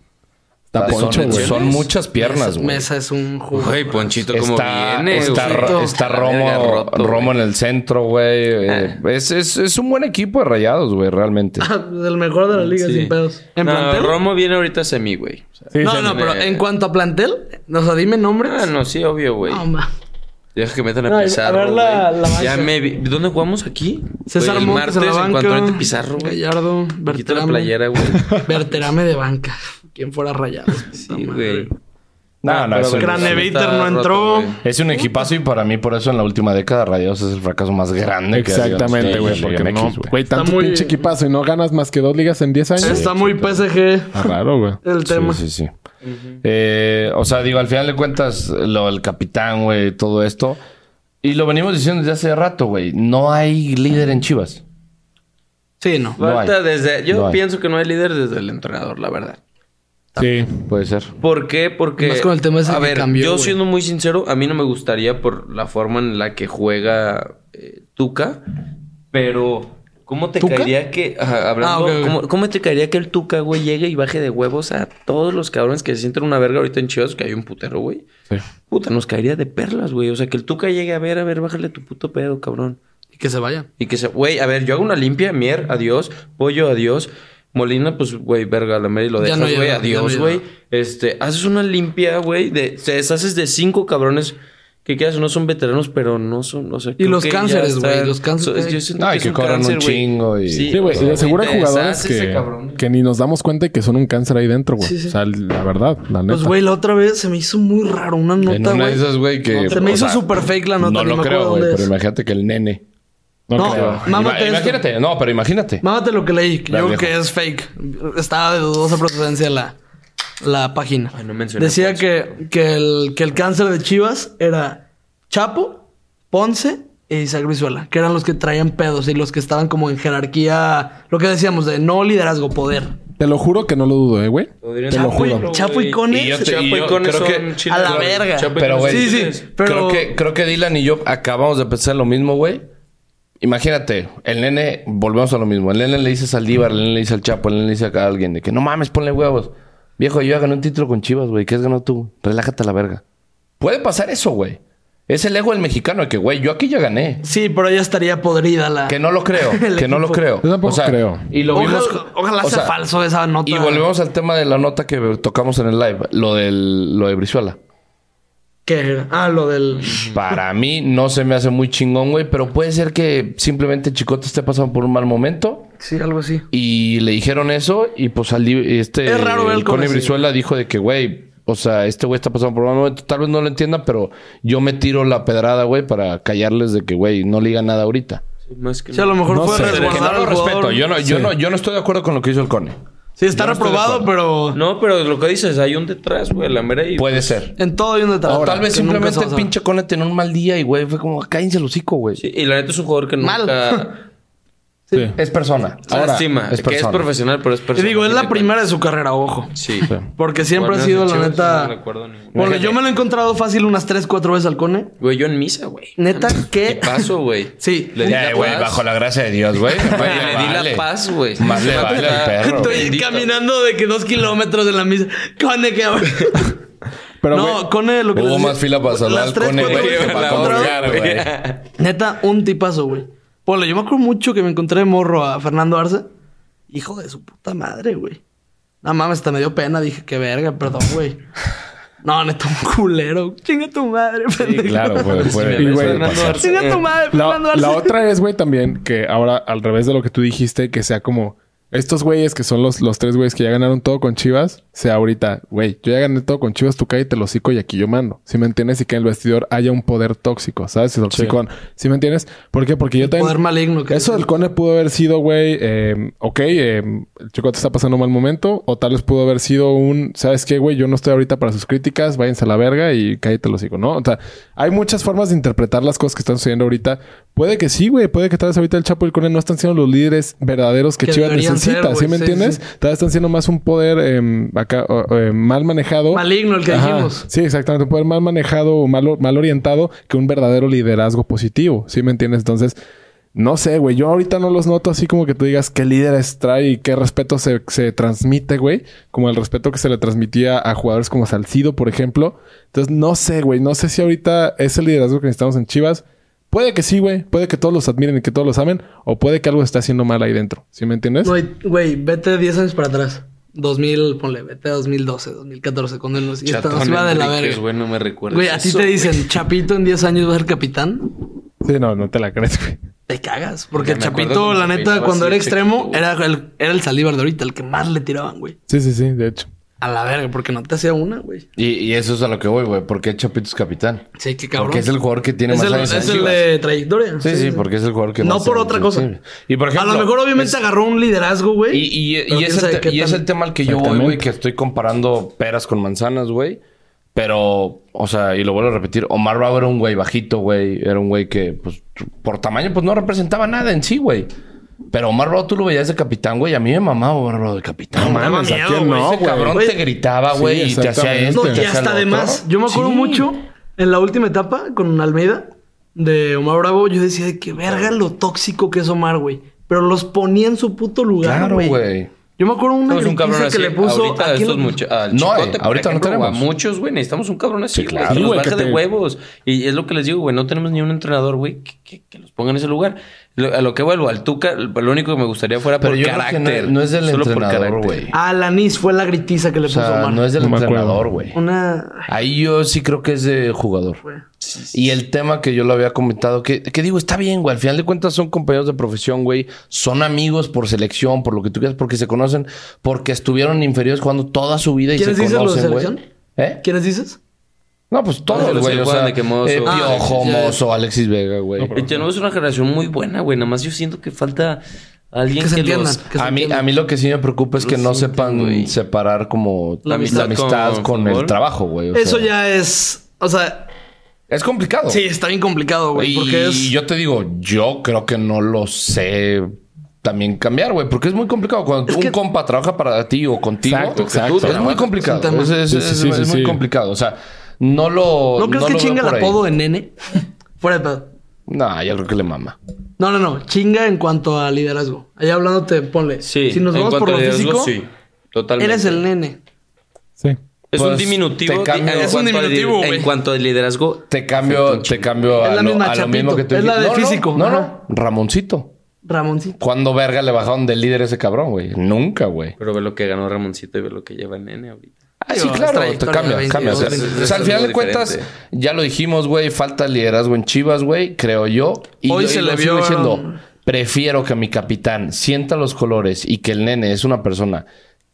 Speaker 2: está
Speaker 4: O sea,
Speaker 2: poncho,
Speaker 4: son,
Speaker 2: güey.
Speaker 4: son muchas piernas,
Speaker 1: Mesa,
Speaker 4: güey.
Speaker 1: Mesa es un jugador.
Speaker 6: Güey, Ponchito, como
Speaker 4: está,
Speaker 6: viene,
Speaker 4: está,
Speaker 6: güey.
Speaker 4: Ro- está
Speaker 6: La verga,
Speaker 4: Romo,
Speaker 6: roto, güey. Ah.
Speaker 4: Romo en el centro, güey. Eh, es, es- es un buen equipo de rayados, güey, realmente.
Speaker 1: El mejor de la liga,
Speaker 6: Sí.
Speaker 1: sin pedos. ¿En
Speaker 6: no,
Speaker 1: plantel?
Speaker 6: Romo viene ahorita semi, güey. O sea,
Speaker 2: Sí,
Speaker 1: no,
Speaker 2: se-
Speaker 1: no, pero
Speaker 6: eh,
Speaker 1: en cuanto a plantel, o sea, dime nombres.
Speaker 6: ah, no, sí, obvio, güey.
Speaker 1: No, ma.
Speaker 6: Deja que metan a
Speaker 1: No, a ver
Speaker 6: Pizarro,
Speaker 1: la-
Speaker 6: güey.
Speaker 1: la banca.
Speaker 6: Ya me vi- ¿Dónde jugamos aquí?
Speaker 1: César
Speaker 6: Güey, el
Speaker 1: Montes en la
Speaker 6: martes,
Speaker 1: banca.
Speaker 6: en cuanto mete Pizarro, güey.
Speaker 1: Gallardo,
Speaker 6: Me Quita la
Speaker 1: Berterame.
Speaker 6: playera, güey.
Speaker 1: Verterame de banca. Quien fuera rayado.
Speaker 6: Sí, güey.
Speaker 1: Ah,
Speaker 4: No, no,
Speaker 6: pero
Speaker 4: es un-
Speaker 1: Craneviter
Speaker 6: Está
Speaker 1: no
Speaker 6: roto,
Speaker 1: entró.
Speaker 6: güey.
Speaker 4: es un equipazo y para mí por eso en la última década Rayados es el fracaso más grande que ha habido en
Speaker 2: Exactamente,
Speaker 4: esta
Speaker 2: güey.
Speaker 4: Liga
Speaker 2: Porque no,
Speaker 4: MX, güey.
Speaker 2: güey, tanto
Speaker 1: muy-
Speaker 2: pinche equipazo y no ganas más que dos ligas en 10 años.
Speaker 1: Está muy PSG
Speaker 2: Está raro, güey.
Speaker 1: el tema.
Speaker 4: Sí, sí, sí. Eh, o sea, digo, al final de cuentas, lo del capitán, güey, todo esto. Y lo venimos diciendo desde hace rato, güey. No hay líder en Chivas.
Speaker 1: Sí, no.
Speaker 4: No
Speaker 6: Falta
Speaker 4: hay.
Speaker 6: desde. Yo
Speaker 4: No hay.
Speaker 6: pienso que no hay líder desde el entrenador, la verdad.
Speaker 2: Sí.
Speaker 4: Puede ser.
Speaker 6: ¿Por qué? Porque.
Speaker 1: Más con el tema ese
Speaker 6: a
Speaker 1: que
Speaker 6: ver,
Speaker 1: cambió,
Speaker 6: yo
Speaker 1: güey.
Speaker 6: siendo muy sincero, a mí no me gustaría por la forma en la que juega eh, Tuca, pero. ¿Cómo te
Speaker 1: ¿Tuca?
Speaker 6: caería que. ajá, hablando.
Speaker 1: Ah, ok, ok.
Speaker 6: ¿cómo, cómo te caería que el Tuca, güey, llegue y baje de huevos a todos los cabrones que se sienten una verga ahorita en Chivas, que hay un putero, güey?
Speaker 2: Sí.
Speaker 6: Puta, nos caería de perlas, güey. O sea, que el Tuca llegue a ver, a ver, bájale tu puto pedo, cabrón.
Speaker 1: Y que se vaya.
Speaker 6: Y que se, güey, a ver, yo hago una limpia, Mier, adiós, Pollo, adiós, Molina, pues, güey, verga, la Mary lo
Speaker 1: Ya
Speaker 6: dejas,
Speaker 1: no
Speaker 6: güey,
Speaker 1: llega, ya no
Speaker 6: adiós,
Speaker 1: llega.
Speaker 6: güey. este, haces una limpia, güey, de, te deshaces de cinco cabrones que quieras, o no son veteranos, pero no son, o sea, creo
Speaker 1: los
Speaker 6: que ya
Speaker 1: cánceres, güey,
Speaker 6: está-
Speaker 1: los cánceres.
Speaker 6: so- yo siento
Speaker 4: Ay,
Speaker 6: es
Speaker 4: que
Speaker 6: un
Speaker 4: cobran un
Speaker 6: cáncer, güey.
Speaker 4: chingo y-
Speaker 6: Sí,
Speaker 2: Sí, güey. Y de
Speaker 6: o sea,
Speaker 2: seguro
Speaker 6: te
Speaker 2: hay jugadores
Speaker 6: deshaces de
Speaker 2: que,
Speaker 6: cabrón.
Speaker 2: que ni nos damos cuenta que son un cáncer ahí dentro, güey. O sea, la verdad, la neta.
Speaker 1: Pues, güey, la otra vez se me hizo muy raro una
Speaker 4: en
Speaker 1: nota,
Speaker 4: una
Speaker 1: güey.
Speaker 4: de esas, güey, que.
Speaker 1: Se me
Speaker 4: o
Speaker 1: hizo
Speaker 4: sea,
Speaker 1: súper fake la nota.
Speaker 4: No
Speaker 1: ni
Speaker 4: lo
Speaker 1: me
Speaker 4: creo,
Speaker 1: acuerdo
Speaker 4: güey.
Speaker 1: dónde
Speaker 4: Pero
Speaker 1: es.
Speaker 4: imagínate que el nene.
Speaker 2: no,
Speaker 1: no.
Speaker 2: creo.
Speaker 1: Mámate
Speaker 4: Ima-
Speaker 1: esto.
Speaker 4: imagínate, no, pero imagínate.
Speaker 1: Mámate lo que leí, que
Speaker 4: Dale,
Speaker 1: yo creo que
Speaker 4: viejo.
Speaker 1: es fake. Estaba de dudosa procedencia la, la página.
Speaker 6: Ay, no mencioné
Speaker 1: Decía
Speaker 6: Ponce.
Speaker 1: que, que, el, que el cáncer de Chivas era Chapo, Ponce e Isaac Brizuela, que eran los que traían pedos y los que estaban como en jerarquía, lo que decíamos de no liderazgo, poder.
Speaker 2: Te lo juro que no lo dudo, eh, güey.
Speaker 6: Podrían-
Speaker 2: Te lo
Speaker 6: Chapo y-
Speaker 2: juro.
Speaker 1: Chapo y Cone.
Speaker 4: Y yo te-
Speaker 6: Chapo y
Speaker 4: yo
Speaker 6: Cone
Speaker 4: creo
Speaker 6: son
Speaker 4: que-
Speaker 6: chiles.
Speaker 1: a la verga.
Speaker 6: Chapo y
Speaker 4: Pero,
Speaker 6: Cone
Speaker 4: güey,
Speaker 6: son
Speaker 1: Sí,
Speaker 6: chiles.
Speaker 1: sí. Pero
Speaker 4: Creo, que, creo que Dylan y yo acabamos de pensar lo mismo, güey. Imagínate, el nene, volvemos a lo mismo. El nene le dice a Saldívar, el nene le dice al Chapo, el nene le dice a alguien de que no mames, ponle huevos. Viejo, yo ya gané un título con Chivas, güey. ¿Qué has ganado tú? Relájate a la verga. Puede pasar eso, güey. Es el ego del mexicano de que, güey, yo aquí ya gané.
Speaker 1: Sí, pero ya estaría podrida la...
Speaker 4: Que no lo creo,
Speaker 1: El
Speaker 4: que no lo
Speaker 1: equipo.
Speaker 4: creo.
Speaker 2: Yo tampoco creo.
Speaker 4: Y lo
Speaker 1: Ojalá,
Speaker 4: vimos-
Speaker 1: ojalá
Speaker 4: o
Speaker 1: sea,
Speaker 4: sea,
Speaker 1: falso esa nota.
Speaker 4: Y volvemos al tema de la nota que tocamos en el live, lo, del, lo de Brizuela.
Speaker 1: ¿Qué era? Ah, lo del...
Speaker 4: Para mí no se me hace muy chingón, güey, pero puede ser que simplemente el Chicote esté pasando por un mal momento
Speaker 1: Sí, algo así.
Speaker 4: y le dijeron eso y pues al este
Speaker 1: Es raro ver el
Speaker 4: Connie
Speaker 1: comercio.
Speaker 4: Brizuela dijo de que, güey, o sea, este güey está pasando por un mal momento, tal vez no lo entienda, pero yo me tiro la pedrada, güey, para callarles de que, güey, no le diga nada ahorita.
Speaker 6: Más que
Speaker 1: Sí, a lo mejor
Speaker 2: No
Speaker 1: fue
Speaker 2: sé.
Speaker 4: Que no
Speaker 1: resguardar
Speaker 4: lo
Speaker 1: al
Speaker 4: respeto,
Speaker 1: jugador.
Speaker 4: yo no, yo
Speaker 2: Sí.
Speaker 4: no, yo no estoy de acuerdo con lo que hizo el Cone.
Speaker 1: Sí, está
Speaker 4: Yo no estoy de
Speaker 1: reprobado,
Speaker 4: acuerdo.
Speaker 1: pero...
Speaker 6: No, pero lo que dices, hay un detrás, güey, la mera y...
Speaker 4: Puede ser.
Speaker 1: En todo hay un detalle.
Speaker 4: o tal vez
Speaker 1: que nunca se
Speaker 4: simplemente
Speaker 1: va a
Speaker 4: el
Speaker 1: saber.
Speaker 4: pinche Cone tenía un mal día y, güey, fue como, cállense el hocico, güey.
Speaker 6: Sí, y la neta es un jugador que nunca...
Speaker 1: Mal.
Speaker 2: Sí.
Speaker 4: Es persona. Ahora,
Speaker 6: Lástima,
Speaker 4: es
Speaker 6: que es
Speaker 4: persona.
Speaker 6: profesional, pero es
Speaker 1: Y
Speaker 6: persona.
Speaker 1: digo, es la
Speaker 6: Fíjate.
Speaker 1: primera de su carrera, ojo.
Speaker 6: Sí.
Speaker 1: Porque siempre
Speaker 6: Bueno,
Speaker 1: ha sido,
Speaker 6: de
Speaker 1: la
Speaker 6: Chivas
Speaker 1: neta.
Speaker 6: no me acuerdo ninguno.
Speaker 1: Porque
Speaker 4: Fíjate.
Speaker 1: yo me lo he encontrado fácil unas 3, 4 veces al Cone.
Speaker 6: Güey, yo en misa, güey.
Speaker 1: Neta, ¿qué?
Speaker 6: ¿Qué paso, güey?
Speaker 1: Sí.
Speaker 6: Le di la
Speaker 4: Eh, güey,
Speaker 6: paz.
Speaker 4: bajo la gracia de Dios, güey.
Speaker 6: Güey,
Speaker 4: Más
Speaker 6: le
Speaker 4: le
Speaker 6: di
Speaker 4: vale.
Speaker 6: la paz, güey.
Speaker 4: Más le vale al perro.
Speaker 1: Estoy
Speaker 4: güey.
Speaker 6: Bendito.
Speaker 1: caminando de que dos kilómetros de la misa. Cone, que
Speaker 2: Pero,
Speaker 1: No,
Speaker 2: güey,
Speaker 1: Cone, lo que.
Speaker 4: Hubo
Speaker 1: les decía-
Speaker 4: más fila para saludar
Speaker 1: las
Speaker 4: al
Speaker 1: tres,
Speaker 4: Cone,
Speaker 1: cuatro
Speaker 4: güey,
Speaker 1: veces
Speaker 4: que
Speaker 1: que me
Speaker 4: para
Speaker 1: he encontrado,
Speaker 4: comulgar, güey.
Speaker 1: Neta, un tipazo, güey. Ponle, yo me acuerdo mucho que me encontré de morro a Fernando Arce. Hijo de su puta madre, güey. No mames, hasta me dio pena. Dije, qué verga, perdón, güey. No, neta, un culero. Chinga tu madre, pendejo.
Speaker 4: Claro, güey. puede-
Speaker 2: Y, güey, Eh,
Speaker 4: puede pasar.
Speaker 1: Chinga tu madre,
Speaker 2: la,
Speaker 1: Fernando Arce.
Speaker 2: la otra es, güey, también que ahora, al revés de lo que tú dijiste, que sea como estos güeyes que son los, los tres güeyes que ya ganaron todo con Chivas, sea ahorita, güey, yo ya gané todo con Chivas, tú cállate el hocico y aquí yo mando. Si me entiendes? Y que en el vestidor haya un poder tóxico, ¿sabes? El hocicón. ¿Sí me entiendes? ¿Por qué? Porque yo también.
Speaker 1: Poder maligno. que
Speaker 2: Eso
Speaker 1: dicen.
Speaker 2: del Cone pudo haber sido, güey, eh, ok, eh, el chico te está pasando un mal momento, o tal vez pudo haber sido un, ¿sabes qué, güey? Yo no estoy ahorita para sus críticas, váyanse a la verga y cállate los hijos, ¿no? O sea, hay muchas formas de interpretar las cosas que están sucediendo ahorita. Puede que sí, güey, puede que tal vez ahorita el Chapo y el Cone no están siendo los líderes verdaderos que,
Speaker 1: Que
Speaker 2: Chivas
Speaker 1: deberían
Speaker 2: necesita,
Speaker 1: ser, güey,
Speaker 2: ¿sí me
Speaker 1: sí,
Speaker 2: entiendes?
Speaker 1: sí.
Speaker 2: Tal vez están siendo más un poder eh, acá, o- o, eh, mal manejado.
Speaker 1: Maligno, el que dijimos.
Speaker 2: Sí, exactamente. Un poder mal manejado o mal, mal orientado que un verdadero liderazgo positivo. ¿Sí me entiendes? Entonces, no sé, güey. Yo ahorita no los noto así como que tú digas qué líderes trae y qué respeto se, se transmite, güey. Como el respeto que se le transmitía a jugadores como Salcido, por ejemplo. Entonces, no sé, güey. No sé si ahorita es el liderazgo que necesitamos en Chivas. Puede que sí, güey. Puede que todos los admiren y que todos los amen. O puede que algo está haciendo mal ahí dentro. ¿Sí me entiendes?
Speaker 1: Güey, güey, vete 10 años para atrás. 2000, ponle, vete a 2012, 2014, cuando él nos y esta nos iba de la verga.
Speaker 6: Güey, no me recuerdas.
Speaker 1: Güey, a ti
Speaker 6: eso,
Speaker 1: te
Speaker 6: güey.
Speaker 1: dicen, Chapito en 10 años va a ser capitán.
Speaker 2: Sí, no, no te la crees, güey.
Speaker 1: Te cagas. Porque
Speaker 6: Ya me acuerdo
Speaker 1: Chapito,
Speaker 6: cuando
Speaker 1: la
Speaker 6: se
Speaker 1: neta,
Speaker 6: peinaba
Speaker 1: cuando
Speaker 6: así,
Speaker 1: era extremo,
Speaker 6: chiquito,
Speaker 1: era el, era el Saldívar de ahorita, el que más le tiraban, güey.
Speaker 2: Sí, sí, sí. De hecho.
Speaker 1: A la verga, porque no te hacía una, güey.
Speaker 4: Y, y eso es a lo que voy, güey. ¿Por qué Chapito es capitán?
Speaker 1: Sí, qué cabrón.
Speaker 4: Porque es el jugador que tiene
Speaker 1: Es
Speaker 4: más
Speaker 1: el-
Speaker 4: años en
Speaker 1: es el
Speaker 4: Chivas.
Speaker 1: de trayectoria.
Speaker 4: Sí, sí, porque es el jugador que
Speaker 1: No
Speaker 4: más
Speaker 1: por
Speaker 4: años
Speaker 1: otra
Speaker 4: en
Speaker 1: cosa.
Speaker 4: Chivas. Y por ejemplo,
Speaker 1: A lo mejor, obviamente,
Speaker 4: es-
Speaker 1: agarró un liderazgo, güey.
Speaker 4: Y, y-
Speaker 1: pero
Speaker 4: y
Speaker 1: quién
Speaker 4: es, el
Speaker 1: sabe
Speaker 4: te-
Speaker 1: qué
Speaker 4: y es
Speaker 1: tan-
Speaker 4: el tema al que yo voy, güey,
Speaker 2: Exactamente.
Speaker 4: que estoy comparando peras con manzanas, güey. Pero, o sea, y lo vuelvo a repetir, Omar Bravo era un güey bajito, güey. Era un güey que, pues, por tamaño, pues no representaba nada en sí, güey. Pero Omar Bravo tú lo veías de capitán, güey. A mí me mamaba Omar Bravo de capitán. güey.
Speaker 1: mames,
Speaker 2: ¿a
Speaker 1: miedo,
Speaker 2: quién
Speaker 1: güey,
Speaker 2: no,
Speaker 1: ese
Speaker 4: Ese
Speaker 2: güey?
Speaker 4: cabrón te gritaba,
Speaker 2: Sí,
Speaker 4: güey, y te hacía
Speaker 2: exactamente.
Speaker 4: esto.
Speaker 2: No,
Speaker 4: y te
Speaker 1: y
Speaker 4: hacía
Speaker 1: hasta
Speaker 4: lo
Speaker 1: de
Speaker 4: Este otro.
Speaker 1: más. Yo me acuerdo
Speaker 4: Sí.
Speaker 1: mucho en la última etapa con Almeida de Omar Bravo. Yo decía de que verga lo tóxico que es Omar, güey. Pero los ponía en su puto lugar,
Speaker 4: Claro,
Speaker 1: güey.
Speaker 4: güey.
Speaker 1: Yo me acuerdo una
Speaker 6: Tenemos un cabrón
Speaker 1: gritiza
Speaker 6: así.
Speaker 1: que le puso
Speaker 6: ahorita
Speaker 1: ¿a
Speaker 6: de
Speaker 1: quién
Speaker 6: estos
Speaker 1: le-
Speaker 6: muchos. Al
Speaker 4: No,
Speaker 6: chicote,
Speaker 4: eh,
Speaker 6: por
Speaker 4: ahorita no
Speaker 6: ejemplo,
Speaker 4: tenemos.
Speaker 6: A muchos, güey. Necesitamos un cabrón así.
Speaker 4: Sí,
Speaker 6: güey,
Speaker 4: claro.
Speaker 6: que
Speaker 2: Sí,
Speaker 6: nos
Speaker 2: güey,
Speaker 6: baje
Speaker 2: que
Speaker 6: de
Speaker 2: te-
Speaker 6: huevos. Y es lo que les digo, güey. No tenemos ni un entrenador, güey, que, que- que los ponga en ese lugar. Lo- a lo que vuelvo, al Tuca, lo único que me gustaría fuera
Speaker 4: Pero
Speaker 6: por
Speaker 4: yo creo que
Speaker 6: carácter.
Speaker 4: no- no es del
Speaker 6: Solo por
Speaker 4: entrenador,
Speaker 6: carácter.
Speaker 4: güey.
Speaker 1: A Alanis fue la gritiza que le
Speaker 4: O
Speaker 1: puso
Speaker 4: sea,
Speaker 1: Omar.
Speaker 4: no es del
Speaker 2: No me acuerdo.
Speaker 4: entrenador, güey.
Speaker 1: Una.
Speaker 4: Ahí yo sí creo que es de jugador.
Speaker 1: güey.
Speaker 4: Y el tema que yo lo había comentado, que, que digo, está bien, güey. Al final de cuentas son compañeros de profesión, güey. Son amigos por selección, por lo que tú quieras, porque se conocen, porque estuvieron inferiores jugando toda su vida y se
Speaker 1: ¿Quiénes dices los de
Speaker 4: conocen, güey.
Speaker 1: selección?
Speaker 4: ¿Eh?
Speaker 1: ¿Quiénes dices?
Speaker 4: No, pues
Speaker 6: Ah,
Speaker 4: todos,
Speaker 6: los
Speaker 4: güey.
Speaker 6: que
Speaker 4: O
Speaker 6: juegan
Speaker 4: sea,
Speaker 6: de que Mozo.
Speaker 4: eh,
Speaker 6: Ah,
Speaker 4: Piojo,
Speaker 6: sí, sí.
Speaker 4: Mozo, Alexis Vega, güey.
Speaker 6: Y Eh, tenemos una generación muy buena, güey. Nada más yo siento que falta alguien
Speaker 1: Que
Speaker 6: que,
Speaker 1: se entiendan.
Speaker 6: los...
Speaker 1: que se
Speaker 4: a, mí,
Speaker 1: entiendan.
Speaker 4: a mí lo que sí me preocupa es que no sepan
Speaker 6: güey.
Speaker 4: separar como
Speaker 1: La
Speaker 4: la
Speaker 1: amistad
Speaker 4: amistad,
Speaker 6: con
Speaker 4: con,
Speaker 6: fútbol.
Speaker 4: el trabajo, güey. o
Speaker 1: Eso
Speaker 4: sea,
Speaker 1: ya es. O sea,
Speaker 4: Es complicado.
Speaker 1: sí, está bien complicado, güey.
Speaker 4: Oh. Y
Speaker 1: Porque es.
Speaker 4: yo te digo, yo creo que no lo sé también cambiar, güey, porque es muy complicado. Cuando
Speaker 1: Es
Speaker 4: un
Speaker 1: que-
Speaker 4: compa trabaja para ti o contigo,
Speaker 2: Exacto,
Speaker 4: tú-
Speaker 2: exacto.
Speaker 4: es muy complicado.
Speaker 1: Es un tema.
Speaker 4: Es, es-
Speaker 2: Sí, sí,
Speaker 4: es-
Speaker 2: sí, sí,
Speaker 4: es muy
Speaker 2: sí.
Speaker 4: complicado. O sea, no lo.
Speaker 1: ¿No crees
Speaker 4: lo
Speaker 1: que
Speaker 4: veo
Speaker 1: chinga el
Speaker 4: por ahí.
Speaker 1: apodo de nene? Fuera de pedo.
Speaker 4: No, yo creo que le mama.
Speaker 1: No, no, no. Chinga en cuanto a liderazgo. Allá hablándote, ponle.
Speaker 6: Sí.
Speaker 1: si nos
Speaker 6: en
Speaker 1: vamos
Speaker 6: cuanto
Speaker 1: por lo
Speaker 6: a
Speaker 1: físico,
Speaker 6: liderazgo, sí. Totalmente.
Speaker 1: eres el nene.
Speaker 2: Sí.
Speaker 6: Es
Speaker 4: Pues,
Speaker 6: un diminutivo.
Speaker 4: te cambio-
Speaker 6: en
Speaker 4: Es
Speaker 1: un
Speaker 6: cuanto a lider-
Speaker 1: diminutivo, güey.
Speaker 6: En cuanto al liderazgo,
Speaker 4: Te cambio, te cambio
Speaker 1: Es
Speaker 4: a,
Speaker 1: la
Speaker 4: lo,
Speaker 1: misma
Speaker 4: a lo mismo
Speaker 1: Chapito.
Speaker 4: que tú
Speaker 1: Es la
Speaker 4: dijiste.
Speaker 1: de
Speaker 4: No, no,
Speaker 1: físico,
Speaker 4: No, no,
Speaker 1: ajá.
Speaker 4: Ramoncito.
Speaker 1: Ramoncito.
Speaker 4: ¿Cuándo verga le bajaron de líder ese cabrón, güey? Nunca, güey.
Speaker 6: Pero ve lo que ganó Ramoncito y ve lo que lleva el nene ahorita.
Speaker 4: Ah, sí,
Speaker 1: Digo,
Speaker 4: claro,
Speaker 1: es
Speaker 4: te
Speaker 1: trayectoria
Speaker 4: cambia,
Speaker 1: de
Speaker 4: cambia. O sea,
Speaker 1: 22,
Speaker 4: o sea,
Speaker 6: 23,
Speaker 4: al final de
Speaker 6: es
Speaker 4: cuentas,
Speaker 6: diferente.
Speaker 4: ya lo dijimos, güey, falta liderazgo en Chivas, güey, creo yo. Y
Speaker 1: Hoy
Speaker 4: yo- y
Speaker 1: se
Speaker 4: lo
Speaker 1: le
Speaker 4: sigo
Speaker 1: vio-
Speaker 4: diciendo, prefiero que mi capitán sienta los colores y que el nene es una persona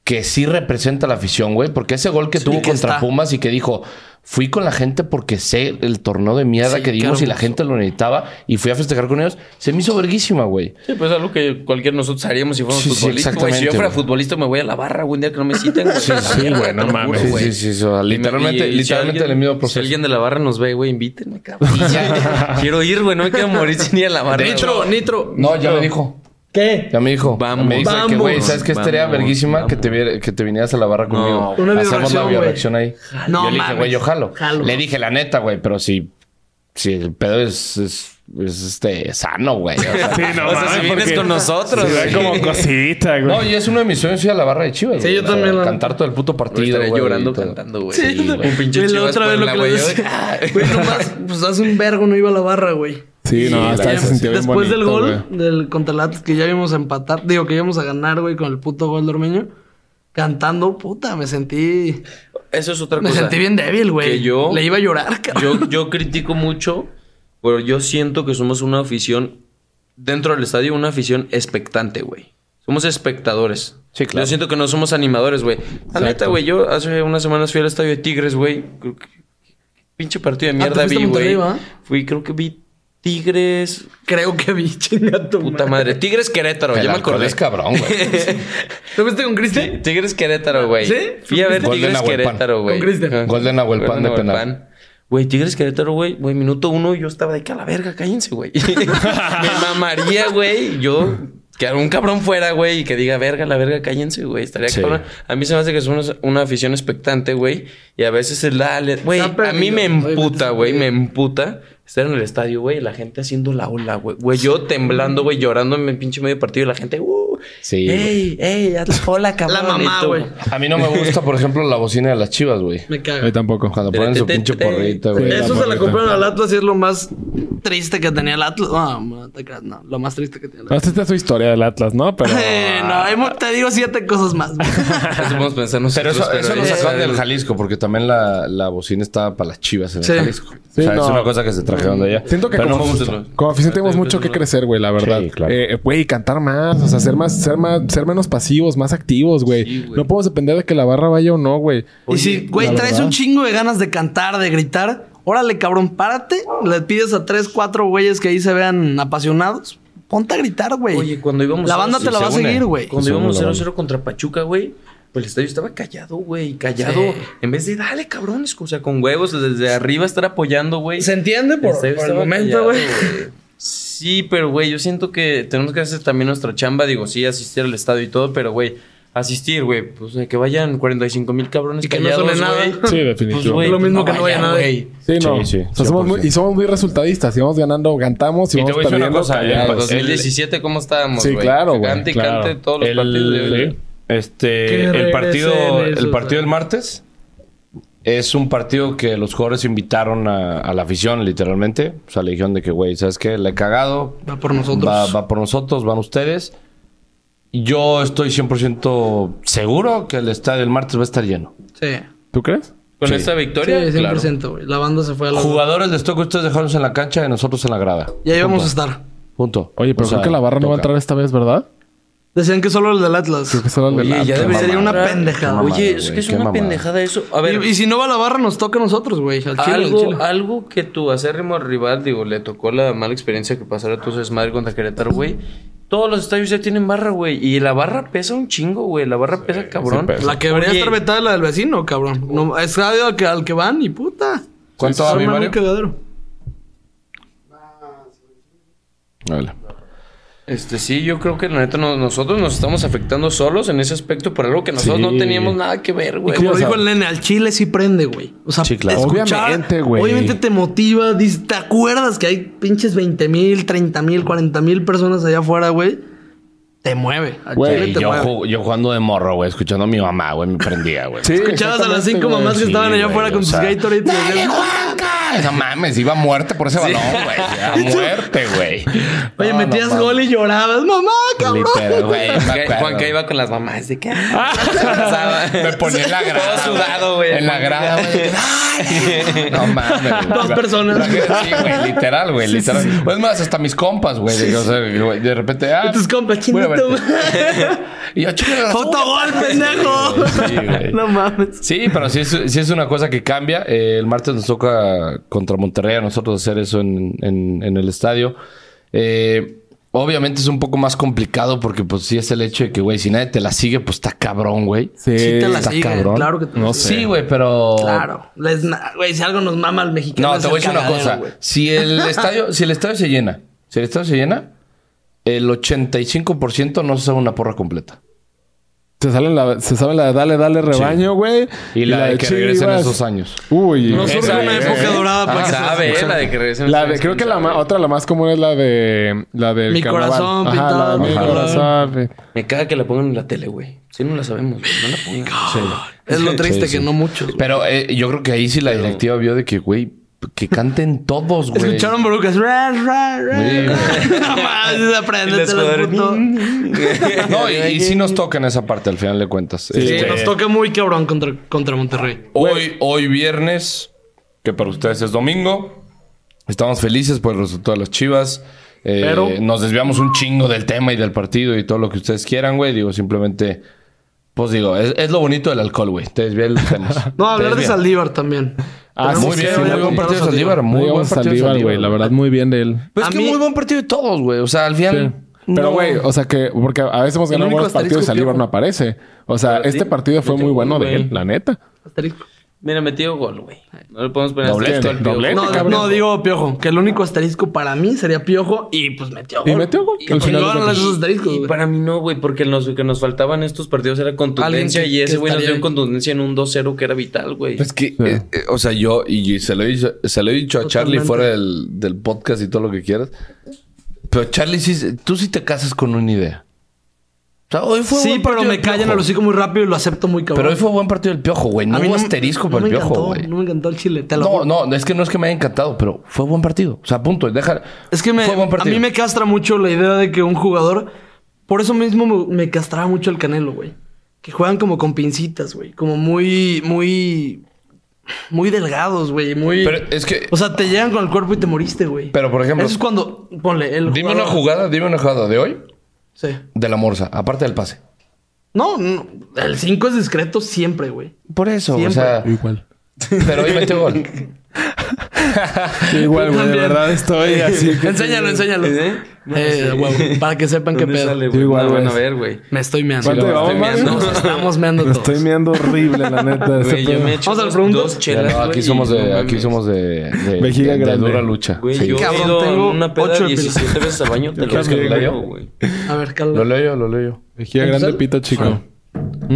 Speaker 4: que sí representa a la afición, güey, porque ese gol que tuvo
Speaker 1: que
Speaker 4: contra
Speaker 1: está.
Speaker 4: Pumas y que dijo, fui con la gente porque sé el torneo de mierda
Speaker 1: Sí,
Speaker 4: que
Speaker 1: qué
Speaker 4: dimos y la
Speaker 1: hermoso.
Speaker 4: gente lo necesitaba y fui a festejar con ellos, se me hizo verguísima, güey.
Speaker 6: Sí, pues algo que cualquier nosotros haríamos si fuéramos
Speaker 4: Sí, sí,
Speaker 6: futbolistas. güey. si
Speaker 4: exactamente,
Speaker 6: yo fuera
Speaker 4: güey.
Speaker 6: futbolista, me voy a la barra güey, un día que no me citen. güey.
Speaker 2: Sí, sí,
Speaker 6: Te
Speaker 2: güey, no
Speaker 6: lo juro,
Speaker 2: mames.
Speaker 4: Sí,
Speaker 6: güey.
Speaker 4: sí, sí, o sea, literalmente,
Speaker 6: Y- y si
Speaker 4: literalmente
Speaker 6: alguien-
Speaker 4: el mismo
Speaker 6: Si
Speaker 4: proceso.
Speaker 6: alguien de la barra nos ve, güey, invítenme, cabrón. Quiero ir, güey, no me quiero morir sin ir a la barra.
Speaker 1: Nitro, Nitro.
Speaker 4: No, ya me dijo.
Speaker 1: ¿Qué?
Speaker 4: Ya me dijo.
Speaker 6: Vamos.
Speaker 4: me dice que, güey,
Speaker 1: Vamos.
Speaker 4: ¿sabes qué? Estaría
Speaker 6: Vamos,
Speaker 4: verguísima que
Speaker 6: vamos.
Speaker 4: te, vier- que te vinieras a la barra conmigo.
Speaker 1: Una
Speaker 4: Hacemos
Speaker 1: videoreacción,
Speaker 4: la
Speaker 1: güey.
Speaker 4: bioreacción ahí.
Speaker 1: No
Speaker 4: yo le dije,
Speaker 1: mames.
Speaker 4: güey, yo jalo.
Speaker 1: Jalo.
Speaker 4: Le dije, la neta, güey, pero si, si el pedo es, es, es, este, sano, güey. O sea,
Speaker 2: Sí, no
Speaker 6: O sea, si
Speaker 2: mames,
Speaker 6: vienes
Speaker 2: porque
Speaker 6: con nosotros.
Speaker 2: Se ve
Speaker 6: güey.
Speaker 2: como cosita,
Speaker 4: no,
Speaker 2: güey.
Speaker 4: y es uno de mis sueños ir a la barra de Chivas.
Speaker 1: Sí,
Speaker 4: güey.
Speaker 1: yo
Speaker 4: O sea,
Speaker 1: también, la-
Speaker 4: Cantar todo el puto
Speaker 6: Yo
Speaker 4: partido,
Speaker 6: estaría
Speaker 4: güey,
Speaker 6: llorando
Speaker 4: y todo.
Speaker 6: cantando, Pues güey.
Speaker 1: Sí,
Speaker 6: Un pinche
Speaker 1: güey, la
Speaker 6: Chivas
Speaker 1: otra vez lo
Speaker 6: Puebla,
Speaker 1: que le
Speaker 6: Ah, güey.
Speaker 1: decía. Güey, nomás, pues hace un vergo no iba a la barra, güey.
Speaker 2: Sí, no, hasta Ah, se sintió bien
Speaker 1: Después
Speaker 2: bonito,
Speaker 1: del gol
Speaker 2: güey.
Speaker 1: del contra el Atlas que ya íbamos a empatar, digo que íbamos a ganar, güey, con el puto gol de Ormeño, cantando, puta, me sentí
Speaker 6: Eso es otra
Speaker 1: me
Speaker 6: cosa.
Speaker 1: sentí bien débil, güey.
Speaker 6: que yo-
Speaker 1: le iba a llorar, cabrón.
Speaker 6: Yo, yo critico mucho, pero yo siento que somos una afición, dentro del estadio, una afición expectante, güey. Somos espectadores.
Speaker 4: Sí, claro.
Speaker 6: Yo siento que no somos animadores, güey. La neta, güey, yo hace unas semanas fui al estadio de Tigres, güey. Creo que- Pinche partido de
Speaker 1: Ah,
Speaker 6: mierda
Speaker 1: ¿te fuiste
Speaker 6: vi,
Speaker 1: a Monterrey,
Speaker 6: güey.
Speaker 1: va?
Speaker 6: Fui, creo que vi Tigres.
Speaker 1: Creo que vi chinga tu
Speaker 6: Puta madre. Tigres Querétaro,
Speaker 4: El
Speaker 6: ya me
Speaker 4: alcohol
Speaker 6: acordé.
Speaker 4: es cabrón, güey.
Speaker 1: ¿Te fuiste con Cristi?
Speaker 6: Tigres Querétaro, güey.
Speaker 1: ¿Sí?
Speaker 6: Fui a ver
Speaker 4: Gol de
Speaker 6: Tigres
Speaker 4: Nahuel Pan.
Speaker 6: Querétaro, güey.
Speaker 1: Con Cristian.
Speaker 6: Ajá.
Speaker 4: Gol de Nahuel Pan de
Speaker 6: Nahuel
Speaker 4: penal.
Speaker 6: Pan. Güey, Tigres Querétaro, güey. Güey, minuto uno, yo estaba de que a la verga, cállense, güey. Me mamaría, güey. Yo, que algún cabrón fuera, güey, y que diga, verga, la verga, cállense, güey. Estaría
Speaker 4: Sí.
Speaker 6: cabrón. A mí se me hace que es una, una afición expectante, güey. Y a veces es la. le- Güey,
Speaker 1: Está perdido,
Speaker 6: a mí me
Speaker 1: obviamente
Speaker 6: emputa,
Speaker 1: está
Speaker 6: güey. Me
Speaker 1: perdido.
Speaker 6: emputa estar en el estadio, güey, y la gente haciendo la ola, güey. Güey, yo temblando, güey, llorando en mi pinche medio partido y la gente, uh.
Speaker 4: Sí, güey.
Speaker 6: Ey, ey, haz la ola, cabrón.
Speaker 1: La mamá,
Speaker 6: y tú,
Speaker 1: güey.
Speaker 4: A mí no me gusta, por ejemplo, la bocina de las Chivas, güey.
Speaker 1: Me
Speaker 2: A mí
Speaker 1: caga.
Speaker 2: tampoco.
Speaker 4: Cuando ponen su pinche porrita, güey.
Speaker 1: Eso
Speaker 2: La
Speaker 1: se la
Speaker 2: morrita.
Speaker 1: compraron al Atlas y es lo más triste que tenía el Atlas. No, no, te creas, no, lo más triste que tenía el
Speaker 2: No,
Speaker 1: Atlas.
Speaker 2: esta es su historia del Atlas, ¿no? Pero...
Speaker 1: Eh, no, hay mu- te digo siete cosas más. güey.
Speaker 6: Eso podemos pensar
Speaker 4: Pero
Speaker 6: nosotros,
Speaker 4: eso, eso lo
Speaker 6: es-
Speaker 4: sacaron del Jalisco, porque también la, la bocina estaba para las chivas en
Speaker 1: Sí.
Speaker 4: el Jalisco.
Speaker 2: Sí,
Speaker 4: o sea,
Speaker 2: no.
Speaker 4: es una cosa que se trajeron de allá.
Speaker 2: Siento que
Speaker 4: Pero
Speaker 2: como,
Speaker 4: no me gusta.
Speaker 2: como afición tenemos mucho que crecer, güey, la verdad.
Speaker 4: Sí, claro.
Speaker 2: Eh, güey, cantar más, o sea, ser más, ser más, ser menos pasivos, más activos, güey. no podemos depender de que la barra vaya o no, güey.
Speaker 1: y si, güey,
Speaker 2: la
Speaker 1: traes
Speaker 2: verdad.
Speaker 1: un chingo de ganas de cantar, de gritar, órale, cabrón, párate. Le pides a tres, cuatro güeyes que ahí se vean apasionados. Ponte a gritar, güey.
Speaker 6: Oye, cuando íbamos
Speaker 1: La
Speaker 6: a-
Speaker 1: banda
Speaker 6: sí,
Speaker 1: te la
Speaker 6: se
Speaker 1: va a
Speaker 6: une.
Speaker 1: seguir, güey.
Speaker 6: Cuando
Speaker 4: Sí,
Speaker 6: íbamos
Speaker 4: la banda.
Speaker 6: 0-0 contra Pachuca, güey, Pues el estadio estaba callado, güey, callado. En vez de, dale, cabrones, o sea, con huevos, desde arriba estar apoyando, güey.
Speaker 1: Se entiende por,
Speaker 6: Este,
Speaker 1: por el
Speaker 6: estaba
Speaker 1: momento,
Speaker 6: callado,
Speaker 1: güey.
Speaker 6: Sí, pero güey, yo siento que tenemos que hacer también nuestra chamba. Digo, sí, asistir al estadio y todo, pero güey, asistir, güey, pues eh, que vayan 45 mil cabrones
Speaker 1: Y que no suene nada.
Speaker 6: güey.
Speaker 2: Sí,
Speaker 6: Pues,
Speaker 2: definitivo.
Speaker 6: güey,
Speaker 1: Lo mismo que no vaya
Speaker 6: vayan,
Speaker 1: nadie.
Speaker 6: güey.
Speaker 2: Sí, no.
Speaker 4: Sí, sí,
Speaker 2: O sea, somos muy-
Speaker 4: 100%.
Speaker 2: y somos muy resultadistas. Si vamos ganando, cantamos. Si
Speaker 7: Y te
Speaker 2: vamos
Speaker 7: voy a decir una
Speaker 2: perdiendo,
Speaker 7: cosa, ¿eh? el-
Speaker 2: callados.
Speaker 7: el-
Speaker 6: 2017, ¿cómo estábamos,
Speaker 2: Sí,
Speaker 6: güey?
Speaker 2: claro, güey,
Speaker 6: Cante y
Speaker 2: claro.
Speaker 6: cante todos los
Speaker 7: El-
Speaker 6: partidos. güey.
Speaker 7: sí.
Speaker 4: Este,
Speaker 1: Que
Speaker 4: el
Speaker 1: regresen
Speaker 4: partido,
Speaker 1: esos,
Speaker 4: el partido
Speaker 1: eh.
Speaker 4: del martes es un partido que los jugadores invitaron a, a la afición, literalmente. O sea, le dijeron de que, güey, ¿sabes qué? Le he cagado.
Speaker 1: Va por nosotros.
Speaker 4: Va, va por nosotros, van ustedes. Yo estoy 100% seguro que el estadio del martes va a estar lleno.
Speaker 1: Sí.
Speaker 2: ¿Tú crees?
Speaker 6: Con
Speaker 4: Sí.
Speaker 6: esta
Speaker 1: Sí,
Speaker 6: victoria, claro.
Speaker 1: 100%, güey. La banda se fue a la...
Speaker 4: Jugadores les toca a ustedes dejarnos en la cancha y a nosotros en la grada.
Speaker 1: Y ahí vamos a
Speaker 4: Punto.
Speaker 1: estar.
Speaker 4: Punto.
Speaker 2: Oye, pero
Speaker 4: O sea,
Speaker 2: creo que la barra no va a
Speaker 4: toca.
Speaker 2: entrar esta vez, ¿verdad?
Speaker 1: Decían que solo el del Atlas.
Speaker 2: Creo que solo el del
Speaker 6: Oye, ya
Speaker 2: Atlas.
Speaker 6: debería
Speaker 1: Sería una
Speaker 6: entrar.
Speaker 1: pendejada.
Speaker 4: Qué
Speaker 6: Oye,
Speaker 4: mamada,
Speaker 6: es que
Speaker 4: güey,
Speaker 6: es
Speaker 4: qué
Speaker 6: una
Speaker 4: mamada.
Speaker 6: pendejada eso. A ver,
Speaker 1: Y, y si no va la barra, nos toca a nosotros, güey. Al chile, al
Speaker 6: algo,
Speaker 1: chile.
Speaker 6: algo que tu acérrimo rival, digo, le tocó la mala experiencia que pasara tu desmadre contra Querétaro, güey. Todos los estadios ya tienen barra, güey. Y la barra pesa un chingo, güey. La barra pesa cabrón.
Speaker 2: pesa.
Speaker 1: La que debería
Speaker 6: Oye,
Speaker 1: estar vetada es la del vecino, cabrón. No, es radio al que, al que van y puta.
Speaker 4: ¿Cuánto va,
Speaker 1: Son
Speaker 4: mi
Speaker 1: un
Speaker 4: Mario?
Speaker 1: cagadero.
Speaker 4: Órale.
Speaker 6: Este, sí, yo creo que la neta no- nosotros nos estamos afectando solos en ese aspecto por algo que nosotros
Speaker 2: Sí.
Speaker 6: no teníamos nada que ver, güey.
Speaker 2: ¿Y cómo
Speaker 1: Como
Speaker 2: o sea,
Speaker 1: dijo el nene, al chile sí prende, güey. O sea,
Speaker 4: Sí, claro.
Speaker 1: escuchar-
Speaker 2: Obviamente, güey.
Speaker 1: Obviamente te motiva. dices, ¿Te acuerdas que hay pinches 20 mil, 30 mil, 40 mil personas allá afuera, güey? Te mueve. Al
Speaker 2: Güey,
Speaker 1: chile
Speaker 4: Ey,
Speaker 1: te
Speaker 4: yo,
Speaker 1: mueve.
Speaker 4: ju- yo jugando de morro, güey, escuchando a mi mamá, güey, me prendía, güey.
Speaker 2: Sí,
Speaker 1: Escuchabas a las
Speaker 2: exactamente,
Speaker 1: cinco
Speaker 2: güey.
Speaker 1: mamás que
Speaker 4: Sí,
Speaker 1: estaban allá
Speaker 4: güey,
Speaker 1: afuera
Speaker 4: o
Speaker 1: con sus
Speaker 4: sea,
Speaker 1: Gatorade. y decían,
Speaker 4: ¡Ay, No mames, iba a muerte por ese balón, güey. A muerte, güey.
Speaker 1: Oye, metías gol y llorabas. Mamá, cabrón.
Speaker 4: Literal, güey. me
Speaker 6: Juan que-
Speaker 4: acuerdo.
Speaker 6: Juan que iba con las mamás de que.
Speaker 4: Me ponía en la grada.
Speaker 6: Todo sudado, güey.
Speaker 4: En la grada, güey. Ay, No mames. güey.
Speaker 1: Dos personas.
Speaker 4: La gente- Sí, güey, literal, güey, literal. O Es más, hasta mis compas, güey. de- o sea, güey, de repente. Ah,
Speaker 1: Tus compas,
Speaker 4: voy a
Speaker 1: chinito.
Speaker 4: verte. Y yo, chinga la
Speaker 1: Fotogol, pendejo.
Speaker 4: Sí, güey.
Speaker 1: No mames.
Speaker 4: Sí, pero sí es, sí es una cosa que cambia. Eh, el martes nos toca contra Monterrey a nosotros hacer eso en, en- en el estadio. Eh, obviamente es un poco más complicado porque pues sí es el hecho de que, güey, si nadie te la sigue, pues está cabrón, güey.
Speaker 2: Sí,
Speaker 1: Sí te la
Speaker 4: está
Speaker 1: sigue,
Speaker 4: cabrón.
Speaker 1: claro que te la
Speaker 2: No
Speaker 1: sigue.
Speaker 2: sé.
Speaker 4: Sí, güey, pero...
Speaker 1: Claro. Les na- Güey, si algo nos mama al mexicano
Speaker 4: Oh. No,
Speaker 1: es
Speaker 4: te
Speaker 1: el
Speaker 4: voy a decir una
Speaker 1: cagadero,
Speaker 4: cosa.
Speaker 1: güey.
Speaker 4: Si el, estadio, si el estadio se llena, si el estadio se llena, el 85% no se sabe una porra completa.
Speaker 2: Se, sale la, se sabe la de dale, dale, rebaño, güey.
Speaker 4: Y, la, de que regresen
Speaker 2: Chivas.
Speaker 4: esos años.
Speaker 2: Uy.
Speaker 1: No surge
Speaker 2: esa,
Speaker 1: una
Speaker 2: eh.
Speaker 1: época dorada para que se-
Speaker 6: Sabe, eh, la de que regresen.
Speaker 2: La de, creo que la ma- otra, la más común es la de... La del
Speaker 1: Mi
Speaker 2: carnaval.
Speaker 1: corazón
Speaker 2: Ajá,
Speaker 1: pintado
Speaker 2: la de
Speaker 1: en
Speaker 2: mi
Speaker 1: mi
Speaker 2: corazón. güey.
Speaker 6: Me caga que la pongan en la tele, güey. Si no la sabemos, güey, no la pongan.
Speaker 1: Es lo triste
Speaker 4: Sí, sí.
Speaker 1: que no muchos. güey.
Speaker 4: Pero eh, yo creo que ahí sí la directiva vio de que, güey, que canten todos, güey.
Speaker 1: Escucharon brucas. Ra, ra, ra.
Speaker 4: Sí,
Speaker 1: No mames,
Speaker 6: Y
Speaker 1: apréndetela,
Speaker 6: las
Speaker 1: puto.
Speaker 4: No, y, y sí nos tocan esa parte al final de cuentas.
Speaker 1: Sí,
Speaker 4: Este,
Speaker 1: nos toca muy cabrón contra, contra Monterrey.
Speaker 4: hoy, hoy viernes, que para ustedes es domingo, estamos felices por el resultado de las chivas. Eh,
Speaker 2: Pero-
Speaker 4: Nos desviamos un chingo del tema y del partido y todo lo que ustedes quieran, güey. Digo, simplemente, pues digo, es, es lo bonito del alcohol, güey. Te desvía el tema.
Speaker 1: No, hablar de
Speaker 4: Saldívar.
Speaker 1: Saldívar también.
Speaker 2: Ah,
Speaker 1: Tenemos
Speaker 4: Muy
Speaker 1: que
Speaker 4: bien,
Speaker 1: hablar
Speaker 4: muy
Speaker 1: con
Speaker 4: buen partido de
Speaker 1: Saldívar.
Speaker 4: Saldívar. Muy buen partido de
Speaker 2: Saldívar,
Speaker 4: Saldívar,
Speaker 2: güey. La verdad, muy bien de él.
Speaker 4: Pues
Speaker 1: A
Speaker 4: es que
Speaker 1: mí-
Speaker 4: muy buen partido de todos, güey. O sea, al
Speaker 2: Sí.
Speaker 4: final.
Speaker 2: Pero,
Speaker 4: no-
Speaker 2: güey, o sea que... Porque a veces hemos ganado
Speaker 1: único
Speaker 2: buenos partidos y
Speaker 1: asterisco
Speaker 2: Saldívar
Speaker 1: que-
Speaker 2: no aparece. O sea, este partido fue muy bueno de él, la neta.
Speaker 1: Asterisco.
Speaker 6: Mira, metió gol, güey. No le podemos poner
Speaker 2: Doblete,
Speaker 6: asterisco al piojo.
Speaker 4: Este
Speaker 2: doblete.
Speaker 1: No,
Speaker 2: cabrón.
Speaker 1: no, digo Piojo. Que el único asterisco para mí sería Piojo y pues metió gol.
Speaker 2: Y metió gol.
Speaker 1: Y
Speaker 2: Al final de
Speaker 1: chingaron
Speaker 2: cuentas.
Speaker 1: esos asteriscos,
Speaker 6: Y
Speaker 1: güey.
Speaker 6: para mí no, güey, porque los que nos faltaban estos partidos era contundencia
Speaker 1: Alguien que-
Speaker 6: y ese
Speaker 1: que
Speaker 6: güey nos
Speaker 1: estaría
Speaker 6: dio
Speaker 1: ahí.
Speaker 6: contundencia en un 2-0 que era vital, güey.
Speaker 2: Pues,
Speaker 4: Es que, eh, eh, o sea, yo, y y se lo he dicho, se lo he dicho a Charlie
Speaker 1: Totalmente.
Speaker 4: fuera del, del podcast y todo lo que quieras. Pero Charlie, sí, tú sí te casas con una idea. O sea, hoy fue
Speaker 1: Sí,
Speaker 4: buen
Speaker 1: pero
Speaker 4: partido
Speaker 1: me
Speaker 4: del
Speaker 1: callan
Speaker 4: Piojo.
Speaker 1: el hocico muy rápido y lo acepto muy cabrón.
Speaker 4: Pero hoy fue buen partido del piojo, güey. No
Speaker 1: A mí
Speaker 4: hubo asterisco
Speaker 1: no
Speaker 4: para el
Speaker 1: me
Speaker 4: piojo,
Speaker 1: encantó,
Speaker 4: güey.
Speaker 1: No me encantó el chile, te lo
Speaker 4: No,
Speaker 1: juro.
Speaker 4: no, es que no es que me haya encantado, pero fue buen partido. O sea, punto. Deja,
Speaker 1: Es que me,
Speaker 4: fue buen
Speaker 1: a
Speaker 4: partido.
Speaker 1: mí me castra mucho la idea de que un jugador. Por eso mismo me, me castraba mucho el Canelo, güey. Que juegan como con pincitas, güey. Como muy, muy. Muy delgados, güey. Muy.
Speaker 4: Pero es que.
Speaker 1: O sea, te llegan con el cuerpo y te moriste, güey.
Speaker 4: Pero, por ejemplo-
Speaker 1: Eso es cuando. Ponle, el.
Speaker 4: dime
Speaker 1: jugador-
Speaker 4: una jugada, dime una jugada de hoy
Speaker 1: Sí.
Speaker 4: de la morsa, aparte del pase.
Speaker 1: No, no, el 5 es discreto siempre, güey.
Speaker 4: Por eso,
Speaker 1: Siempre.
Speaker 4: o sea.
Speaker 2: Igual.
Speaker 4: Pero hoy metió gol.
Speaker 2: Igual, güey, de
Speaker 1: también.
Speaker 2: verdad estoy así. que-
Speaker 1: enséñalo, enséñalo.
Speaker 6: ¿Eh?
Speaker 1: Eh, huevo, para que sepan qué pedo.
Speaker 6: sale,
Speaker 2: Yo
Speaker 6: güey?
Speaker 2: igual,
Speaker 6: No,
Speaker 2: güey.
Speaker 6: bueno, a ver, güey.
Speaker 1: Me estoy meando.
Speaker 2: ¿Cuánto
Speaker 1: Me
Speaker 2: llevamos,
Speaker 1: estoy
Speaker 2: Mario?
Speaker 1: meando. Nos estamos meando
Speaker 2: Me
Speaker 1: todos.
Speaker 2: estoy viendo horrible, la neta. ese
Speaker 6: Güey, yo
Speaker 2: pedo.
Speaker 6: me he hecho
Speaker 1: Vamos a las
Speaker 6: dos,
Speaker 1: preguntas.
Speaker 6: dos
Speaker 4: Ya
Speaker 6: chelas,
Speaker 4: no, aquí
Speaker 6: güey,
Speaker 4: somos
Speaker 6: y
Speaker 4: de,
Speaker 6: no
Speaker 4: aquí
Speaker 6: mames.
Speaker 4: somos de, de-
Speaker 2: Vejiga
Speaker 4: de- de
Speaker 2: grande.
Speaker 4: dura lucha.
Speaker 6: Güey,
Speaker 4: Sí.
Speaker 6: yo he
Speaker 1: Cabrón,
Speaker 6: ido en
Speaker 1: tengo
Speaker 6: una peda
Speaker 1: ocho
Speaker 6: 17 veces al baño. Te lo
Speaker 2: creo
Speaker 6: juro
Speaker 2: que
Speaker 6: que
Speaker 2: lo
Speaker 6: lo
Speaker 2: leo.
Speaker 6: digo, güey.
Speaker 1: A ver,
Speaker 4: Lo
Speaker 1: Carlos.
Speaker 4: leo yo, lo leo yo.
Speaker 2: Vejiga grande,
Speaker 1: ¿Empezar?
Speaker 2: pito chico.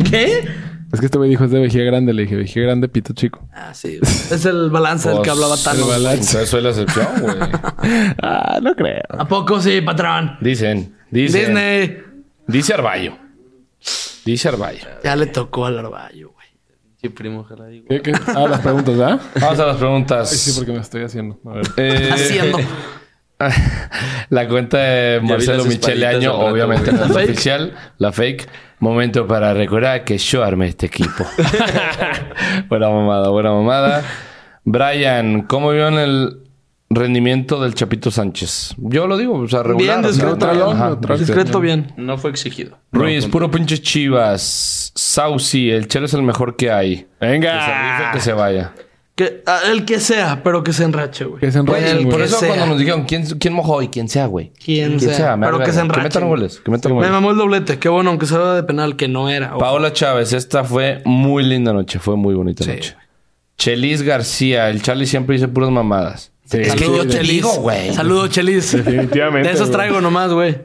Speaker 1: ¿Qué?
Speaker 2: Es que este güey dijo es de vejiga grande. Le dije, vejiga grande, pito chico.
Speaker 1: Ah, sí. güey. Es el balance
Speaker 4: Pues,
Speaker 1: del que hablaba
Speaker 2: el
Speaker 1: Thanos.
Speaker 2: balance.
Speaker 4: Entonces soy la excepción, güey.
Speaker 2: Ah, no creo.
Speaker 1: ¿A poco sí, patrón?
Speaker 4: Dicen, dicen.
Speaker 1: Disney.
Speaker 4: Dice Arballo. Dice Arballo.
Speaker 1: Ya le tocó al arballo, güey.
Speaker 6: Sí, primo, ojalá digo.
Speaker 2: ¿Qué, qué? Ah, las preguntas, ¿verdad?
Speaker 4: Vamos a las preguntas.
Speaker 2: Sí, porque me estoy haciendo. A ver.
Speaker 4: Eh,
Speaker 1: Haciendo.
Speaker 4: La cuenta de
Speaker 6: vi
Speaker 4: Marcelo
Speaker 6: las
Speaker 4: Michele
Speaker 6: espaditas
Speaker 4: Año,
Speaker 6: al rato,
Speaker 4: obviamente
Speaker 6: güey.
Speaker 4: no es oficial, la fake. Momento para recordar que yo armé este equipo. buena mamada, buena mamada. Brian, ¿cómo vieron el rendimiento del Chapito Sánchez? Yo lo digo, o sea, regular.
Speaker 1: Bien, discreto,
Speaker 4: o sea,
Speaker 2: bien.
Speaker 4: ajá,
Speaker 2: Neutral.
Speaker 1: Discreto bien.
Speaker 6: No fue exigido.
Speaker 4: Ruiz, puro pinche chivas. Saucy, el Chelo es el mejor que hay. Que se rife,
Speaker 2: Venga.
Speaker 4: que se vaya.
Speaker 1: Que, a- el que sea, pero que se enrache, güey.
Speaker 2: Que se enrachen,
Speaker 1: Güey,
Speaker 2: güey.
Speaker 4: Por
Speaker 1: Que
Speaker 4: eso
Speaker 1: sea.
Speaker 4: cuando nos dijeron quién, quién mojó y quién sea, güey.
Speaker 1: Quien sea,
Speaker 4: me
Speaker 1: pero
Speaker 4: vale
Speaker 1: que se
Speaker 4: verga. Que
Speaker 1: enrachen.
Speaker 4: metan goles, que metan goles.
Speaker 1: Me mamó el doblete. Qué bueno, aunque salga de penal, que no era. güey.
Speaker 4: Paola Chávez, esta fue muy linda noche, fue muy bonita noche. Chelis García, el Charlie siempre dice puras mamadas. Es que yo te digo, güey.
Speaker 1: Saludos, Chelis.
Speaker 2: Definitivamente,
Speaker 1: De esos
Speaker 2: güey.
Speaker 1: traigo nomás, güey.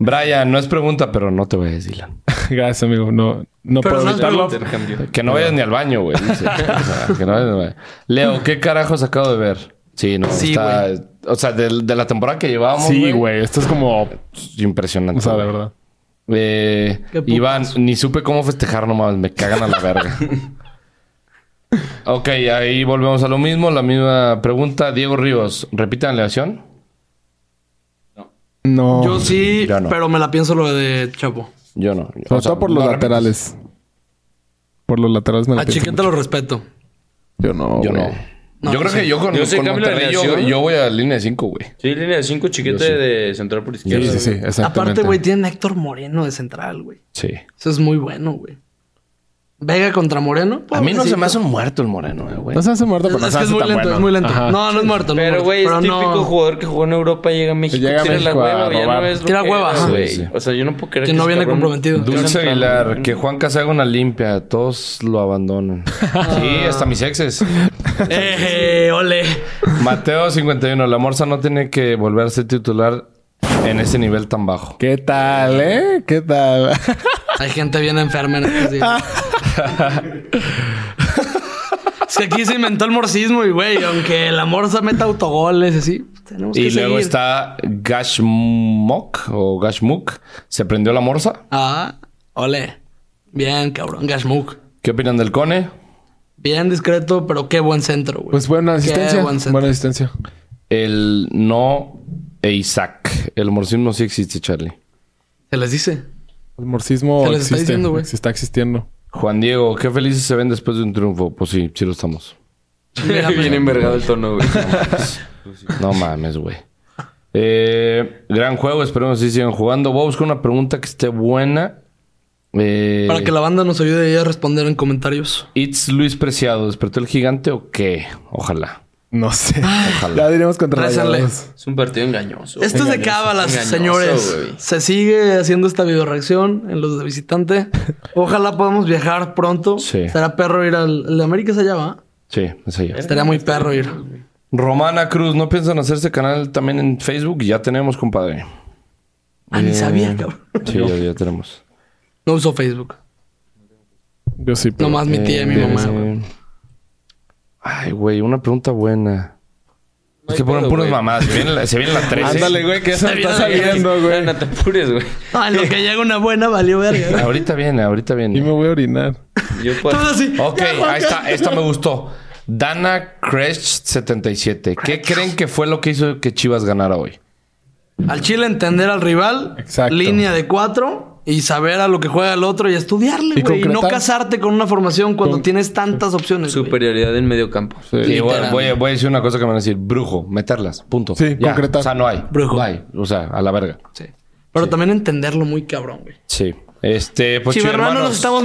Speaker 4: Brian, no es pregunta, pero no te vayas, Dylan.
Speaker 2: Gracias, amigo. No, no
Speaker 1: Pero
Speaker 2: puedo
Speaker 1: no es
Speaker 2: evitarlo.
Speaker 1: pregunta.
Speaker 6: Intercambio.
Speaker 4: Que no vayas ni al baño, güey. dice. O sea, que no vayas ni al baño. Leo, ¿qué carajos acabo de ver? Sí, no,
Speaker 1: Sí,
Speaker 4: está- O sea, del- de, la temporada que llevábamos,
Speaker 2: Sí, güey. Esto es como...
Speaker 4: Impresionante.
Speaker 2: O sea, de
Speaker 4: güey.
Speaker 2: verdad.
Speaker 4: Eh,
Speaker 1: Qué putas.
Speaker 4: Iván, ni supe cómo festejar nomás, me cagan a la verga. ok, ahí volvemos a lo mismo, la misma pregunta. Diego Ríos, ¿repitan la acción?
Speaker 2: No.
Speaker 1: Yo sí,
Speaker 4: ya no.
Speaker 1: pero me la pienso lo de Chapo.
Speaker 4: Yo no. O
Speaker 2: Sobre
Speaker 4: sea,
Speaker 2: todo por los
Speaker 4: no repito.
Speaker 2: laterales. Por los laterales me la
Speaker 1: A
Speaker 2: pienso
Speaker 1: Chiquete lo respeto.
Speaker 2: mucho. Yo no,
Speaker 4: Yo no.
Speaker 2: güey.
Speaker 1: Ah, No,
Speaker 4: yo creo
Speaker 1: sí.
Speaker 4: que yo con,
Speaker 6: Yo sí
Speaker 4: con
Speaker 6: cambio la
Speaker 4: Monterrey, yo,
Speaker 6: alineación.
Speaker 4: yo voy a línea de 5, güey.
Speaker 6: Sí, línea de 5, chiquete de central por izquierda.
Speaker 2: Sí, sí, sí.
Speaker 6: güey.
Speaker 2: Exactamente.
Speaker 1: Aparte, güey, tienen a Héctor Moreno de central, güey.
Speaker 4: Sí.
Speaker 1: Eso es muy bueno, güey. Vega contra Moreno.
Speaker 4: A mí no se me hace
Speaker 1: pobrecito.
Speaker 4: un muerto el moreno, eh, güey.
Speaker 2: No se hace muerto, pero no
Speaker 1: Es
Speaker 2: se
Speaker 1: que es
Speaker 2: hace
Speaker 1: muy
Speaker 2: tan
Speaker 1: lento,
Speaker 2: bueno.
Speaker 1: es muy lento.
Speaker 2: Ajá.
Speaker 1: No, no es muerto. no
Speaker 6: Pero,
Speaker 1: muerto,
Speaker 6: güey, es
Speaker 1: pero
Speaker 6: típico
Speaker 1: no.
Speaker 6: jugador que jugó en Europa, llega a México,
Speaker 2: Llega a
Speaker 6: tira
Speaker 2: México
Speaker 6: la
Speaker 2: a
Speaker 6: hueva, ya
Speaker 2: robar.
Speaker 6: no es lo
Speaker 1: Tira
Speaker 6: que
Speaker 1: hueva,
Speaker 6: es,
Speaker 1: ajá.
Speaker 6: güey.
Speaker 4: Sí, sí.
Speaker 6: O sea, yo no puedo creer
Speaker 1: Que no
Speaker 6: ese
Speaker 1: viene
Speaker 6: cabrón-
Speaker 1: comprometido.
Speaker 4: Dulce
Speaker 6: Central,
Speaker 4: Aguilar,
Speaker 6: güey.
Speaker 4: que Juanca se haga una limpia, todos lo abandonan. sí, hasta mis exes.
Speaker 1: Eh, eh, ole.
Speaker 4: Mateo 51, la Morsa no tiene que volverse titular en ese nivel tan bajo.
Speaker 2: ¿Qué tal, eh? ¿Qué tal?
Speaker 1: Hay gente bien enferma en este estos días. Es que aquí se inventó el morcismo y, güey, aunque el amor se meta autogoles y así, tenemos que
Speaker 4: Y luego
Speaker 1: seguir.
Speaker 4: está Gashmok o Gashmuk, se prendió la Morsa.
Speaker 1: Ah, ole. Bien, cabrón. Gashmuk.
Speaker 4: ¿Qué opinan del Cone?
Speaker 1: Bien discreto, pero qué buen centro, güey.
Speaker 2: pues buena asistencia.
Speaker 1: buen centro.
Speaker 2: Buena asistencia.
Speaker 4: El no e Isaac. El morcismo sí existe, Charlie.
Speaker 1: Se les dice.
Speaker 2: El morcismo
Speaker 1: Se les está
Speaker 2: existe.
Speaker 1: diciendo, güey.
Speaker 2: Se está existiendo.
Speaker 4: Juan Diego, qué felices se ven después de un triunfo. Pues sí, sí lo estamos.
Speaker 1: Mira,
Speaker 6: Bien envergado el tono, güey.
Speaker 4: No mames, güey. Eh, gran juego, esperemos que sigan jugando. Voy a buscar una pregunta que esté buena. Eh,
Speaker 1: Para que la banda nos ayude a responder en comentarios.
Speaker 4: It's Luis Preciado, ¿despertó el gigante o qué? Ojalá.
Speaker 2: No sé.
Speaker 1: Ah.
Speaker 2: Ya diremos contra
Speaker 1: Récenle.
Speaker 2: Rayados.
Speaker 6: Es un partido engañoso.
Speaker 1: Esto es de
Speaker 6: Engañoso,
Speaker 1: cábalas,
Speaker 6: engañoso,
Speaker 1: señores.
Speaker 6: güey.
Speaker 1: Se sigue haciendo esta videoreacción en los de visitante. Ojalá podamos viajar pronto.
Speaker 4: Sí.
Speaker 1: Será perro ir al... El de América es allá, ¿va?
Speaker 4: Sí, es allá.
Speaker 1: Estaría muy perro ir.
Speaker 4: Romana Cruz, ¿no piensan hacerse canal también en Facebook? Ya tenemos, compadre.
Speaker 1: Ah, ni sabía, cabrón.
Speaker 4: Sí, ya, ya tenemos.
Speaker 1: No uso Facebook.
Speaker 2: Yo sí, pero...
Speaker 1: Nomás mi tía y mi
Speaker 4: Eh,
Speaker 1: mamá. güey.
Speaker 4: Ay, güey, una pregunta buena. es que
Speaker 6: hay
Speaker 4: ponen
Speaker 6: pedo,
Speaker 4: puras
Speaker 6: güey.
Speaker 4: mamadas. Se viene la, se viene la ¿eh? 13.
Speaker 2: Ándale, güey, que eso
Speaker 1: Se
Speaker 2: está
Speaker 1: viene la-
Speaker 2: saliendo,
Speaker 6: Ah,
Speaker 2: güey.
Speaker 6: No te apures, güey.
Speaker 1: Ah, en lo que llega una buena valió verga.
Speaker 4: Ahorita viene, ahorita
Speaker 2: Y me
Speaker 4: viene.
Speaker 2: voy a orinar.
Speaker 6: Yo puedo...
Speaker 1: Todo así.
Speaker 4: Pues, Ok,
Speaker 1: Ya, Juan,
Speaker 4: ahí está. Esta me gustó. Dana Crash 77. ¿Qué creen que fue lo que hizo que Chivas ganara hoy?
Speaker 1: Al Chile entender al rival,
Speaker 2: Exacto.
Speaker 1: línea de cuatro y saber a lo que juega el otro y estudiarle,
Speaker 2: Y
Speaker 1: güey. Y, no
Speaker 2: concretar.
Speaker 1: casarte con una formación cuando tienes tantas opciones. güey.
Speaker 6: Superioridad en medio campo.
Speaker 4: Y voy, voy- voy a decir una cosa que me van a decir. Brujo, meterlas. Punto.
Speaker 2: Sí,
Speaker 4: Ya.
Speaker 2: concretar.
Speaker 4: O sea, no hay.
Speaker 1: Brujo.
Speaker 4: No hay. O sea, a la verga.
Speaker 1: Sí. Pero también entenderlo muy cabrón, güey.
Speaker 4: Sí. Este, pues
Speaker 1: Chivermanos, nos
Speaker 4: chivermanos,
Speaker 1: estamos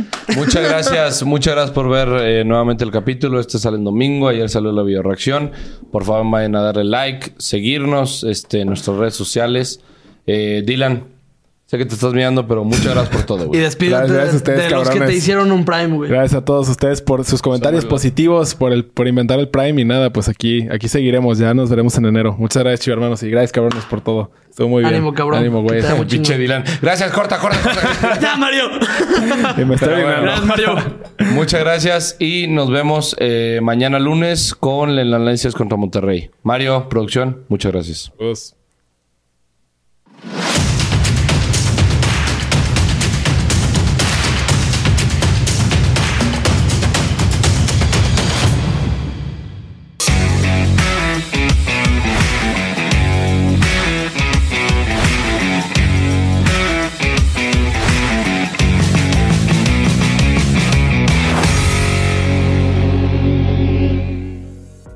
Speaker 1: meando.
Speaker 4: Muchas gracias, muchas gracias por ver eh, nuevamente el capítulo. Este sale en domingo, ayer salió la videoreacción. Por favor, vayan a darle like, seguirnos este, en nuestras redes sociales. Eh, Dylan, sé que te estás mirando, pero muchas gracias por todo,
Speaker 1: Y
Speaker 4: güey.
Speaker 1: despídete
Speaker 2: Gracias a
Speaker 1: de,
Speaker 2: ustedes,
Speaker 1: de los que
Speaker 2: cabrones.
Speaker 1: te hicieron un Prime, güey.
Speaker 2: Gracias a todos ustedes por sus comentarios positivos, por el por inventar el Prime y nada, pues aquí aquí seguiremos, ya nos veremos en enero. Muchas gracias, chivo hermanos, y gracias, cabrones, por todo. Estuvo muy bien.
Speaker 1: Ánimo, cabrón.
Speaker 2: Ánimo, güey.
Speaker 1: Que te hago chingo.
Speaker 4: Pinche Dylan. Gracias, corta, corta, corta.
Speaker 1: ¡Ya, Mario!
Speaker 2: Y me estoy
Speaker 4: Pero bueno.
Speaker 2: orinando.
Speaker 1: Gracias, Mario.
Speaker 4: muchas gracias y nos vemos eh, mañana lunes con el Análisis contra Monterrey. Mario, producción, muchas gracias.
Speaker 2: Pues,